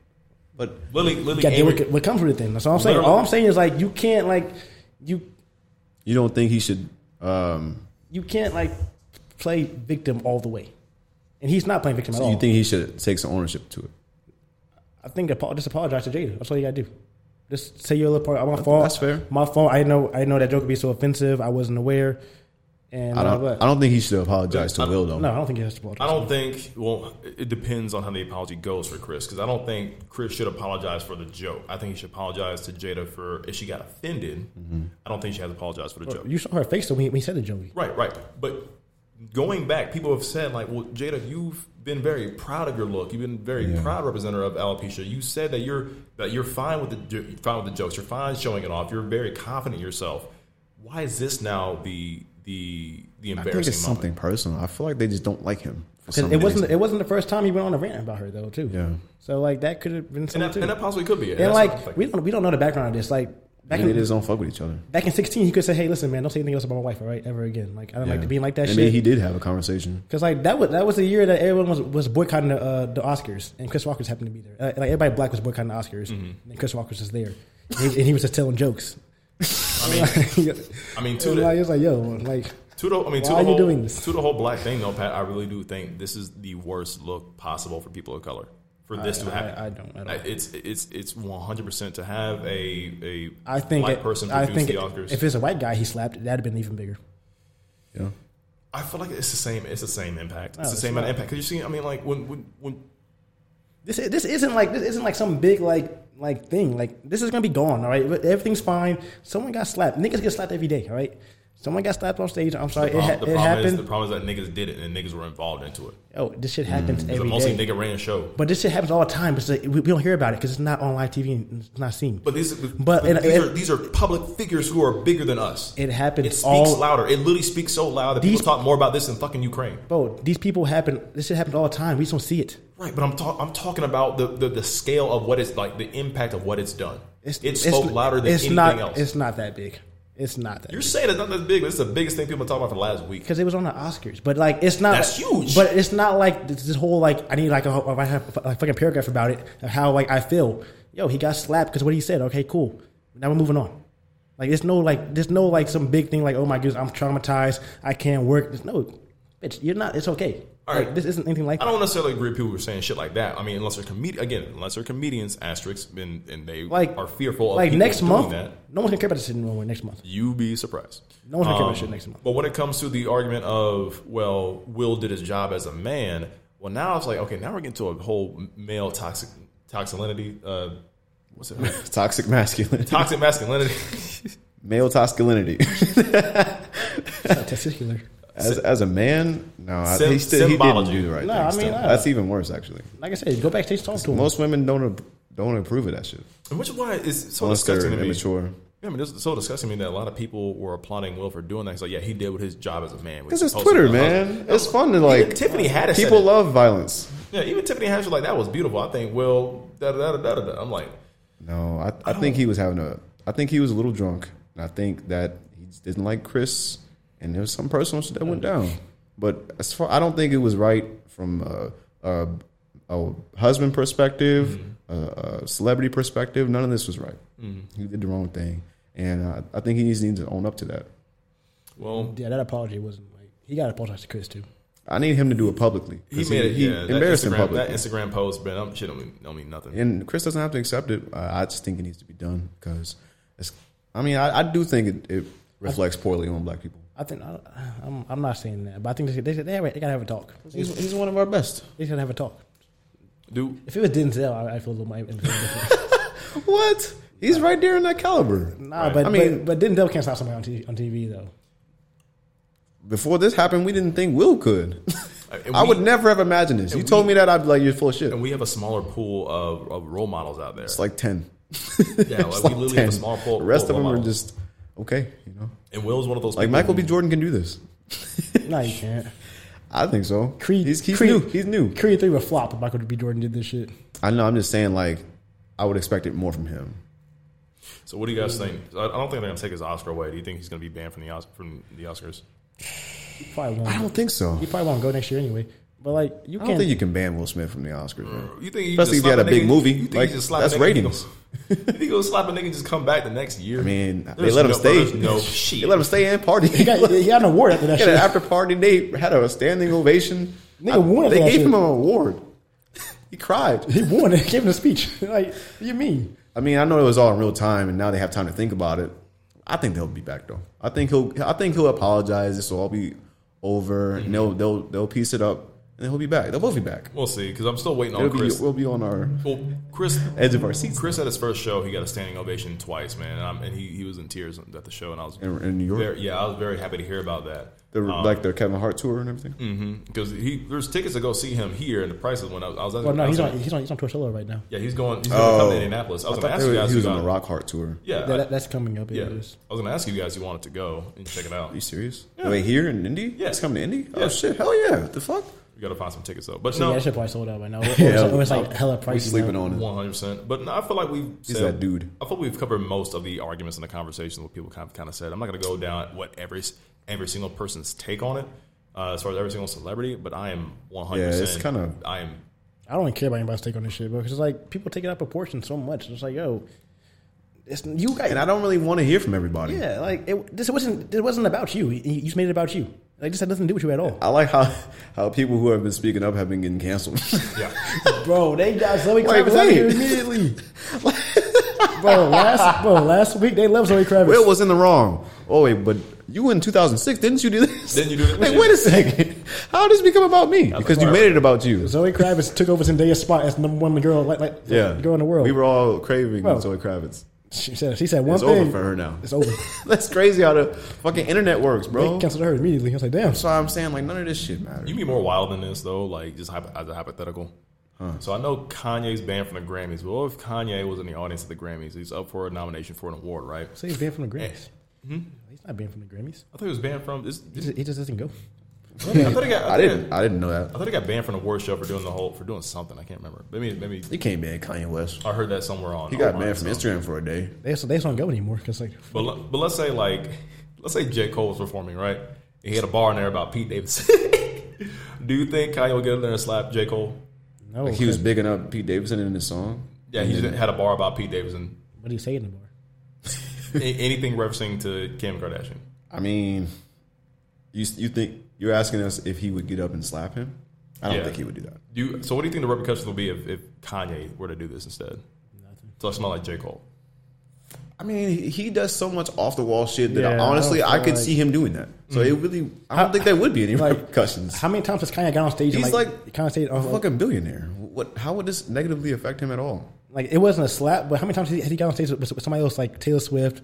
But Lily, Lily, you gotta deal Avery- with what comes with it. Then that's all I'm saying. All I'm saying is like you can't like you you don't think he should? Um, you can't like play victim all the way, and he's not playing victim at all. you think he should take some ownership to it? I think apo- just apologize to Jada. That's all you gotta do. Just say your little part. My fault. that's fair. My fault. I know. I know that joke would be so offensive. I wasn't aware. And I blah, don't. blah, I blah. don't think he should apologize to I don't- Will though. No, I don't think he has to apologize. I don't think. Well, it depends on how the apology goes for Chris, because I don't think Chris should apologize for the joke. I think he should apologize to Jada for if she got offended. I don't think she has apologized for the joke. Mm-hmm. You saw her face though when he, when he said the joke. Right, right. But going back, people have said like, "Well, Jada, you've been very proud of your look. You've been very proud representative of alopecia. You said that you're that you're fine with the jo- you're fine with the jokes. You're fine showing it off. You're very confident in yourself. Why is this now the the the I think embarrassing it's moment? something personal. I feel like they just don't like him. for 'Cause some it wasn't. reason. It wasn't the first time he went on a rant about her though too. Yeah. So like that could have been And something that, too. and that possibly could be it. And That's what I'm like thinking. we don't we don't know the background of this. Like back Maybe they in just don't fuck with each other. back in sixteen, he could say, "Hey, listen, man, don't say anything else about my wife, all right? Ever again. Like I don't like Yeah. to be like that and shit." then he did have a conversation. Because like that was that was the year that everyone was, was boycotting the, uh, the Oscars, and Chris Walker's happened to be there. Uh, like everybody black was boycotting the Oscars, Mm-hmm. and Chris Walker's just there, and he, and he was just telling jokes. I mean, I mean, to And, the- like, it's like yo, like To the, I mean, to the Why are you whole, doing this? To the whole black thing, though, Pat, I really do think this is the worst look possible for people of color. For this to I- happen, I don't- I don't. It's it's it's one hundred percent to have a a I think black it- person I produce think the it- Oscars. if it's a white guy, he slapped. That'd have been even bigger. Yeah. I feel like it's the same. It's the same impact. It's the it's same not. amount of impact. Cause you see, I mean, like when when, when This this isn't like this isn't like some big like like thing. Like this is gonna be gone. All right, But everything's fine. Someone got slapped. Niggas get slapped every day. All right, someone got slapped on stage. I'm sorry, the, problem, it, the ha- it problem is happened. the problem is that niggas did it and niggas were involved into it. oh, this shit happens Mm, It's a every mostly day. nigga ran show. But this shit happens all the time. It's like, we, we don't hear about it because it's not on live TV and it's not seen. But these but, But it- these it- are these are public figures who are bigger than us. It happens It speaks all- louder. It literally speaks so loud that These- people talk more about this than fucking Ukraine. bro, these people happen. This shit happens all the time. We just don't see it. Right, but I'm talk, I'm talking about the, the, the scale of what it's like, the impact of what it's done. it spoke louder than it's anything not, else. It's not that big. It's not that. You're saying it's not that big, but it's the biggest thing people have been talking about for the last week. because it was on the Oscars, but like it's not That's huge. But it's not like this, this whole like I need like a, whole- I have a fucking paragraph about it of how like I feel. Yo, he got slapped because what he said. Okay, cool. Now we're moving on. Like there's no like there's no like some big thing like oh my goodness I'm traumatized I can't work. There's no bitch. You're not. It's okay. All like, right. This isn't anything like I don't necessarily agree with people who are saying shit like that. I mean, unless they're comedians, again, unless they're comedians, asterisks, and, and they like are fearful of like people next doing month. that. No one's gonna care about this anymore. Next month, you be surprised. Um, No one's gonna care about shit next month. But when it comes to the argument of, well, Will did his job as a man, well, now it's like, okay, now we're getting to a whole male toxic toxicity. Uh, what's it? Toxic masculinity. Toxic masculinity. Male toxicity. testicular. As, as a man, no, I- Sym- he, still, he didn't symbology. do the right No, thing. I mean, still. no. That's even worse, actually. Like I said, go backstage talk to him. Most women don't ab- don't approve of that shit Which is why it's so unless they're disgusting to me. immature. Yeah, I mean, it's so disgusting to me that a lot of people were applauding Will for doing that. It's like, yeah, he did with his job as a man. Because it's Twitter, man. It's fun to like. Tiffany Haddish said People it. love violence. Yeah, even Tiffany Haddish was like, that was beautiful. I think Will, da da da da da. da. I'm like, No, I, Oh. I, think he was having a. I think he was a little drunk, and I think that he just didn't like Chris, and there was some personal shit that went Oh. down. But as far, I don't think it was right from a, a, a husband perspective, Mm-hmm. a, a celebrity perspective. None of this was right. He did the wrong thing, and I, I think he just needs to own up to that. well, yeah, that apology wasn't like he got to apologize to Chris too. I need him to do it publicly. he 'cause made it. He yeah, that embarrassed him Instagram- That publicly. Instagram post, man, I'm, shit don't mean, don't mean nothing. and Chris doesn't have to accept it. I, I just think it needs to be done because it's. I mean, I, I do think it, it reflects poorly on black people. I think I, I'm. I'm not saying that, but I think they they, they, have- they gotta have a talk. He's, he's one of our best. They gotta have a talk. Dude, If it was Denzel, I, I feel a little might. What? He's right there in that caliber. nah, Ah, but I I mean- mean, but, but Denzel can't stop somebody on TV, on TV though. Before this happened, we didn't think Will could. and I we- would never have imagined this. You told me that, I'd be like, you're full of shit. and we have a smaller pool of, of role models out there. It's like 10. yeah, like, It's we like literally 10. have a small pool. The rest pool of them are models. just, okay, you know. And Will's one of those Like people Michael B. who- Jordan can do this. No, you can't. I think so. Creed, He's, he's Creed, new. He's new. Creed three would flop if Michael B. Jordan did this shit. I know. I'm just saying, like, I would expect it more from him. So what do you guys think? I I don't think they're gonna take his Oscar away. Do you think he's gonna be banned from the Os- from the Oscars? He probably won't. I don't think so. He probably won't go next year anyway. But like, you I don't can't. think you can ban Will Smith from the Oscars, man. You think he Especially just if you had slap a big nigga- movie. you think he Like, just slap a that's nigga and ratings. go- You think he'll slap a nigga and just come back the next year? I mean, they let him stay. No shit. They let him stay and party. he, got, he got an award after that At an shit. after party, they had a standing ovation. Nigga won They that gave shit. him an award. he cried. He won it. Gave him a speech. like, what you mean? I mean, I know it was all in real time, and now they have time to think about it. I think they'll be back though. I think he'll. I think he'll apologize. This will all be over, Mm-hmm. and they'll they'll theyll piece it up, and he'll be back. They'll both be back. We'll see, because I'm still waiting on It'll be, Chris. we'll be on our well, Chris, edge of our seats Chris at his first show, he got a standing ovation twice, man, and, I'm, and he, he was in tears at the show, and I was in, in New York. very, yeah, I was very happy to hear about that. The, like the Kevin Hart tour and everything. mm, because he there's tickets to go see him here, and the prices went up. I was, I was Well, no, I was he's like- on. He's on. He's on Torcello right now. Yeah, he's going. He's going to come Oh. to Indianapolis. I was going I to thought ask they you were- guys. he was who on the got- Rock Hart tour. Yeah, That- I- that- that's coming up. yeah. Yeah. I was going to ask you guys who wanted to go and check it out. Are you serious? Wait, here in Indy? Yeah. It's coming to Indy? Yeah. Oh shit! Hell yeah! What the fuck? We got to find some tickets though. But Yeah, no, that shit probably sold out right now. It was, it was like hella pricey. We sleeping now. on it. One hundred percent. But no, I feel like we've He's said- that dude. I feel we've covered most of the arguments and the conversations what people kind of kind of said. I'm not going to go down what every every single person's take on it uh, as far as every single celebrity. But I am one hundred. Yeah, it's kinda- I am. I don't even care about anybody's take on this shit, bro. Because it's like people take it out of proportion so much. It's like, yo, it's you guys. And I don't really want to hear from everybody. yeah, like it, this wasn't. It wasn't about you. You you just made it about you. Like this had nothing to do with you at all, I like how how people who have been speaking up have been getting canceled. Yeah. bro. They got Zoe Wait, Kravitz out of here wait. immediately, bro. Last bro, last week they left Zoe Kravitz. Will was in the wrong. Oh wait, but you in 2006 didn't you do this? Didn't you do this? Like, wait a second. How did this become about me? because you like- made it about you. Zoe Kravitz took over Zendaya's spot as number one girl, like like Yeah, girl in the world. We were all craving Bro. Zoe Kravitz. she said she said one It's thing. over for her now. It's over. That's crazy how the fucking internet works, they bro. That's canceled her immediately. I was like, damn. why I'm saying like none of this shit matters. You can be more wild than this though, like just hypo- as a hypothetical. So I know Kanye's banned from the Grammys. But what if Kanye was in the audience at the Grammys? He's up for a nomination for an award, right? So he's banned from the Grammys. Eh. Hmm? He's not banned from the Grammys. I thought he was banned from. Is, He is, just, he just doesn't go. I thought he got. I didn't. I didn't know I that. thought he got banned from the award show for doing the whole for doing something. I can't remember. Maybe maybe You can't ban Kanye West. I heard that somewhere on. He Oh, got online, banned so. from Instagram for a day. They just, they just don't go anymore because like But le- but let's say like let's say J Cole was performing right. He had a bar in there about Pete Davidson. Do you think Kanye would get in there and slap J Cole? no, Like he was bigging up Pete Davidson in his song. Yeah, he Mm-hmm. just had a bar about Pete Davidson. What do you say in the bar? A- Anything referencing to Kim Kardashian? I mean, you you think you're asking us if he would get up and slap him? I don't Yeah. think he would do that. Do you, so what do you think the repercussions will be if, if Kanye were to do this instead? Nothing. So I smell like J Cole. I mean, he- he does so much off the wall shit that I, Yeah, I honestly don't I, feel could like- Mm. see him doing that. So it really, I don't think there would be any like, repercussions. How many times has Kanye got on stage? He's and, like, like- Kanye stayed on a fucking billionaire. What? How would this negatively affect him at all? like it wasn't a slap, but how many times has he- has he got on stage with, with somebody else like Taylor Swift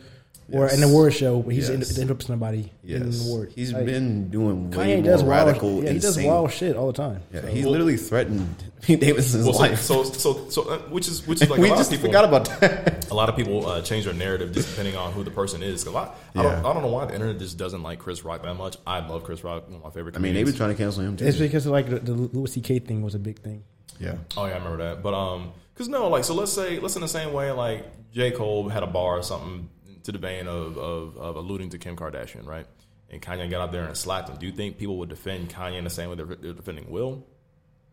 or Yes. an award show where he's Yes. in, interrupting somebody in an Yes, award? he's Like, been doing way Kanye more does wild, radical, yeah, he does insane. wild shit all the time. yeah, So, he literally threatened Pete Davidson's Well, life. so, so so so uh, which is which is like we a lot just of people, forgot about that. a lot of people uh, change their narrative just depending on who the person is. 'Cause I, I, don't, Yeah. I don't know why the internet just doesn't like Chris Rock that much. I love Chris Rock, one of my favorite. I mean, they comedians. were trying to cancel him too. it's because like the, the Louis C.K. thing was a big thing. yeah, Oh yeah, I remember that. But um, cause no, like so let's say let's in the same way like J Cole had a bar or something to the vein of of, of alluding to Kim Kardashian, right? And Kanye got up there and slapped him. Do you think people would defend Kanye in the same way they're, they're defending Will?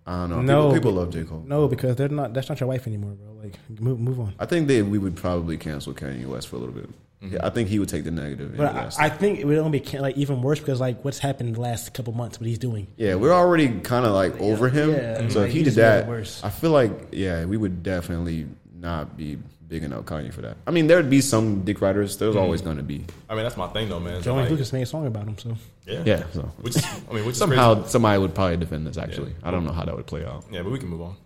I don't know. No. people, people love J Cole. No, because they're not. That's not your wife anymore, bro. Like move move on. I think that we would probably cancel Kanye West for a little bit. Mm-hmm. Yeah, I think he would take the negative. But and the I, rest. I think it would only be like even worse because like what's happened the last couple months, what he's doing. yeah, we're already kind of like over him. yeah, so like, if he he did just made it that, worse. I feel like yeah, we would definitely not be big enough Kanye for that. I mean, there'd be some dick riders. There's Mm-hmm. always going to be. I mean, that's my thing though, man. So, Joey like, Lucas made a song about him, so yeah, Yeah. So Which is- I mean, which is somehow crazy. somebody would probably defend this. Actually, I don't know how that would play out. yeah, but we can move on.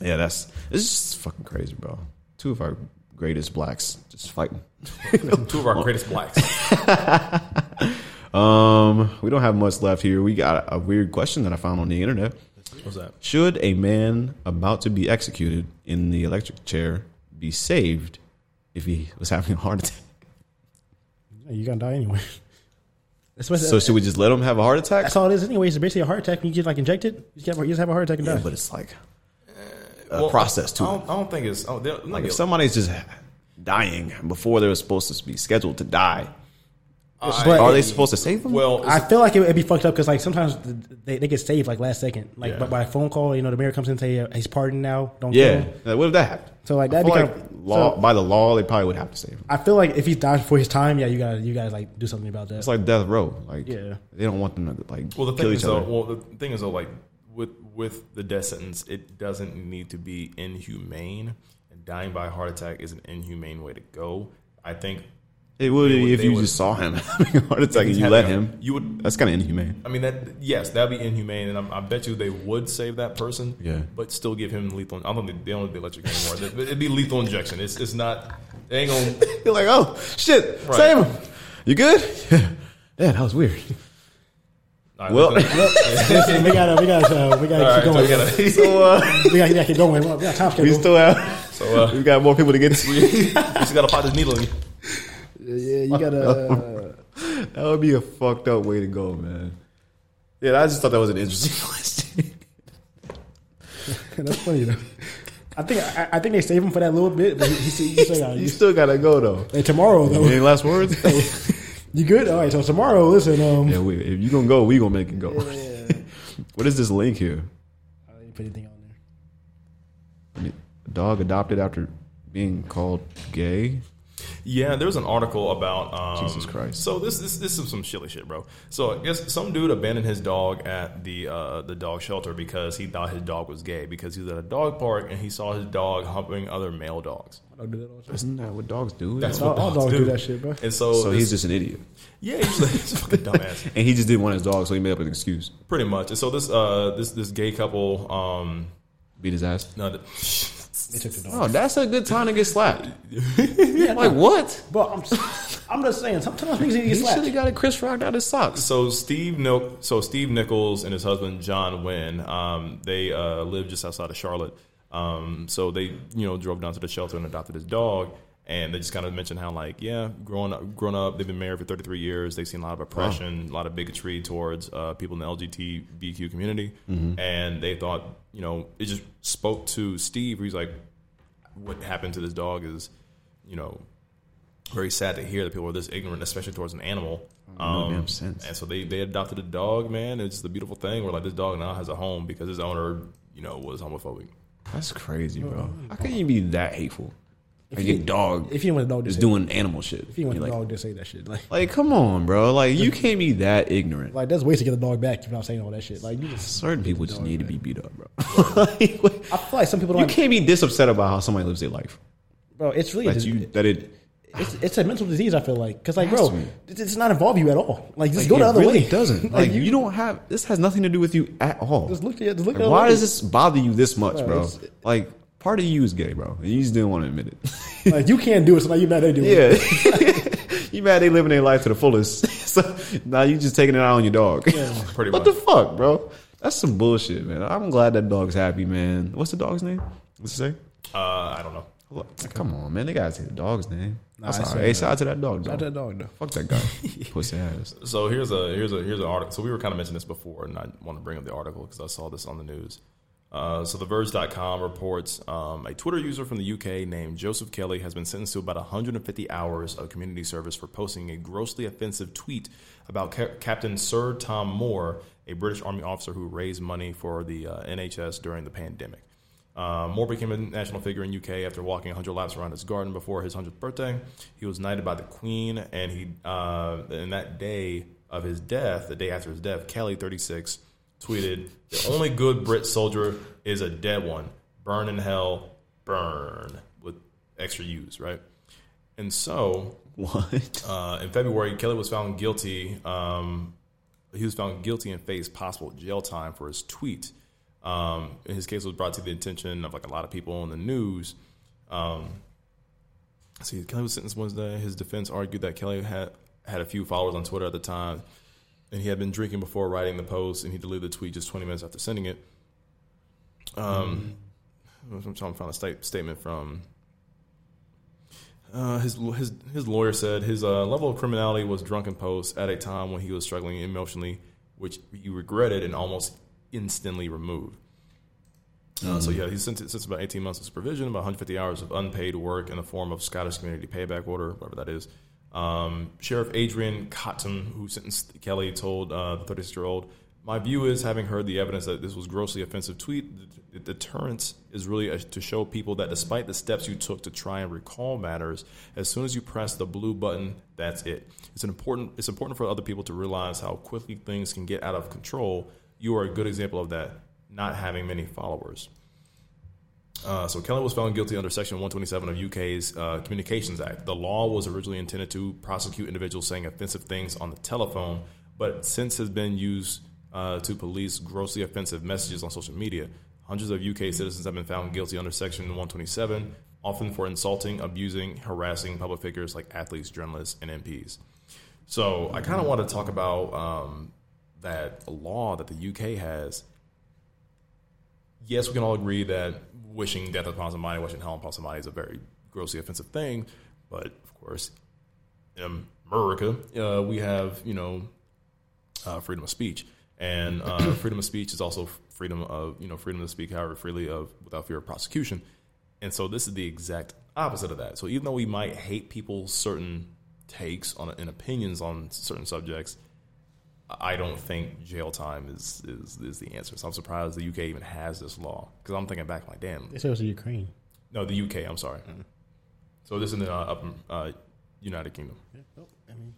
Yeah, that's it's just fucking crazy, bro. Two of our greatest blacks just fighting. Two of our greatest blacks. Um, we don't have much left here. We got a weird question that I found on the internet. What's that? Should a man about to be executed in the electric chair be saved if he was having a heart attack? You're gonna die anyway. That's what- So should we just let him have a heart attack? that's all it is, anyways. It's basically a heart attack. When you get like injected, you just have, you just have a heart attack and Yeah, die. but it's like a Uh, Well, process to I it. don't, I don't think it's. Oh, they'll- Like they'll- if somebody's just dying before they were supposed to be scheduled to die, But- are they supposed to save them? well, it's- I feel like it, would be fucked up because like sometimes th- they, they get saved like last second, like Yeah. by, by a phone call. You know, the mayor comes in and say uh, he's pardoned now. Don't kill yeah. him. Like, what if that happened? So, like, I that'd feel be like kinda- law so- by the law, they probably would have to save him. I feel like if he dies before his time, yeah, you gotta you guys like do something about that. It's like death row. Like Yeah. they don't want them to like Well, the thing kill is, each though, other. well, the thing is, though, like with with the death sentence, it doesn't need to be inhumane, and dying by heart attack is an inhumane way to go. I think it would they would- if they you would- just saw him having a heart attack and you having let a- him. you would. That's kind of inhumane. I mean, that yes, that'd be inhumane, and I, I bet you they would save that person. Yeah. but still give him lethal. I don't think they don't do electric anymore. They- It'd be lethal injection. It's it's not. It ain't gonna. You're like, oh shit, Right. save him. You good? Yeah. Yeah, that was weird. all right, Well- listen up. we gotta we gotta uh, we gotta All right, so keep going. we gotta- so uh, we gotta, we gotta keep going. We got time we schedule. still have. So uh, we got more people to get to. you just gotta pop this needle. In. yeah, you gotta. Oh. Uh, That would be a fucked up way to go, man. Yeah, I just thought that was an interesting question. that's funny though. I think I, I think they save him for that little bit, but he, he, still- he still got you still gotta go though. Hey, tomorrow Any though, last words? you good? All right, so tomorrow, listen. Um, yeah, we, if you gonna go, we gonna make it go. what is this link here? I didn't put anything on there. A dog adopted after being called gay. Yeah, there was an article about um, Jesus Christ. So this this this is some silly shit, bro. So I guess some dude abandoned his dog at the uh, the dog shelter because he thought his dog was gay because he was at a dog park and he saw his dog humping other male dogs. I'll do that all the time. Isn't that what dogs do? That's All, what all dogs do that shit, bro. And so, so he's this- just an idiot, yeah, he's, like, he's a fucking dumbass, and he just didn't want his dog, so he made up an excuse, pretty much. And so this uh this this gay couple um beat his ass. no, th- They took the dog. Oh, that's a good time to get slapped. like what? But I'm, I'm just saying, sometimes things need to get He should slapped. have got a Chris Rock out his socks. so Steve Nich- so Steve Nichols and his husband John Wynn, um, they uh, live just outside of Charlotte. Um, so they you know drove down to the shelter and adopted his dog. And they just kind of mentioned how like yeah, growing up, growing up, they've been married for 33 years. They've seen a lot of oppression, a lot of bigotry towards uh, people in the LGBTQ community, and they thought you know it just spoke to Steve. He's like, what happened to this dog is you know very sad to hear that people are this ignorant, especially towards an animal. Um, no damn sense. And so they, they adopted a dog, man. It's just a beautiful thing where like this dog now has a home because its owner, you know, was homophobic. That's crazy, bro. How can you be that hateful? Like your dog If you want a dog, is just doing animal shit. If you want You're the like, dog, just say that shit. Like, like, come on, bro. Like, you can't be that ignorant. like there's ways to get the dog back. If I'm saying all that shit, like you just, Certain people just need to be beat up, bro. Like, what- I feel like some people you don't. can't be this upset about how somebody lives their life. bro, it's really a, That dis- you that it it's, it's a mental disease. I feel like because like, bro, Blasphemy. it does not involve you at all. Like, just like, go the it other really way. doesn't. Like, you, don't have this has nothing to do with you at all. Just look the- just look Like, the other why way. does this bother you this much, Bro, bro? it's- Like part of you is gay, bro. And you just didn't want to admit it. like you can't do it. So now you mad they do it. Yeah. you mad they living their life to the fullest. so now you just taking it out on your dog. Pretty much. what the fuck, bro? That's some bullshit, man. I'm glad that dog's happy, man. What's the dog's name? What's it say? Uh, I don't know. Look, Come on, man. They gotta say the dog's name. That's it's all right. Hey, shout out to that dog, dog. Not that dog though. Fuck that guy. Pussy ass. So here's a here's a here's an article. So we were kind of mentioning this before, and I want to bring up the article because I saw this on the news. Uh, so TheVerge.com reports um, a Twitter user from the UK named Joseph Kelly has been sentenced to about 150 hours of community service for posting a grossly offensive tweet about Cap- Captain Sir Tom Moore, a British Army officer who raised money for the uh, NHS during the pandemic. Uh, Moore became a national figure in UK after walking 100 laps around his garden before his 100th birthday. He was knighted by the Queen, and he, uh, and that day of his death, the day after his death, Kelly, 36, tweeted, "The only good Brit soldier is a dead one. Burn in hell, burn with extra U's, right?" And so What? uh, in February, Kelly was found guilty. Um, he was found guilty and faced possible jail time for his tweet. Um, and his case was brought to the attention of like a lot of people on the news. Um, see, Kelly was sentenced Wednesday. His defense argued that Kelly had had a few followers on Twitter at the time, and he had been drinking before writing the post, and he deleted the tweet just 20 minutes after sending it. Um, I'm trying to find a sta- statement from uh, his his his lawyer said his uh, level of criminality was drunken post at a time when he was struggling emotionally, which he regretted and almost instantly removed. Uh, so yeah, he's sentenced sentenced about 18 months of supervision, about 150 hours of unpaid work in the form of Scottish Community Payback Order, whatever that is. Um, Sheriff Adrian Cotton, who sentenced Kelly, told uh, the 36 year old, "My view is, having heard the evidence that this was grossly offensive tweet, the deterrence is really a, to show people that despite the steps you took to try and recall matters, as soon as you press the blue button, that's it. It's an important. It's important for other people to realize how quickly things can get out of control. You are a good example of that." Not having many followers. Uh, so Kelly was found guilty under Section 127 of UK's uh, Communications Act. The law was originally intended to prosecute individuals saying offensive things on the telephone, but since has been used uh, to police grossly offensive messages on social media. Hundreds of UK citizens have been found guilty under Section 127, often for insulting, abusing, harassing public figures like athletes, journalists, and MPs. So I kind of want to talk about um, that law that the UK has yes, we can all agree that wishing death upon somebody, wishing hell upon somebody is a very grossly offensive thing. But of course, in America, uh, we have, you know, uh, freedom of speech. And uh, freedom of speech is also freedom of, you know, freedom to speak however freely of without fear of prosecution. And so this is the exact opposite of that. So even though we might hate people's certain takes on and opinions on certain subjects, I don't think jail time is, is, is the answer. So I'm surprised the UK even has this law because I'm thinking back, like, damn, They said it was in Ukraine. no, the UK. I'm sorry. So this is in the uh, up in, uh, United Kingdom. Nope, oh, I mean,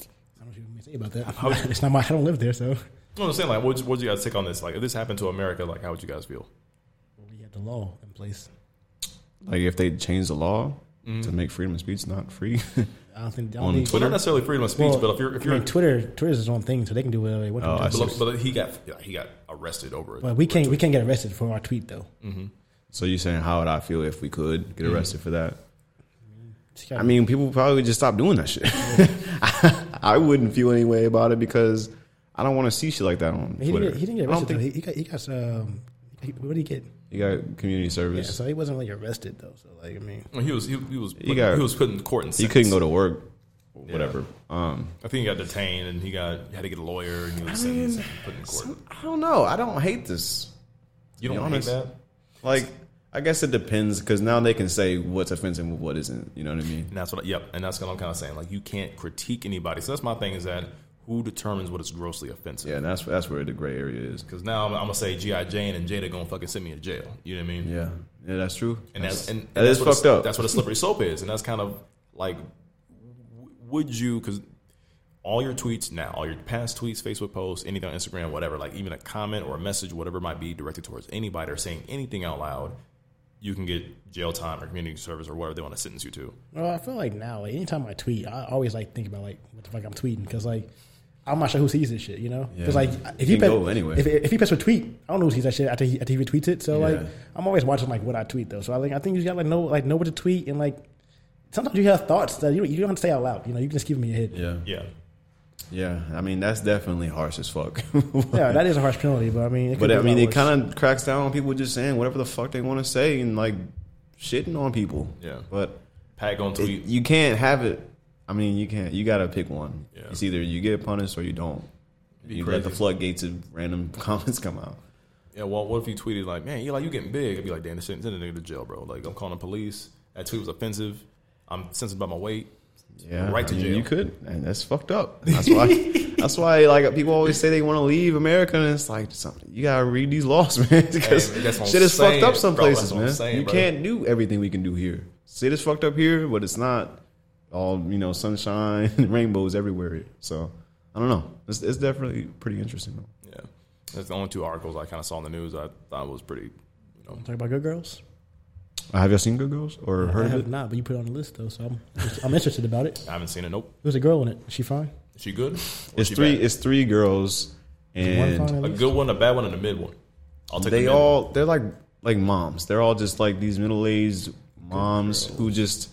I don't know what you want me to say about that. it's not my. I don't live there, so No, I'm saying like, what's what's your guys' take on this? Like, if this happened to America, like, how would you guys feel? we had the law in place. Like if they change the law Mm-hmm. to make freedom of speech not free, I don't think. I don't On think Well, not necessarily freedom of speech, well, but if you're if you're I mean, Twitter, Twitter's its own thing, so they can do whatever they want. Oh, to I do. see. but, but he got yeah, he got arrested over it. But we can't. We can't get arrested for our tweet though. Mm. so you're saying how would I feel if we could get arrested for that? It's gotta I mean, people probably would just stop doing that shit. I wouldn't feel any way about it because I don't want to see shit like that on He Twitter. didn't, get, he didn't get I don't arrested. Though. think He, he got. He got. Um, he, what did he get? you got community Yeah, service. so he wasn't really arrested though. So like, I mean, Well, he was he, he was he, got- was put in court and you couldn't go to work, whatever. Um, I think he got detained and he got had to get a lawyer and he was sentenced and put in court. I don't know. I don't hate this. You don't hate honest. that? Like, I guess it depends because now they can say what's offensive and what isn't. You know what I mean? And that's what, yep. And that's what I'm kind of saying. Like, you can't critique anybody. So that's my thing is that who determines what is grossly offensive? Yeah, and that's that's where the gray area is. Because now I'm, I'm gonna say G.I. Jane and Jada gonna fucking send me to jail. You know what I mean? Yeah, yeah, that's true. And that's, and, and that is that's what a- fucked up. That's what a slippery slope is, and that's kind of like, w- would you? Because all your tweets now, all your past tweets, Facebook posts, anything on Instagram, whatever, like even a comment or a message, whatever it might be directed towards anybody or saying anything out loud, you can get jail time or community service or whatever they want to sentence you to. well, I feel like now, like, anytime I tweet, I always like think about like what the fuck I'm tweeting because like. I'm not sure who sees this shit, you know. Because like, if you, can press, go anywhere. if if you press retweet, I don't know who sees that shit after he, after he retweets it. So like, Yeah. I'm always watching like what I tweet though. So I like, I think you gotta like know like know what to tweet and like. Sometimes you have thoughts that you don't, you don't have to say out loud. You know, you can just keep them in your head. Yeah, Yeah, yeah. I mean, that's definitely harsh as fuck. Yeah, that is a harsh penalty, but I mean, it But I mean, it kind of cracks down on people just saying whatever the fuck they want to say and like shitting on people. Yeah. but Pat gonna it, tweet. you can't have it. I mean, you can't. You gotta pick one. Yeah. It's either you get punished or you don't. You let the crazy. floodgates of random comments come out. Yeah, well, what if you tweeted like, "Man, you like you getting big"? I'd be like, "Damn, this shit send a nigga to jail, bro." Like, I'm calling the police. That tweet was offensive. I'm sensitive about my weight. Yeah, Right to I mean, jail. You could, and that's fucked up. That's why. that's why. Like people always say they want to leave America, and it's like something. You gotta read these laws, man, because Hey, that's what I'm shit is saying, fucked up some bro. That's places, what I'm man. saying, you bro. can't do everything we can do here. Shit is fucked up here, but it's not all you know, sunshine and rainbows everywhere. So I don't know. It's, it's definitely pretty interesting. Though. Yeah, that's the only two articles I kind of saw in the news. I thought was pretty. You know, talk about good girls. Have y'all seen Good Girls or I heard have of it? not, but you put it on the list though, so I'm I'm interested about it. I haven't seen it. Nope. There's a girl in it. Is she fine? Is she good? Or is It's she three. bad? It's three girls One fine and at a least? good one, a bad one, and a mid one. I'll take they the middle. all they're like like moms. They're all just like these middle aged moms who just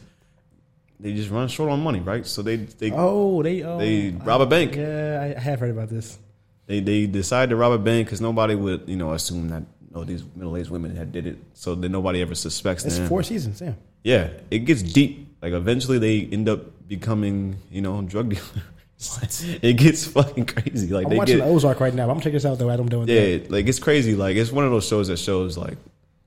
they just run short on money, right? So they they Oh, they oh, they rob a bank. Yeah, I have heard about this. They they decide to rob a bank because nobody would you know assume that oh these middle aged women had did it. So then nobody ever suspects It's them. four seasons. Yeah. Yeah, it gets deep. Like eventually they end up becoming you know drug dealers. It gets fucking crazy. Like I'm they watching get Ozark right now. I'm gonna check this out though. Adam doing yeah, like it's crazy. Like it's one of those shows that shows like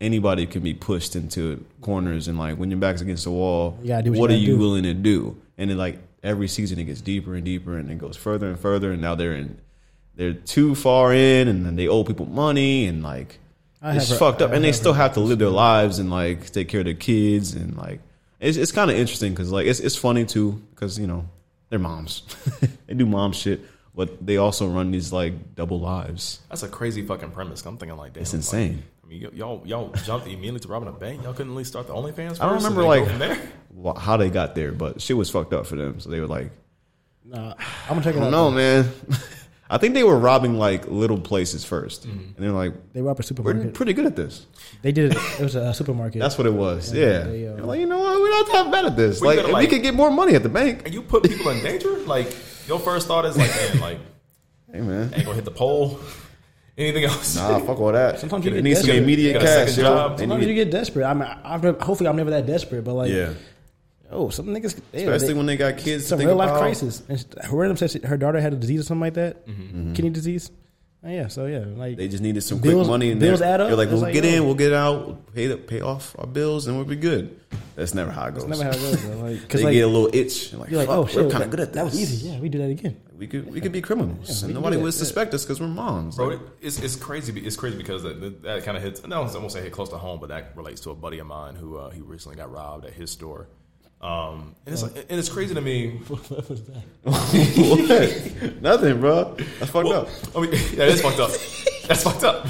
anybody can be pushed into corners, and like when your back's against the wall, You gotta do what you are gotta you do. willing to do? And then like every season, it gets deeper and deeper, and it goes further and further. And now they're in, they're too far in, and then they owe people money, and like I it's have heard- fucked up. I and they have still have to live their lives and like take care of their kids, and like it's it's kind of interesting because like it's it's funny too because you know they're moms, they do mom shit. But they also run these like double lives. That's a crazy fucking premise. I'm thinking like, damn, It's like, insane. I mean, y- y'all y'all jumped immediately to robbing a bank. Y'all couldn't at least start the OnlyFans. First I don't remember and then go like from there. wh- how they got there, but shit was fucked up for them. So they were like, Nah, uh, I'm gonna check it "I out. don't know, man." I think they were robbing like little places 1st and they're like, They were up a "We're supermarket. pretty good at this." They did it. It was a supermarket. That's what it was. Yeah, Yeah, they, uh, They're like you know what, we're not that bad at this. We Like, gotta, if like- we could get more money at the bank. And you put people in danger. Like your first thought is like, man, like Hey man, ain't gonna hit the pole. Anything else? nah, fuck all that. Sometimes you it get needs to be desperate. immediate You got a cash. second Yo. job. They Sometimes need- you get desperate. I'm. I've never, hopefully, I'm never that desperate. But like, yeah, oh, some niggas. they- especially they- when they got kids. to some think real life about. crisis. And she- her random says she- her daughter had a disease or something like that, kidney disease. Oh, yeah, so yeah, like Mm-hmm. They just needed some Bills- quick money. And bills they're- add up. They're like, It's we'll like, get yo. in, we'll get out, we'll pay the, pay off our bills, and we'll be good. That's never how it goes. never how it goes. Though. Like, cause they like get a little itch. and Like, you're like, fuck, oh shit, we're kind that- of good at this. That was easy. Yeah, we do that again. We could we could be criminals, we can and nobody do would that, suspect us because we're moms. Bro, Like, it- it's, it's crazy. be- It's crazy because that, that, that kind of hits. No, I won't say hit close to home, but that relates to a buddy of mine who uh, he recently got robbed at his store. Um, and it's like, and it's crazy to me. what? Nothing, bro. That's fucked Well, up. I mean, yeah, that's fucked up. That's fucked up.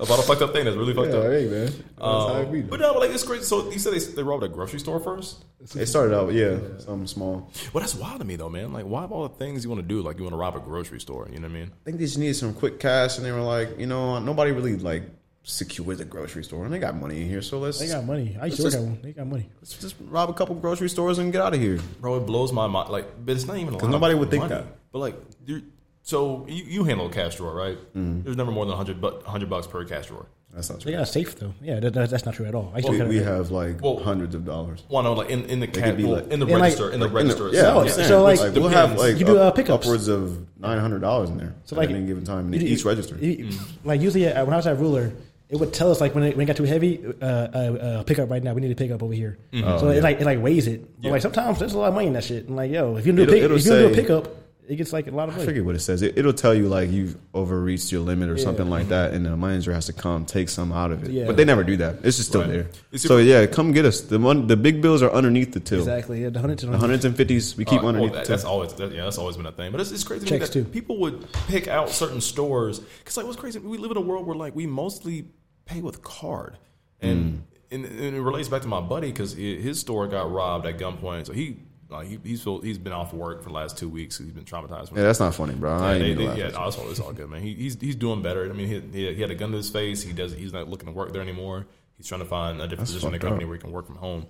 About a fucked up thing. That's really fucked Yeah, up. hey, man. That's how it be, But though. no, but like it's crazy. So you said they, they robbed a grocery store first. It started out, yeah, something small. Well, that's wild to me though, man. Like, why of all the things you want to do, like you want to rob a grocery store? You know what I mean? I think they just needed some quick cash, and they were like, you know, nobody really like secured the grocery store, and they got money in here, so let's They got money. I used It's to work just- at one. They got money. let's just rob a couple grocery stores and get out of here. Bro, it blows my mind. Like, but it's not even a lot. nobody of would think money. that. But like, you so you, you handle a cash drawer, right? Mm-hmm. There's never more than 100, bu- 100 bucks per cash drawer. That's not They true. got a safe though. Yeah, that, that, that's not true at all. I used to We, work at we a- have like Well- hundreds of dollars. Well, no, like in, in the cash, could be like- in the Yeah, like- register, in the In the- register. yeah, itself. I'm saying, so, like, we'll have depends. like You do, up- uh, pickups. upwards of nine hundred dollars in there. So like- at any given time in you- each you- register. you- Like usually uh, when I was at Ruler, it would tell us like when it, when it got too heavy, uh, uh, uh, pick up right now. We need to pick up over here. Mm-hmm. Oh, so it like it like weighs it. But like sometimes there's a lot of money in that shit. And like yo, if you do a It'll- pick, it'll if you do a say- pickup, it gets like a lot of I money. forget what it says. It, it'll tell you like you've overreached your limit or something like that, and the manager has to come take some out of it. Mm-hmm. Yeah. But they never do that. It's just still Right. there. It's so yeah, come get us. The one, the big bills are underneath the till. Exactly. Yeah, the hundreds and The hundreds and fifties we keep All right, Oh, Uh, underneath well, that- the that's till. always that, yeah, that's always been a thing. But it's, it's crazy to me Checks, that too. people would pick out certain stores because like what's crazy, we live in a world where like we mostly pay with card, and Mm. and, and it relates back to my buddy because his store got robbed at gunpoint, so he. Like he, he's feel- he's been off work for the last two weeks. He's been traumatized. Yeah, that's not funny, bro. I Yeah, ain't they- even they- laugh. yeah, no, it's all, it's all good, man. He, he's he's doing better. I mean, he, he, he had a gun to his face. He does. He's not looking to work there anymore. He's trying to find a different position in the fucked up. company where he can work from home.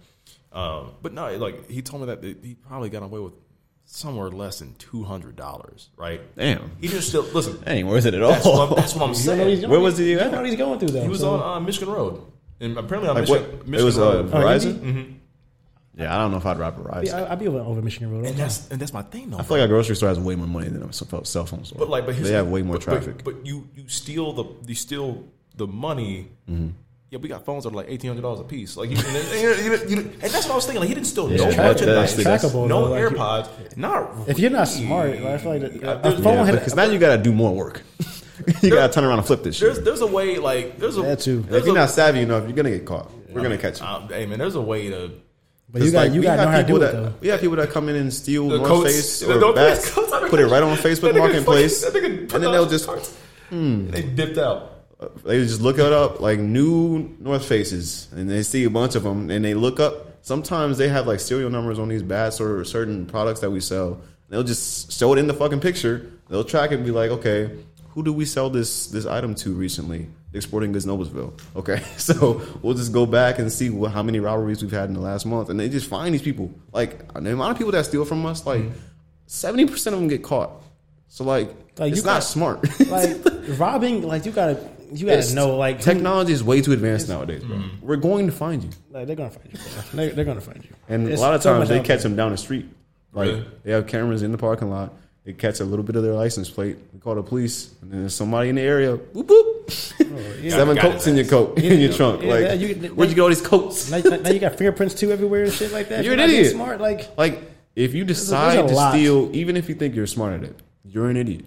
Um, but no, like he told me that he probably got away with somewhere less than two hundred dollars. Right? Damn. He just still listen. That ain't worth it at That's, what, I'm- all. that's what I'm You know what saying. he's doing? Where was he You at? know what he's going through though. He was so- on uh, Michigan Road, and apparently on Like Michigan, what? Michigan It was uh, Road. Oh, you Verizon. Mm-hmm. Yeah, I don't know if I'd rob Verizon. I, I'd be over, over Michigan Road. all and the time. that's and that's my thing though. I feel like a grocery store has way more money than a cell cell phone store. But like, but here's they the- have way more but- but- traffic. But, you you steal the you steal the money. Mm-hmm. Yeah, we got phones that are like eighteen hundred dollars a piece. Like, you, and, then- you know, you know, and that's what I was thinking. Like, he didn't steal no that's- merchandise, that's- that's- Trackable, no though, like- AirPods. not If you're not smart, like, I feel like the- Yeah, a there's- phone yeah, had- because now you got to do more work. you got to turn around and flip this there's shit. there's a way. Like, there's a That too. And if There's you're a, not savvy enough, you're gonna get caught. We're gonna catch you. uh, hey man, there's a way to but you It's got like, you we got to know how to people do it that, though. We have people that come in and steal the North coats, Face the or North Face Bats, coats. I mean, put it right on Facebook that nigga Marketplace, fucking- that nigga and put then out they'll the just Hmm. cards. they dipped out. they just look it up like new North Faces, and they see a bunch of them, and they look up. Sometimes they have like serial numbers on these bats or certain products that we sell. They'll just show it in the fucking picture. They'll track it and be like, okay, who do we sell this this item to recently? Exporting Goods Noblesville. Okay, so we'll just go back and see what, how many robberies we've had in the last month, and they just find these people. Like the amount of people that steal from us, Mm-hmm. like 70 percent of them get caught. So like, Like, it's you not got- smart. Like robbing, like you gotta, you gotta It's- know, like who- technology is way too advanced nowadays, bro. Mm-hmm. We're going to find you, like, they're gonna find you. bro. They, they're gonna find you. and It's a lot of so times much they out catch there. them down the street. Like Really? they have cameras in the parking lot. They catch a little bit of their license plate. We call the police, and then there's somebody in the area. Boop boop. Seven Got cokes his in your ass. coat, in your trunk. Oh, yeah, like, yeah, you- where'd you get all these coats? Now, now- now you got fingerprints too everywhere and shit like that. You're an not being idiot. Smart, like Like, if you a- there's a decide to lot. steal, even if you think you're smart at it, you're an idiot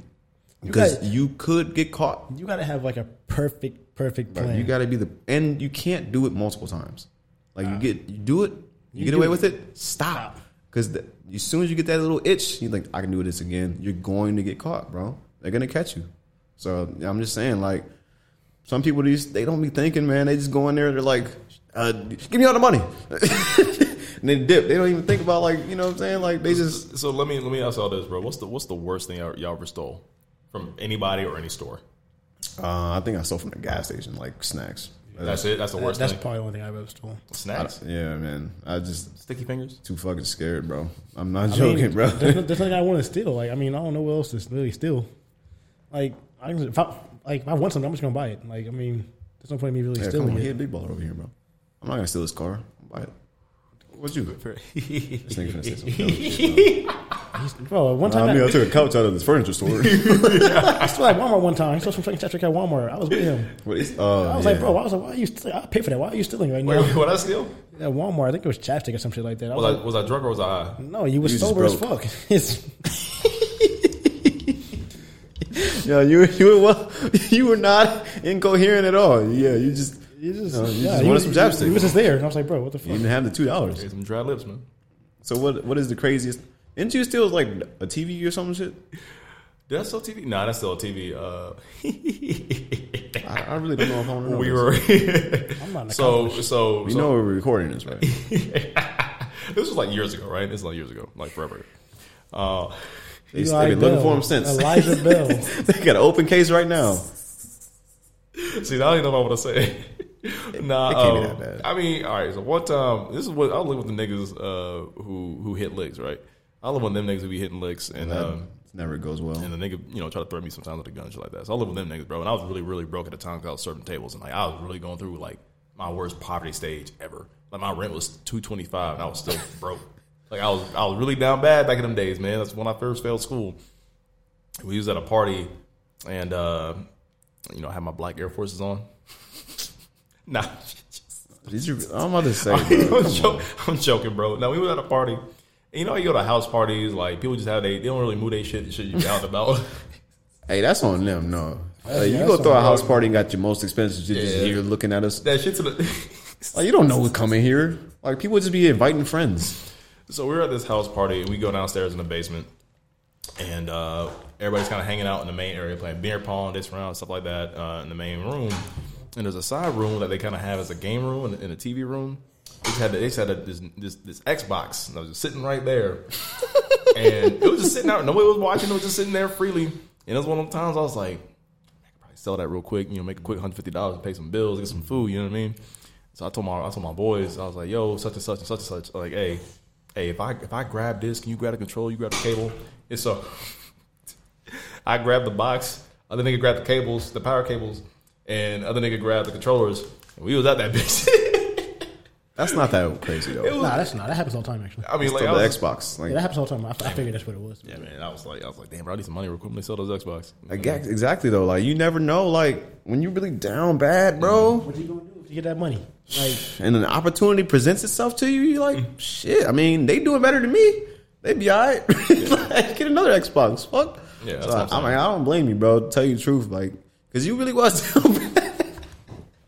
because got- you could get caught. you gotta have like a perfect, perfect Bro, plan. You got to be the and you can't do it multiple times. Like you get you do it, you, get do away it. with it. Stop because as soon as you get that little itch, you think I can do this again. You're going to get caught, bro. They're gonna catch you. So I'm just saying, like some people, these they don't be thinking, man. They just go in there. They're like, uh, give me all the money. And they dip. They don't even think about like you know what I'm saying. Like they just So let me let me ask all this, bro. What's the what's the worst thing y'all, y'all ever stole from anybody or any store? Uh, I think I stole from the gas station, like snacks. That's it. That's the worst That's thing. probably the only thing I've ever stolen. I- Snacks, yeah, man. I just sticky fingers. too fucking scared, bro. I'm not I mean, joking, bro. There's, no- there's nothing I want to steal. Like, I mean, I don't know what else to really steal. Like, I can, if I like, if I want something, I'm just gonna buy it. Like, I mean, there's no point in me really Yeah, come stealing on, it. he a big baller over here, bro. I'm not gonna steal his car. I'll buy it. What you? this nigga finna say some dumb shit, Bro, one bro. time I I, mean, I took a couch out of this furniture store. I stole at Walmart one time. I stole some fucking Tetra at Walmart. I was with him. What is- oh, I was like, yeah. bro, why was like, why are you? St- I pay for that. Why are you stealing right Wait, now? wait, what I steal? At Walmart, I think it was chapstick or some shit like that. I was Mm-hmm. Was I like, was I drunk or was I high? no, you was You just sober as broke. fuck. It's- Yeah, you you were well, you were not incoherent at all. Yeah, you just you just, No, you yeah, just you wanted was- some you- chapstick. You was just there, and I was like, bro, what the you fuck? didn't have the two dollars. Get some dry lips, man. So what what is the craziest? Didn't you steal like a TV or some shit? Did I steal TV? Nah, that's still TV. Uh, I, I really don't know if I want to know. we this. were I'm not an so accomplice. so. You so- know we're recording this, right? this was like years ago, right? This was like years ago, like forever. Uh, They, Eli have been looking for Bell. him since. Elijah Bell. they got an open case right now. See, I don't even know what I want to say. nah, it can't be um, that bad. I mean, all right. So one time, this is what I live with the niggas uh, who who hit licks, right? I live with them niggas who be hitting licks, and That um, never goes well. and the nigga, you know, try to threaten me sometimes with a gun and shit like that. So I live with them niggas, bro. And I was really, really broke at the time because I was serving tables, and like I was really going through like my worst poverty stage ever. Like my rent was two twenty five, and I was still broke. Like I was, I was really down bad back in them days, man. That's when I first failed school. We was at a party, and uh, you know, I had my black Air Forces on. nah. These are- I'm about to say, bro, I'm, joking, I'm joking, bro. Now we were at a party. And you know, how you go to house parties, like people just have they they don't really move their shit and shit you out and about. Hey, that's on them. No, Like, you yeah, go that's throw a on house party and got your most expensive shit just Yeah. here looking at us. that shit to the. Like you don't know who's coming here. Like people just be inviting friends. so we were at this house party. and We go downstairs in the basement, and uh, everybody's kind of hanging out in the main area playing beer pong, this round, stuff like that, uh, in the main room. And there's a side room that they kind of have as a game room and, and a TV room. They just had, they just had a, this, this this Xbox. And I was just sitting right there, and it was just sitting out. Nobody was watching. It was just sitting there freely. And it was one of the times I was like, probably sell that real quick, you know, make a quick hundred fifty dollars and pay some bills, get some food, you know what I mean? So I told my I told my boys, I was like, yo, such and such and such and such, like, hey, hey, if I if I grab this, can you grab the control, you grab the cable? It's so I grabbed the box, other nigga grabbed the cables, the power cables, and other nigga grabbed the controllers, and we was at that bitch. That's not that crazy though. Nah, that's not. That happens all the time, actually. I mean, like Throw I the was, Xbox, like Yeah, that happens all the time. I, I figured that's what it was. Yeah, man, I was like, I was like, damn, bro, I need some money real quick. Let me sell those Xbox. like, yeah, exactly though. Like you never know. Like when you really down bad, bro, What you gonna do if you get that money? Like, and an opportunity presents itself to you, you Mm. like shit. I mean, they doing better than me. They be alright. like, get another Xbox. Fuck. Yeah, that's So what I, I'm saying. I'm like, I don't blame you, bro. To tell you the truth, like, cause you really was down bad.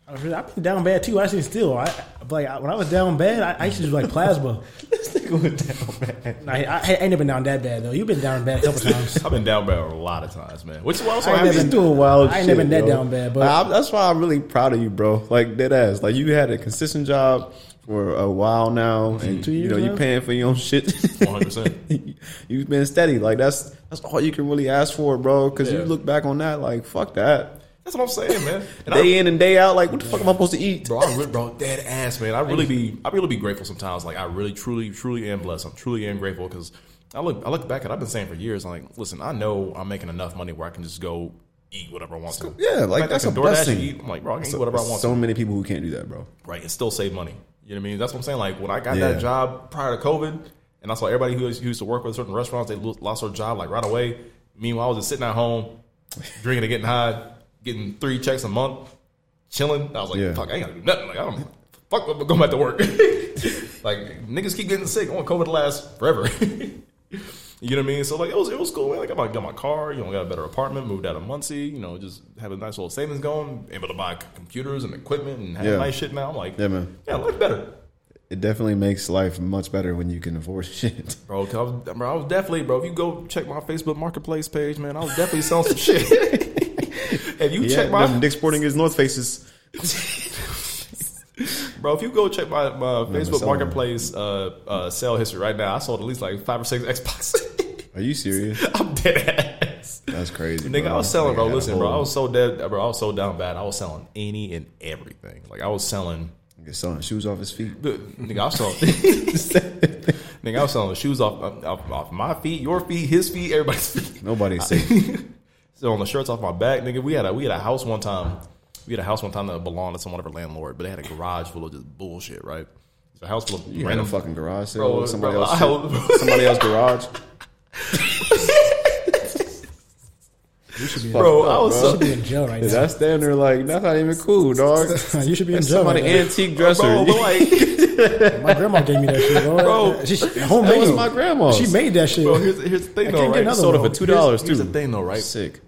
I was really- I've been down bad too. I actually still, I like I- when I was down bad, I, I used to do like plasma. this nigga was down bad. Nah, I, I ain't never been down that bad though. You've been down bad a couple times. I've been down bad a lot of times, man. Which is why I'm so I ain't happy. never- just doing wild. I ain't shit, never net bro. down bad, but- Like, I'm- that's why I'm really proud of you, bro. Like dead ass. Like you had a consistent job for a while now, and Two you years know you now? paying for your own shit. 100%. You've been steady. Like that's that's all you can really ask for, bro. Because you Yeah. look back on that, like fuck that. That's what I'm saying, man. And I- Day in and day out, like what the fuck am I supposed to eat? Bro, I really, bro, dead ass, man. I really be, I really be grateful sometimes. Like I really, truly, truly am blessed. I'm truly am grateful because I look, I look back at. I've been saying for years, I'm like, listen, I know I'm making enough money where I can just go eat whatever I want to. Yeah, like, I that's can a DoorDash blessing. and eat. I'm like, bro, I can eat whatever I want. So to. many people who can't do that, bro. Right, and still save money. You know what I mean? That's what I'm saying. Like when I got Yeah. that job prior to COVID, and I saw everybody who, was- who used to work with certain restaurants, they lo- lost their job like right away. Meanwhile, I was just sitting at home, drinking and getting high, getting three checks a month, chilling. I was like, Yeah. fuck, I ain't gotta do nothing. Like I don't fuck, I'm going back to work. like niggas keep getting sick. I want COVID to last forever. You know what I mean? So like it was it was cool. man. Like I got my, got my car, you know, got a better apartment, moved out of Muncie, you know, just have a nice little savings going, able to buy c- computers and equipment and have Yeah. nice shit now. I'm like, Yeah, man. yeah, life better, It definitely makes life much better when you can afford shit. bro. 'cause I was, bro, I was definitely, bro. If you go check my Facebook Marketplace page, man, I was definitely selling some shit. if you Yeah, check my them Dick Sporting Goods North Faces. bro, if you go check my, my Facebook selling. Marketplace uh, uh, sale history right now, I sold at least like five or six Xbox. Are you serious? I'm dead ass. That's crazy. Nigga, bro. I was selling, Like, bro. had a Listen, bro, I whole- was so dead, bro. I was so down bad. I was selling any and everything. Like I was selling, Nigga selling shoes off his feet. nigga. I was selling, nigga. I was selling shoes off, off off my feet, your feet, his feet, everybody's feet. Nobody's safe. Selling the shirts off my back, nigga. We had a we had a house one time. We had a house one time that belonged to someone of our landlord, but they had a garage full of just bullshit, right? It's a house full of You had a random fucking garage sale. Bro, with somebody bro, else. I was- somebody else garage. You should be, Bro, I was you so should be in jail right now. That's standing there like that's not even cool, dog. you should be in That's jail. somebody Right now. antique dresser. bro, but like. My grandma gave me that shit, bro. Bro, she, homemade. that was my grandma's. She made that shit. Bro, here's, here's the I thing can't though, get right? another sold it one. for two dollars too. Here's the thing though, right? Sick.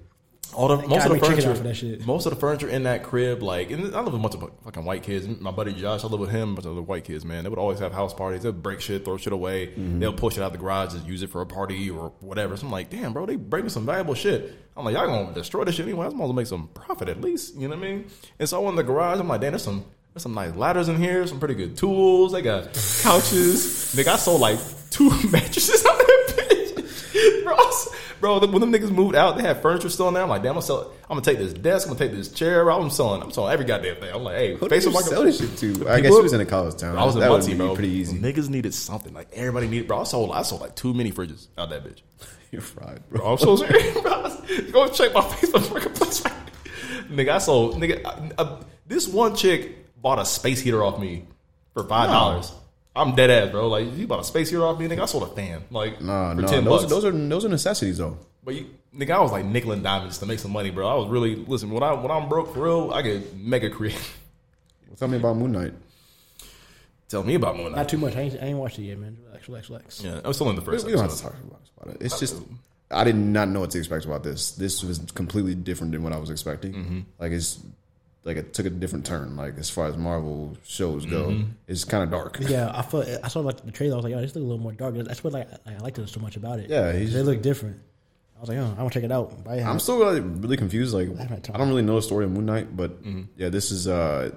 All the most gotta of the make chicken furniture, out for that shit. most of the furniture in that crib, like, and I live with a bunch of fucking white kids. My buddy Josh, I live with him, a bunch of other white kids. Man, they would always have house parties. They'll break shit, throw shit away. Mm-hmm. They'll push it out the garage and use it for a party or whatever. So I'm like, damn, bro, they bring me some valuable shit. I'm like, y'all gonna destroy this shit anyway? I might as well make some profit at least. You know what I mean? And so I went in the garage. I'm like, damn, there's some there's some nice ladders in here, some pretty good tools. They got couches. Nigga, I sold like two mattresses out there. bitch. Bro, I was- bro, the- when them niggas moved out, they had furniture still in there. I'm like, damn, I'm selling. I'm gonna take this desk. I'm gonna take this chair. bro. I'm selling. I'm selling every goddamn thing. I'm like, hey, Who did Facebook you Market- sell this shit to? I People- guess you was in a college town. I was in that Muncie, would be bro. pretty easy. Niggas needed something. Like everybody needed. Bro, I sold. I sold like too many fridges out that bitch. You're fried, Bro, bro. I'm so sorry. bro. Go check my Facebook marketplace. right now. nigga, I sold. Nigga, I, I, this one chick bought a space heater off me for five dollars. I'm dead ass, bro. Like you bought a space heater off me, nigga. I sold a fan, like Nah, for nah. ten Those, bucks. those are those are necessities though. But you, nigga, I was like nickel and diamonds to make some money, bro. I was really listen when I when I'm broke for real, I get mega creative. Well, tell me about Moon Knight. Tell me about Moon Knight. Not too much. I ain't, I ain't watched it yet, man. Relax, relax, relax. Yeah, I was still in the We first. we don't have to episode. talk about this about it. It's just I did not know what to expect about this. This was completely different than what I was expecting. Mm-hmm. Like it's like it took a different turn. Like as far as Marvel shows go, Mm-hmm. it's kind of dark. Yeah, I felt I saw like the trailer. I was like, oh, this look a little more dark. That's what like I, I liked it so much about it. Yeah, he's- they look different. I was like, oh, I'm gonna check it out. Buy it. I'm still really, really confused. Like haven't talked I don't really know the story of Moon Knight, but Mm-hmm. yeah, this is. uh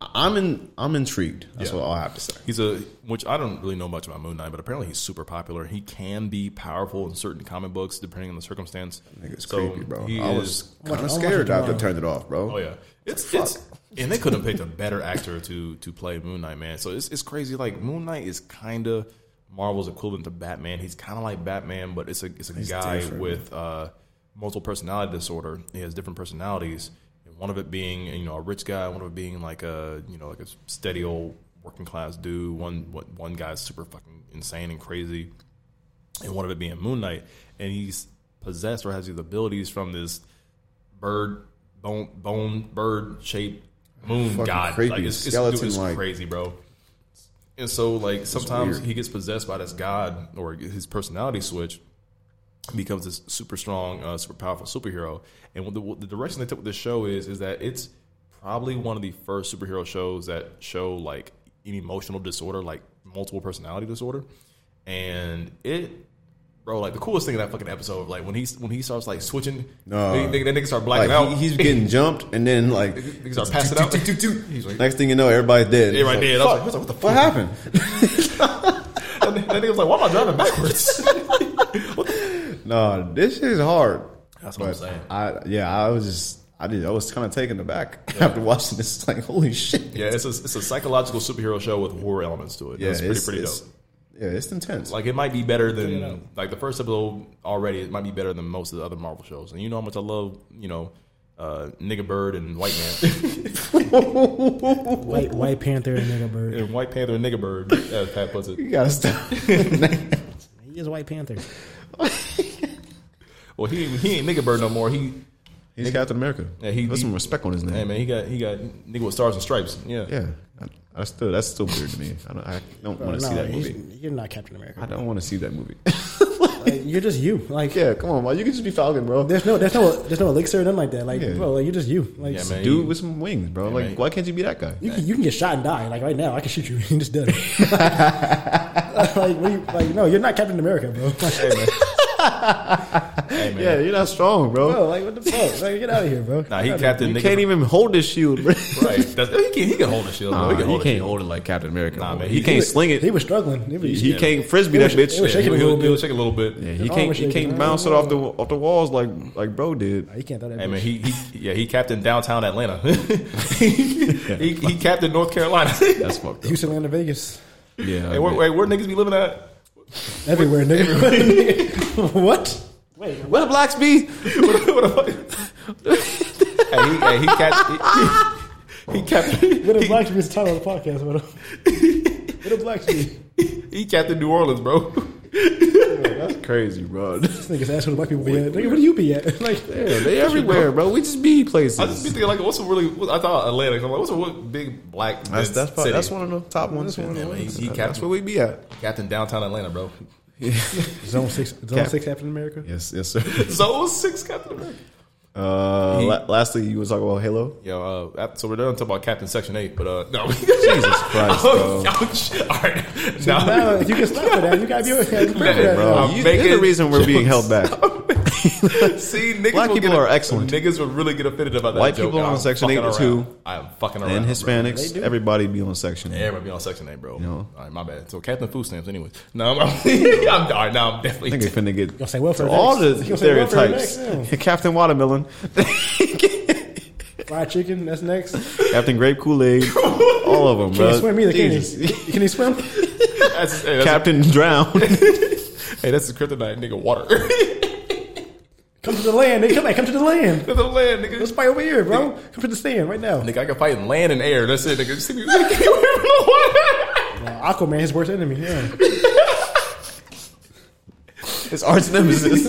I'm in. I'm intrigued. That's Yeah. what all I have to say. He's a which I don't really know much about Moon Knight, but apparently he's super popular. He can be powerful in certain comic books depending on the circumstance. Like, it's So, creepy, bro. he I is- was watch kind of it- I'll watch scared it after I tomorrow. turned it off, bro. Oh yeah, it's it's and they couldn't pick a better actor to to play Moon Knight, man. So it's it's crazy. Like Moon Knight is kind of Marvel's equivalent to Batman. He's kind of like Batman, but it's a it's a guy different. with uh, multiple personality disorder. He has different personalities. and One of it being you know a rich guy, one of it being like a you know like a steady old working class dude. One one- one guy's super fucking insane and crazy and one of it being Moon Knight, and he's possessed or has these abilities from this bird bone bone bird shaped moon Fucking god. creepy, Like it's, it's, dude, it's skeleton-like. crazy, bro. And so like sometimes weird. he gets possessed by this god or his personality switch becomes this super strong, uh, super powerful superhero. And what the, what the direction they took with this show is is that it's probably one of the first superhero shows that show like an emotional disorder, like multiple personality disorder. And it, bro, like the coolest thing in that fucking episode, like when he when he starts like switching, No. they, they, that nigga start blacking Um, Like out. he, he's getting jumped, and then like niggas start passing out. He's like, next thing you know, everybody's dead. yeah, right It's there. And I was like, what the like, What fuck? happened? And that nigga was like, why am I driving backwards? Nah, this shit is hard. That's what I'm But saying. I, yeah, I was just, I did, I was kind of taken aback after watching this. It's like, holy shit. Yeah, it's a, it's a psychological superhero show with horror elements to it. Yeah, it's, pretty pretty it's- dope. Yeah, it's intense. Like it might be better than like the first episode already. It might be better than most of the other Marvel shows. And you know how much I love you know uh, nigga bird and white man White White Panther and Nigga Bird. and White Panther and nigga bird as Pat puts it. you gotta stop. He is a White Panther. Well, he he ain't nigga bird no more. He He's Captain America. Yeah, he- Put he- some respect on his name. hey man, he got he got nigga with stars and stripes. Yeah, Yeah, I, I still that's still weird to me. I don't, I don't want to see No, that he's- movie. You're not Captain I America. don't want to see that movie. Like, you're just you. Like yeah, come on, man. You can just be Falcon, bro. there's no there's no there's no elixir or nothing like that. Like Yeah. bro, like, you're just you. Like yeah man. Dude he- with some wings, bro. like, man. why can't you be that guy? You can, you can get shot and die. Like right now, I can shoot you. You're just dead. like, what do you, like, no, you're not Captain America, bro. Like, hey, man. Yeah, you're not strong, bro. bro, like what the fuck? Like, get out of here, bro. Nah, he captain. you nigga can't even hold this shield, bro. Right. That's, he, can, he can hold the shield. bro. Nah, he can hold the shield. it like Captain America. Nah, bro. man, he, he- can't sling it. He was struggling. He was, He can't frisbee was- that bitch. it was Yeah, shaking He'll, a he'll, little he'll bit. shake a little bit. Yeah, Yeah. he His arm can't was he shaking. can't bounce it off the off the walls like like bro did. He can't throw that. Hey Hey, man, he, he yeah he captained downtown Atlanta. he, he captained North Carolina. hey, That's fucked up. Houston, Atlanta, Vegas, Yeah, I where, mean- where, where niggas be living at? everywhere, nigga. what? Wait, where the blacks be? what, the- what the fuck? hey, he, hey, he cap. He, he captained. what a black is the title of the podcast, bro. What a black This He captained New Orleans, bro. That's crazy, bro. nigga's asking where black people be at. Nigga, where do you be at? Like, Yeah, they everywhere, bro. We just be places. I just be thinking like, what's a really? What, I thought Atlanta. I'm like, what's a what big black? That's that's, city? probably, that's one of the top ones. one of the ones. That's- that's where we be at. Captain downtown Atlanta, bro. zone six, zone Cap- six, Captain America. Yes, yes, sir. Zone six, Captain America. Uh, la- lastly, you was talking about Halo. Yo, uh, so we're done talking about Captain Section Eight, but uh, no. Jesus Christ, Oh, bro. shit. All right. Now, No, if you can stop for that, you gotta be okay. You gotta be okay. Bro, I'm you, making you're the reason we're being held back. see, niggas Black will people get- are excellent. Niggas would really get offended about that. White joke, people and on I'm Section fucking 8 too. around. I am fucking around. and bro. Hispanics, everybody be on section. Yeah, everybody be on Section 8, bro. No. All right, my bad. So Captain Food Stamps, anyways. No, I'm, I'm, I'm, all right, now I'm I think definitely. it's finna get say welfare to all next. You the gonna say welfare stereotypes. next, yeah. Captain Watermelon, Fried chicken, that's next. Captain Grape Kool Aid, all of them, Can bro. he swim either? Can Jesus. he? Can he swim? That's, hey, that's, Captain Drown. hey, that's the kryptonite, nigga. Water. Come to the land. Nigga, come back. Come to the land. the land, nigga. Let's fight over here, bro. Come to the stand right now. Nigga, I can fight in land and air. That's it, nigga. Just take me take me away from the water. Uh, Aquaman, his worst enemy. Yeah. it's arch nemesis.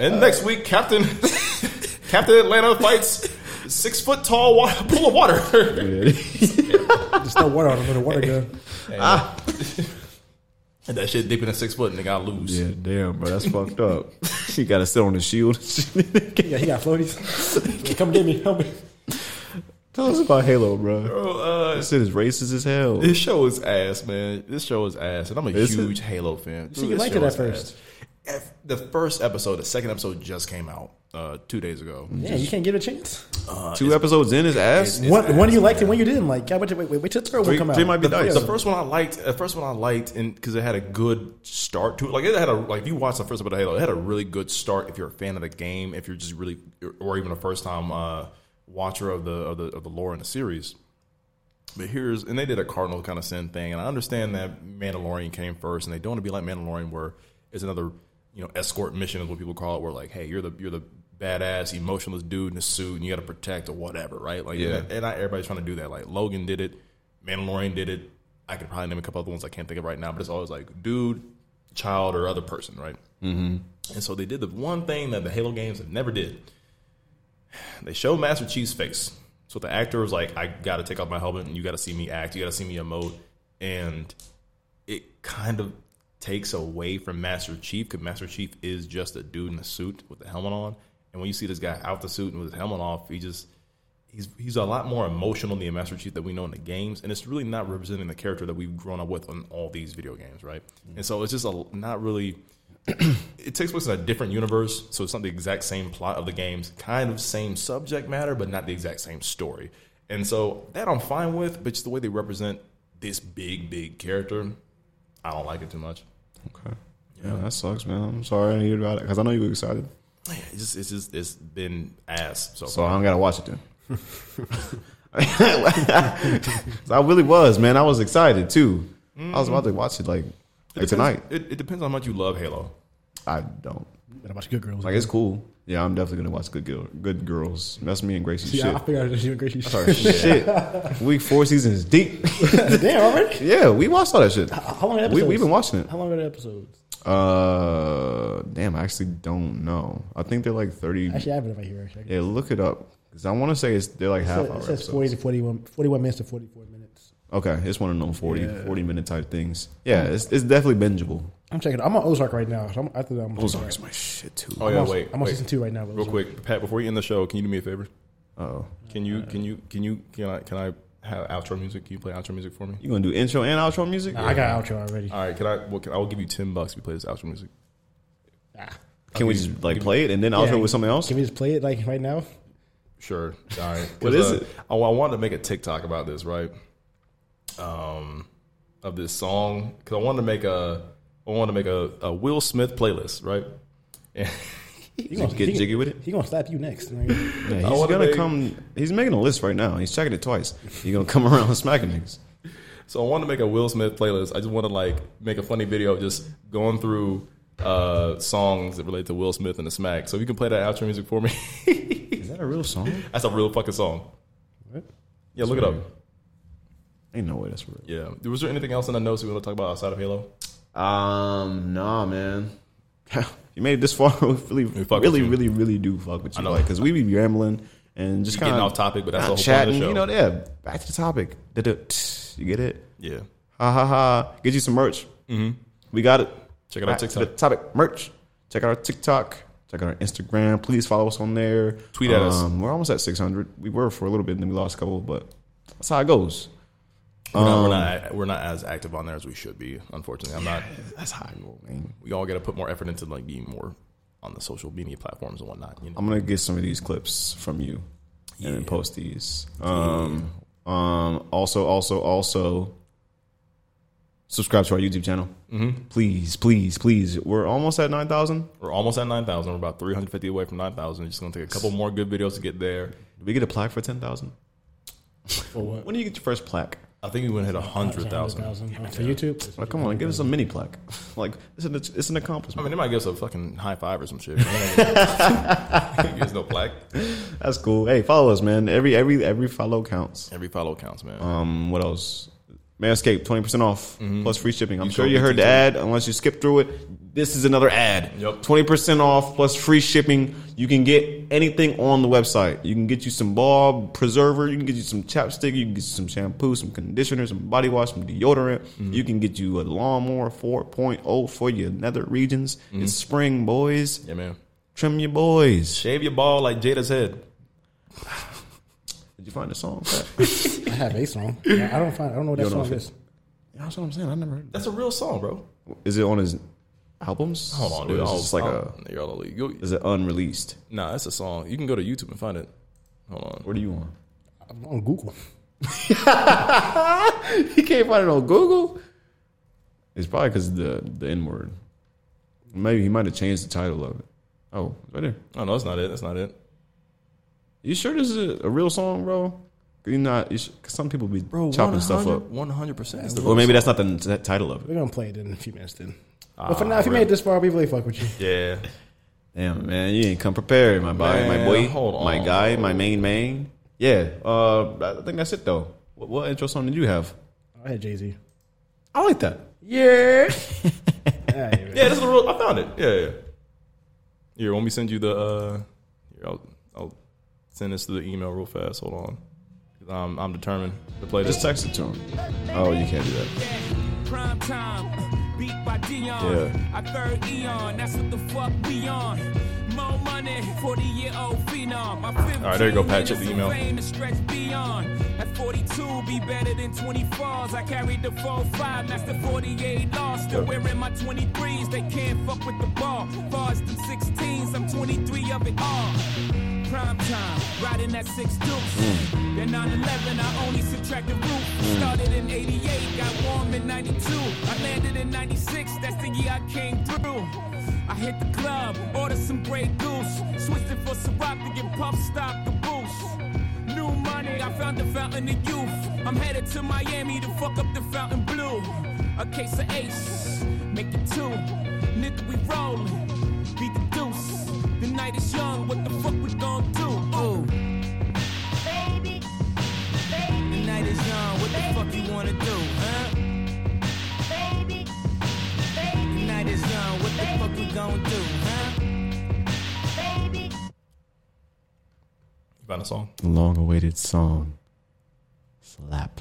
And next week, Captain Captain Atlanta fights six foot tall wa- pool of water. Just throw water on him with a water gun. and uh, that shit deep in a six foot, nigga, I lose. yeah, damn, bro, that's fucked up. You gotta sit on the shield. Yeah, he got floaties. Yeah, come get me. Help me. Tell us about Halo, bro. Bro, uh, This shit is racist as hell. this show is ass, man. This show is ass, and I'm a Is it? huge Halo fan. So you Dude, this liked show it at is ass. first. F- The first episode, the second episode just came out uh, two days ago. Yeah, you can't get a chance. Two episodes in is ass. It's One, ass, one you liked and one you didn't like. God, wait, wait, wait, wait till the third one Three- come out. three might be The- nice. yeah, The first one I liked, the first one I liked, and because it had a good start to it. Like it had a like if you watch the first episode of Halo, it had a really good start. If you're a fan of the game, if you're just really, or even a first time uh, watcher of the of the of the lore in the series. But here's and they did a cardinal kind of sin thing, and I understand that Mandalorian came first, and they don't want to be like Mandalorian, where it's another you know escort mission is what people call it, where like hey you're the you're the badass emotionless dude in a suit, and you got to protect or whatever, right? Like Yeah. and not everybody's trying to do that. Like Logan did it, Mandalorian did it. I could probably name a couple other ones I can't think of right now, but it's always like dude, child, or other person, right? Mm-hmm. And so they did the one thing that the Halo games have never did. They show Master Chief's face. So the actor was like, I got to take off my helmet and you got to see me act. You got to see me emote. And it kind of takes away from Master Chief because Master Chief is just a dude in a suit with the helmet on. And when you see this guy out the suit and with his helmet off, he just. He's, he's a lot more emotional than the Master Chief that we know in the games, and it's really not representing the character that we've grown up with on all these video games, right? And so it's just a not really it takes place in a different universe, so it's not the exact same plot of the games, kind of same subject matter, but not the exact same story. And so that I'm fine with, but just the way they represent this big, big character, I don't like it too much. Okay. Yeah, that sucks, man. I'm sorry I hear about it because I know you were excited. It's just it's just it's been ass so, So far. I don't gotta watch it then. So I really was, man. I was excited too. I was about to watch it like, like tonight. It, it depends on how much you love Halo. I don't Gotta watch Good Girls. like. It's cool. Yeah, I'm definitely gonna watch Good Girl, Good Girls. That's me and Gracie. See, shit. I, I figured out that you and Gracie. Sorry, shit. Week four season is deep. Damn, already? yeah, we watched all that shit. How long are the We, episodes? we've been watching it. How long are the episodes? Uh, damn, I actually don't know. I think they're like thirty. Actually, I have it right here. Actually. Yeah, look it up because I want to say it's they're like half It hour. says, it says episodes. 40 to 41, 41 minutes to 44 minutes. Okay, it's one of them 40, 40 minute type things. Yeah, it's, it's definitely bingeable. I'm checking. I'm on Ozark right now. So I'm, I think I'm on Ozark is my shit too. Oh I'm yeah, on, wait. I'm on wait. season two right now. with Real Ozark. quick, Pat, before you end the show, can you do me a favor? Oh, Can you can you can you can I can I have outro music? Can you play outro music for me? you gonna do intro and outro music? Nah, I got outro already. Uh, All right, can I? Well, can, I will give you ten bucks if you play this outro music. Can we just like play it and then Yeah, outro with something else? Can we just play it like right now? Sure. All right. What is Uh, it? Oh, I wanted to make a TikTok about this, right? Um, of this song because I wanted to make a I wanted to make a, a Will Smith playlist, right? And He gonna, Get jiggy with it. He gonna slap you next. Like, Yeah, I he's wanna gonna make- come. He's making a list right now. He's checking it twice. He's gonna come around smacking niggas. so I wanted to make a Will Smith playlist. I just want to like make a funny video of just going through uh songs that relate to Will Smith and the Smack. So if you can play that outro music for me, Is that a real song? that's a real fucking song. Yeah, look it up. Ain't no way that's real. Yeah. Was there anything else in the notes we want to talk about outside of Halo? Um, nah, man. you made it this far. We really, fuck really, with you. really, really do fuck with you. I know. know, because we be rambling and just You getting kind off topic, but that's the whole point of the chatting. show. You know, yeah. Back to the topic. Da-da, tss, You get it? Yeah. Ha ha ha! Get you some merch. Mm-hmm. We got it. Check out our Back to TikTok. the topic merch. Check out our TikTok. Check out our Instagram. Please follow us on there. Um, Tweet at us. We're almost at 600. We were for a little bit, and then we lost a couple, but that's how it goes. We're, not, Um, we're not we're not as active on there as we should be. Unfortunately, I'm not. That's how it goes, man. We all got to put more effort into like being more on the social media platforms and whatnot. You know? I'm gonna get some of these clips from you and then post these. Um, um, also, also, also, subscribe to our YouTube channel. Mm-hmm. Please, please, please. We're almost at nine thousand. We're almost at nine thousand. We're about 350 away from nine thousand. It's just gonna take a couple more good videos to get there. Did we get a plaque for ten thousand? for what? When do you get your first plaque? I think we went hit a hundred thousand. 100,000. Oh, for YouTube? Like, come on, give us a mini plaque. like, it's an, it's an I accomplishment. mean, they might give us a fucking high five or some shit. There's no plaque. That's cool. Hey, follow us, man. Every every every follow counts. Every follow counts, man. Um, what else? Manscaped, twenty percent off plus free shipping. I'm sure code Mm-hmm. you heard the BTT. ad. Unless you skipped through it, this is another ad. Yep. Twenty percent off plus free shipping. You can get anything on the website. You can get you some ball preserver. You can get you some chapstick. You can get you some shampoo, some conditioner, some body wash, some deodorant. You can get you a lawnmower 4.0 for your nether regions. It's spring, boys. yeah, man. Trim your boys. Shave your ball like Jada's head. Did you find the song? I have a song. Yeah, I don't find. I don't know what that You don't know song if is. That's what I'm saying. I never heard. That's a real song, bro. Is it on his albums? Hold on, Or dude. Is it I'll- just like I'll- a. y'all- you- Is it unreleased? Nah, that's a song. You can go to YouTube and find it. Hold on. What are you on? I'm on Google. He can't find it on Google. It's probably because the the N word. Maybe he might have changed the title of it. Oh, it's right there. Oh no, that's not it. That's not it. You sure this is a, a real song, bro? 'Cause You not? You sh- Cause some people be chopping stuff up. One hundred percent. Or maybe that's not the n- that title of it. We're gonna play it in a few minutes then. but Ah, for now, if you made it this far, we really fuck with you. Yeah. Damn man, you ain't come prepared, my boy, my Man, boy, hold my on. guy, my main man. Yeah, uh, I think that's it though. What, what intro song did you have? I had Jay Z. I like that. Yeah. Yeah, this is the real. I found it. Yeah, yeah. Here, let me send you the. uh Here, I'll, I'll send this to the email real fast. Hold on. 'Cause I'm, I'm determined to play this. Just text it to him. Oh, you can't do that. Prime time, beat by Dion. Yeah. Our third eon, that's what the fuck we on. More money, 40 year old phenom. All right, there you go, Pat. Check the email. To stretch beyond. At 42, be better than 24s. I carried the 4 5, that's the 48 loss. Still wearing my 23s, they can't fuck with the ball. Far as them 16s, I'm 23 of it all. prime time, riding that six dukes. Then 9 11, I only subtract the root. Started in 88, got warm in 92. I landed in 96, that's the year I came through. I hit the club, ordered some Grey Goose. Switched it for Ciroc to get Puff Stop the boost. New money, I found the fountain of youth. I'm headed to Miami to fuck up the fountain blue. A case of ace, make it two. Nigga, we rollin', beat the deuce. The night is young, what the fuck we gon' do? Ooh. Baby, The baby, night is young, what the fuck you wanna do, huh? baby, The baby, night is young, what the fuck we gon' do, huh? baby. You found a song? Long awaited song. Slap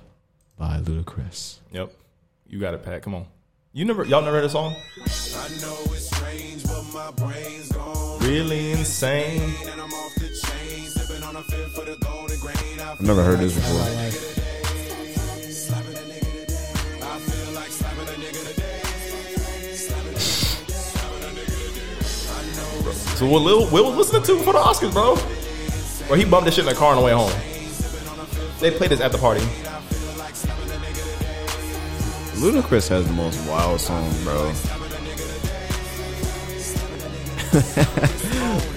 by Ludacris. Yep. You got it, Pat. Come on. You never, y'all never heard a song? I know it's strange, but my brain's gone. Really insane. And I'm off the chain, sipping on a fifth for the golden grain. I I've never heard this before. slapping a nigga today. I feel like slapping a nigga today. So what Lil Will was listening to for the Oscars, bro? Bro, he bumped this shit in the car on the way home. They played this at the party. Ludacris has the most wild song, bro.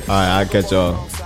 Alright, I'll catch y'all. Uh,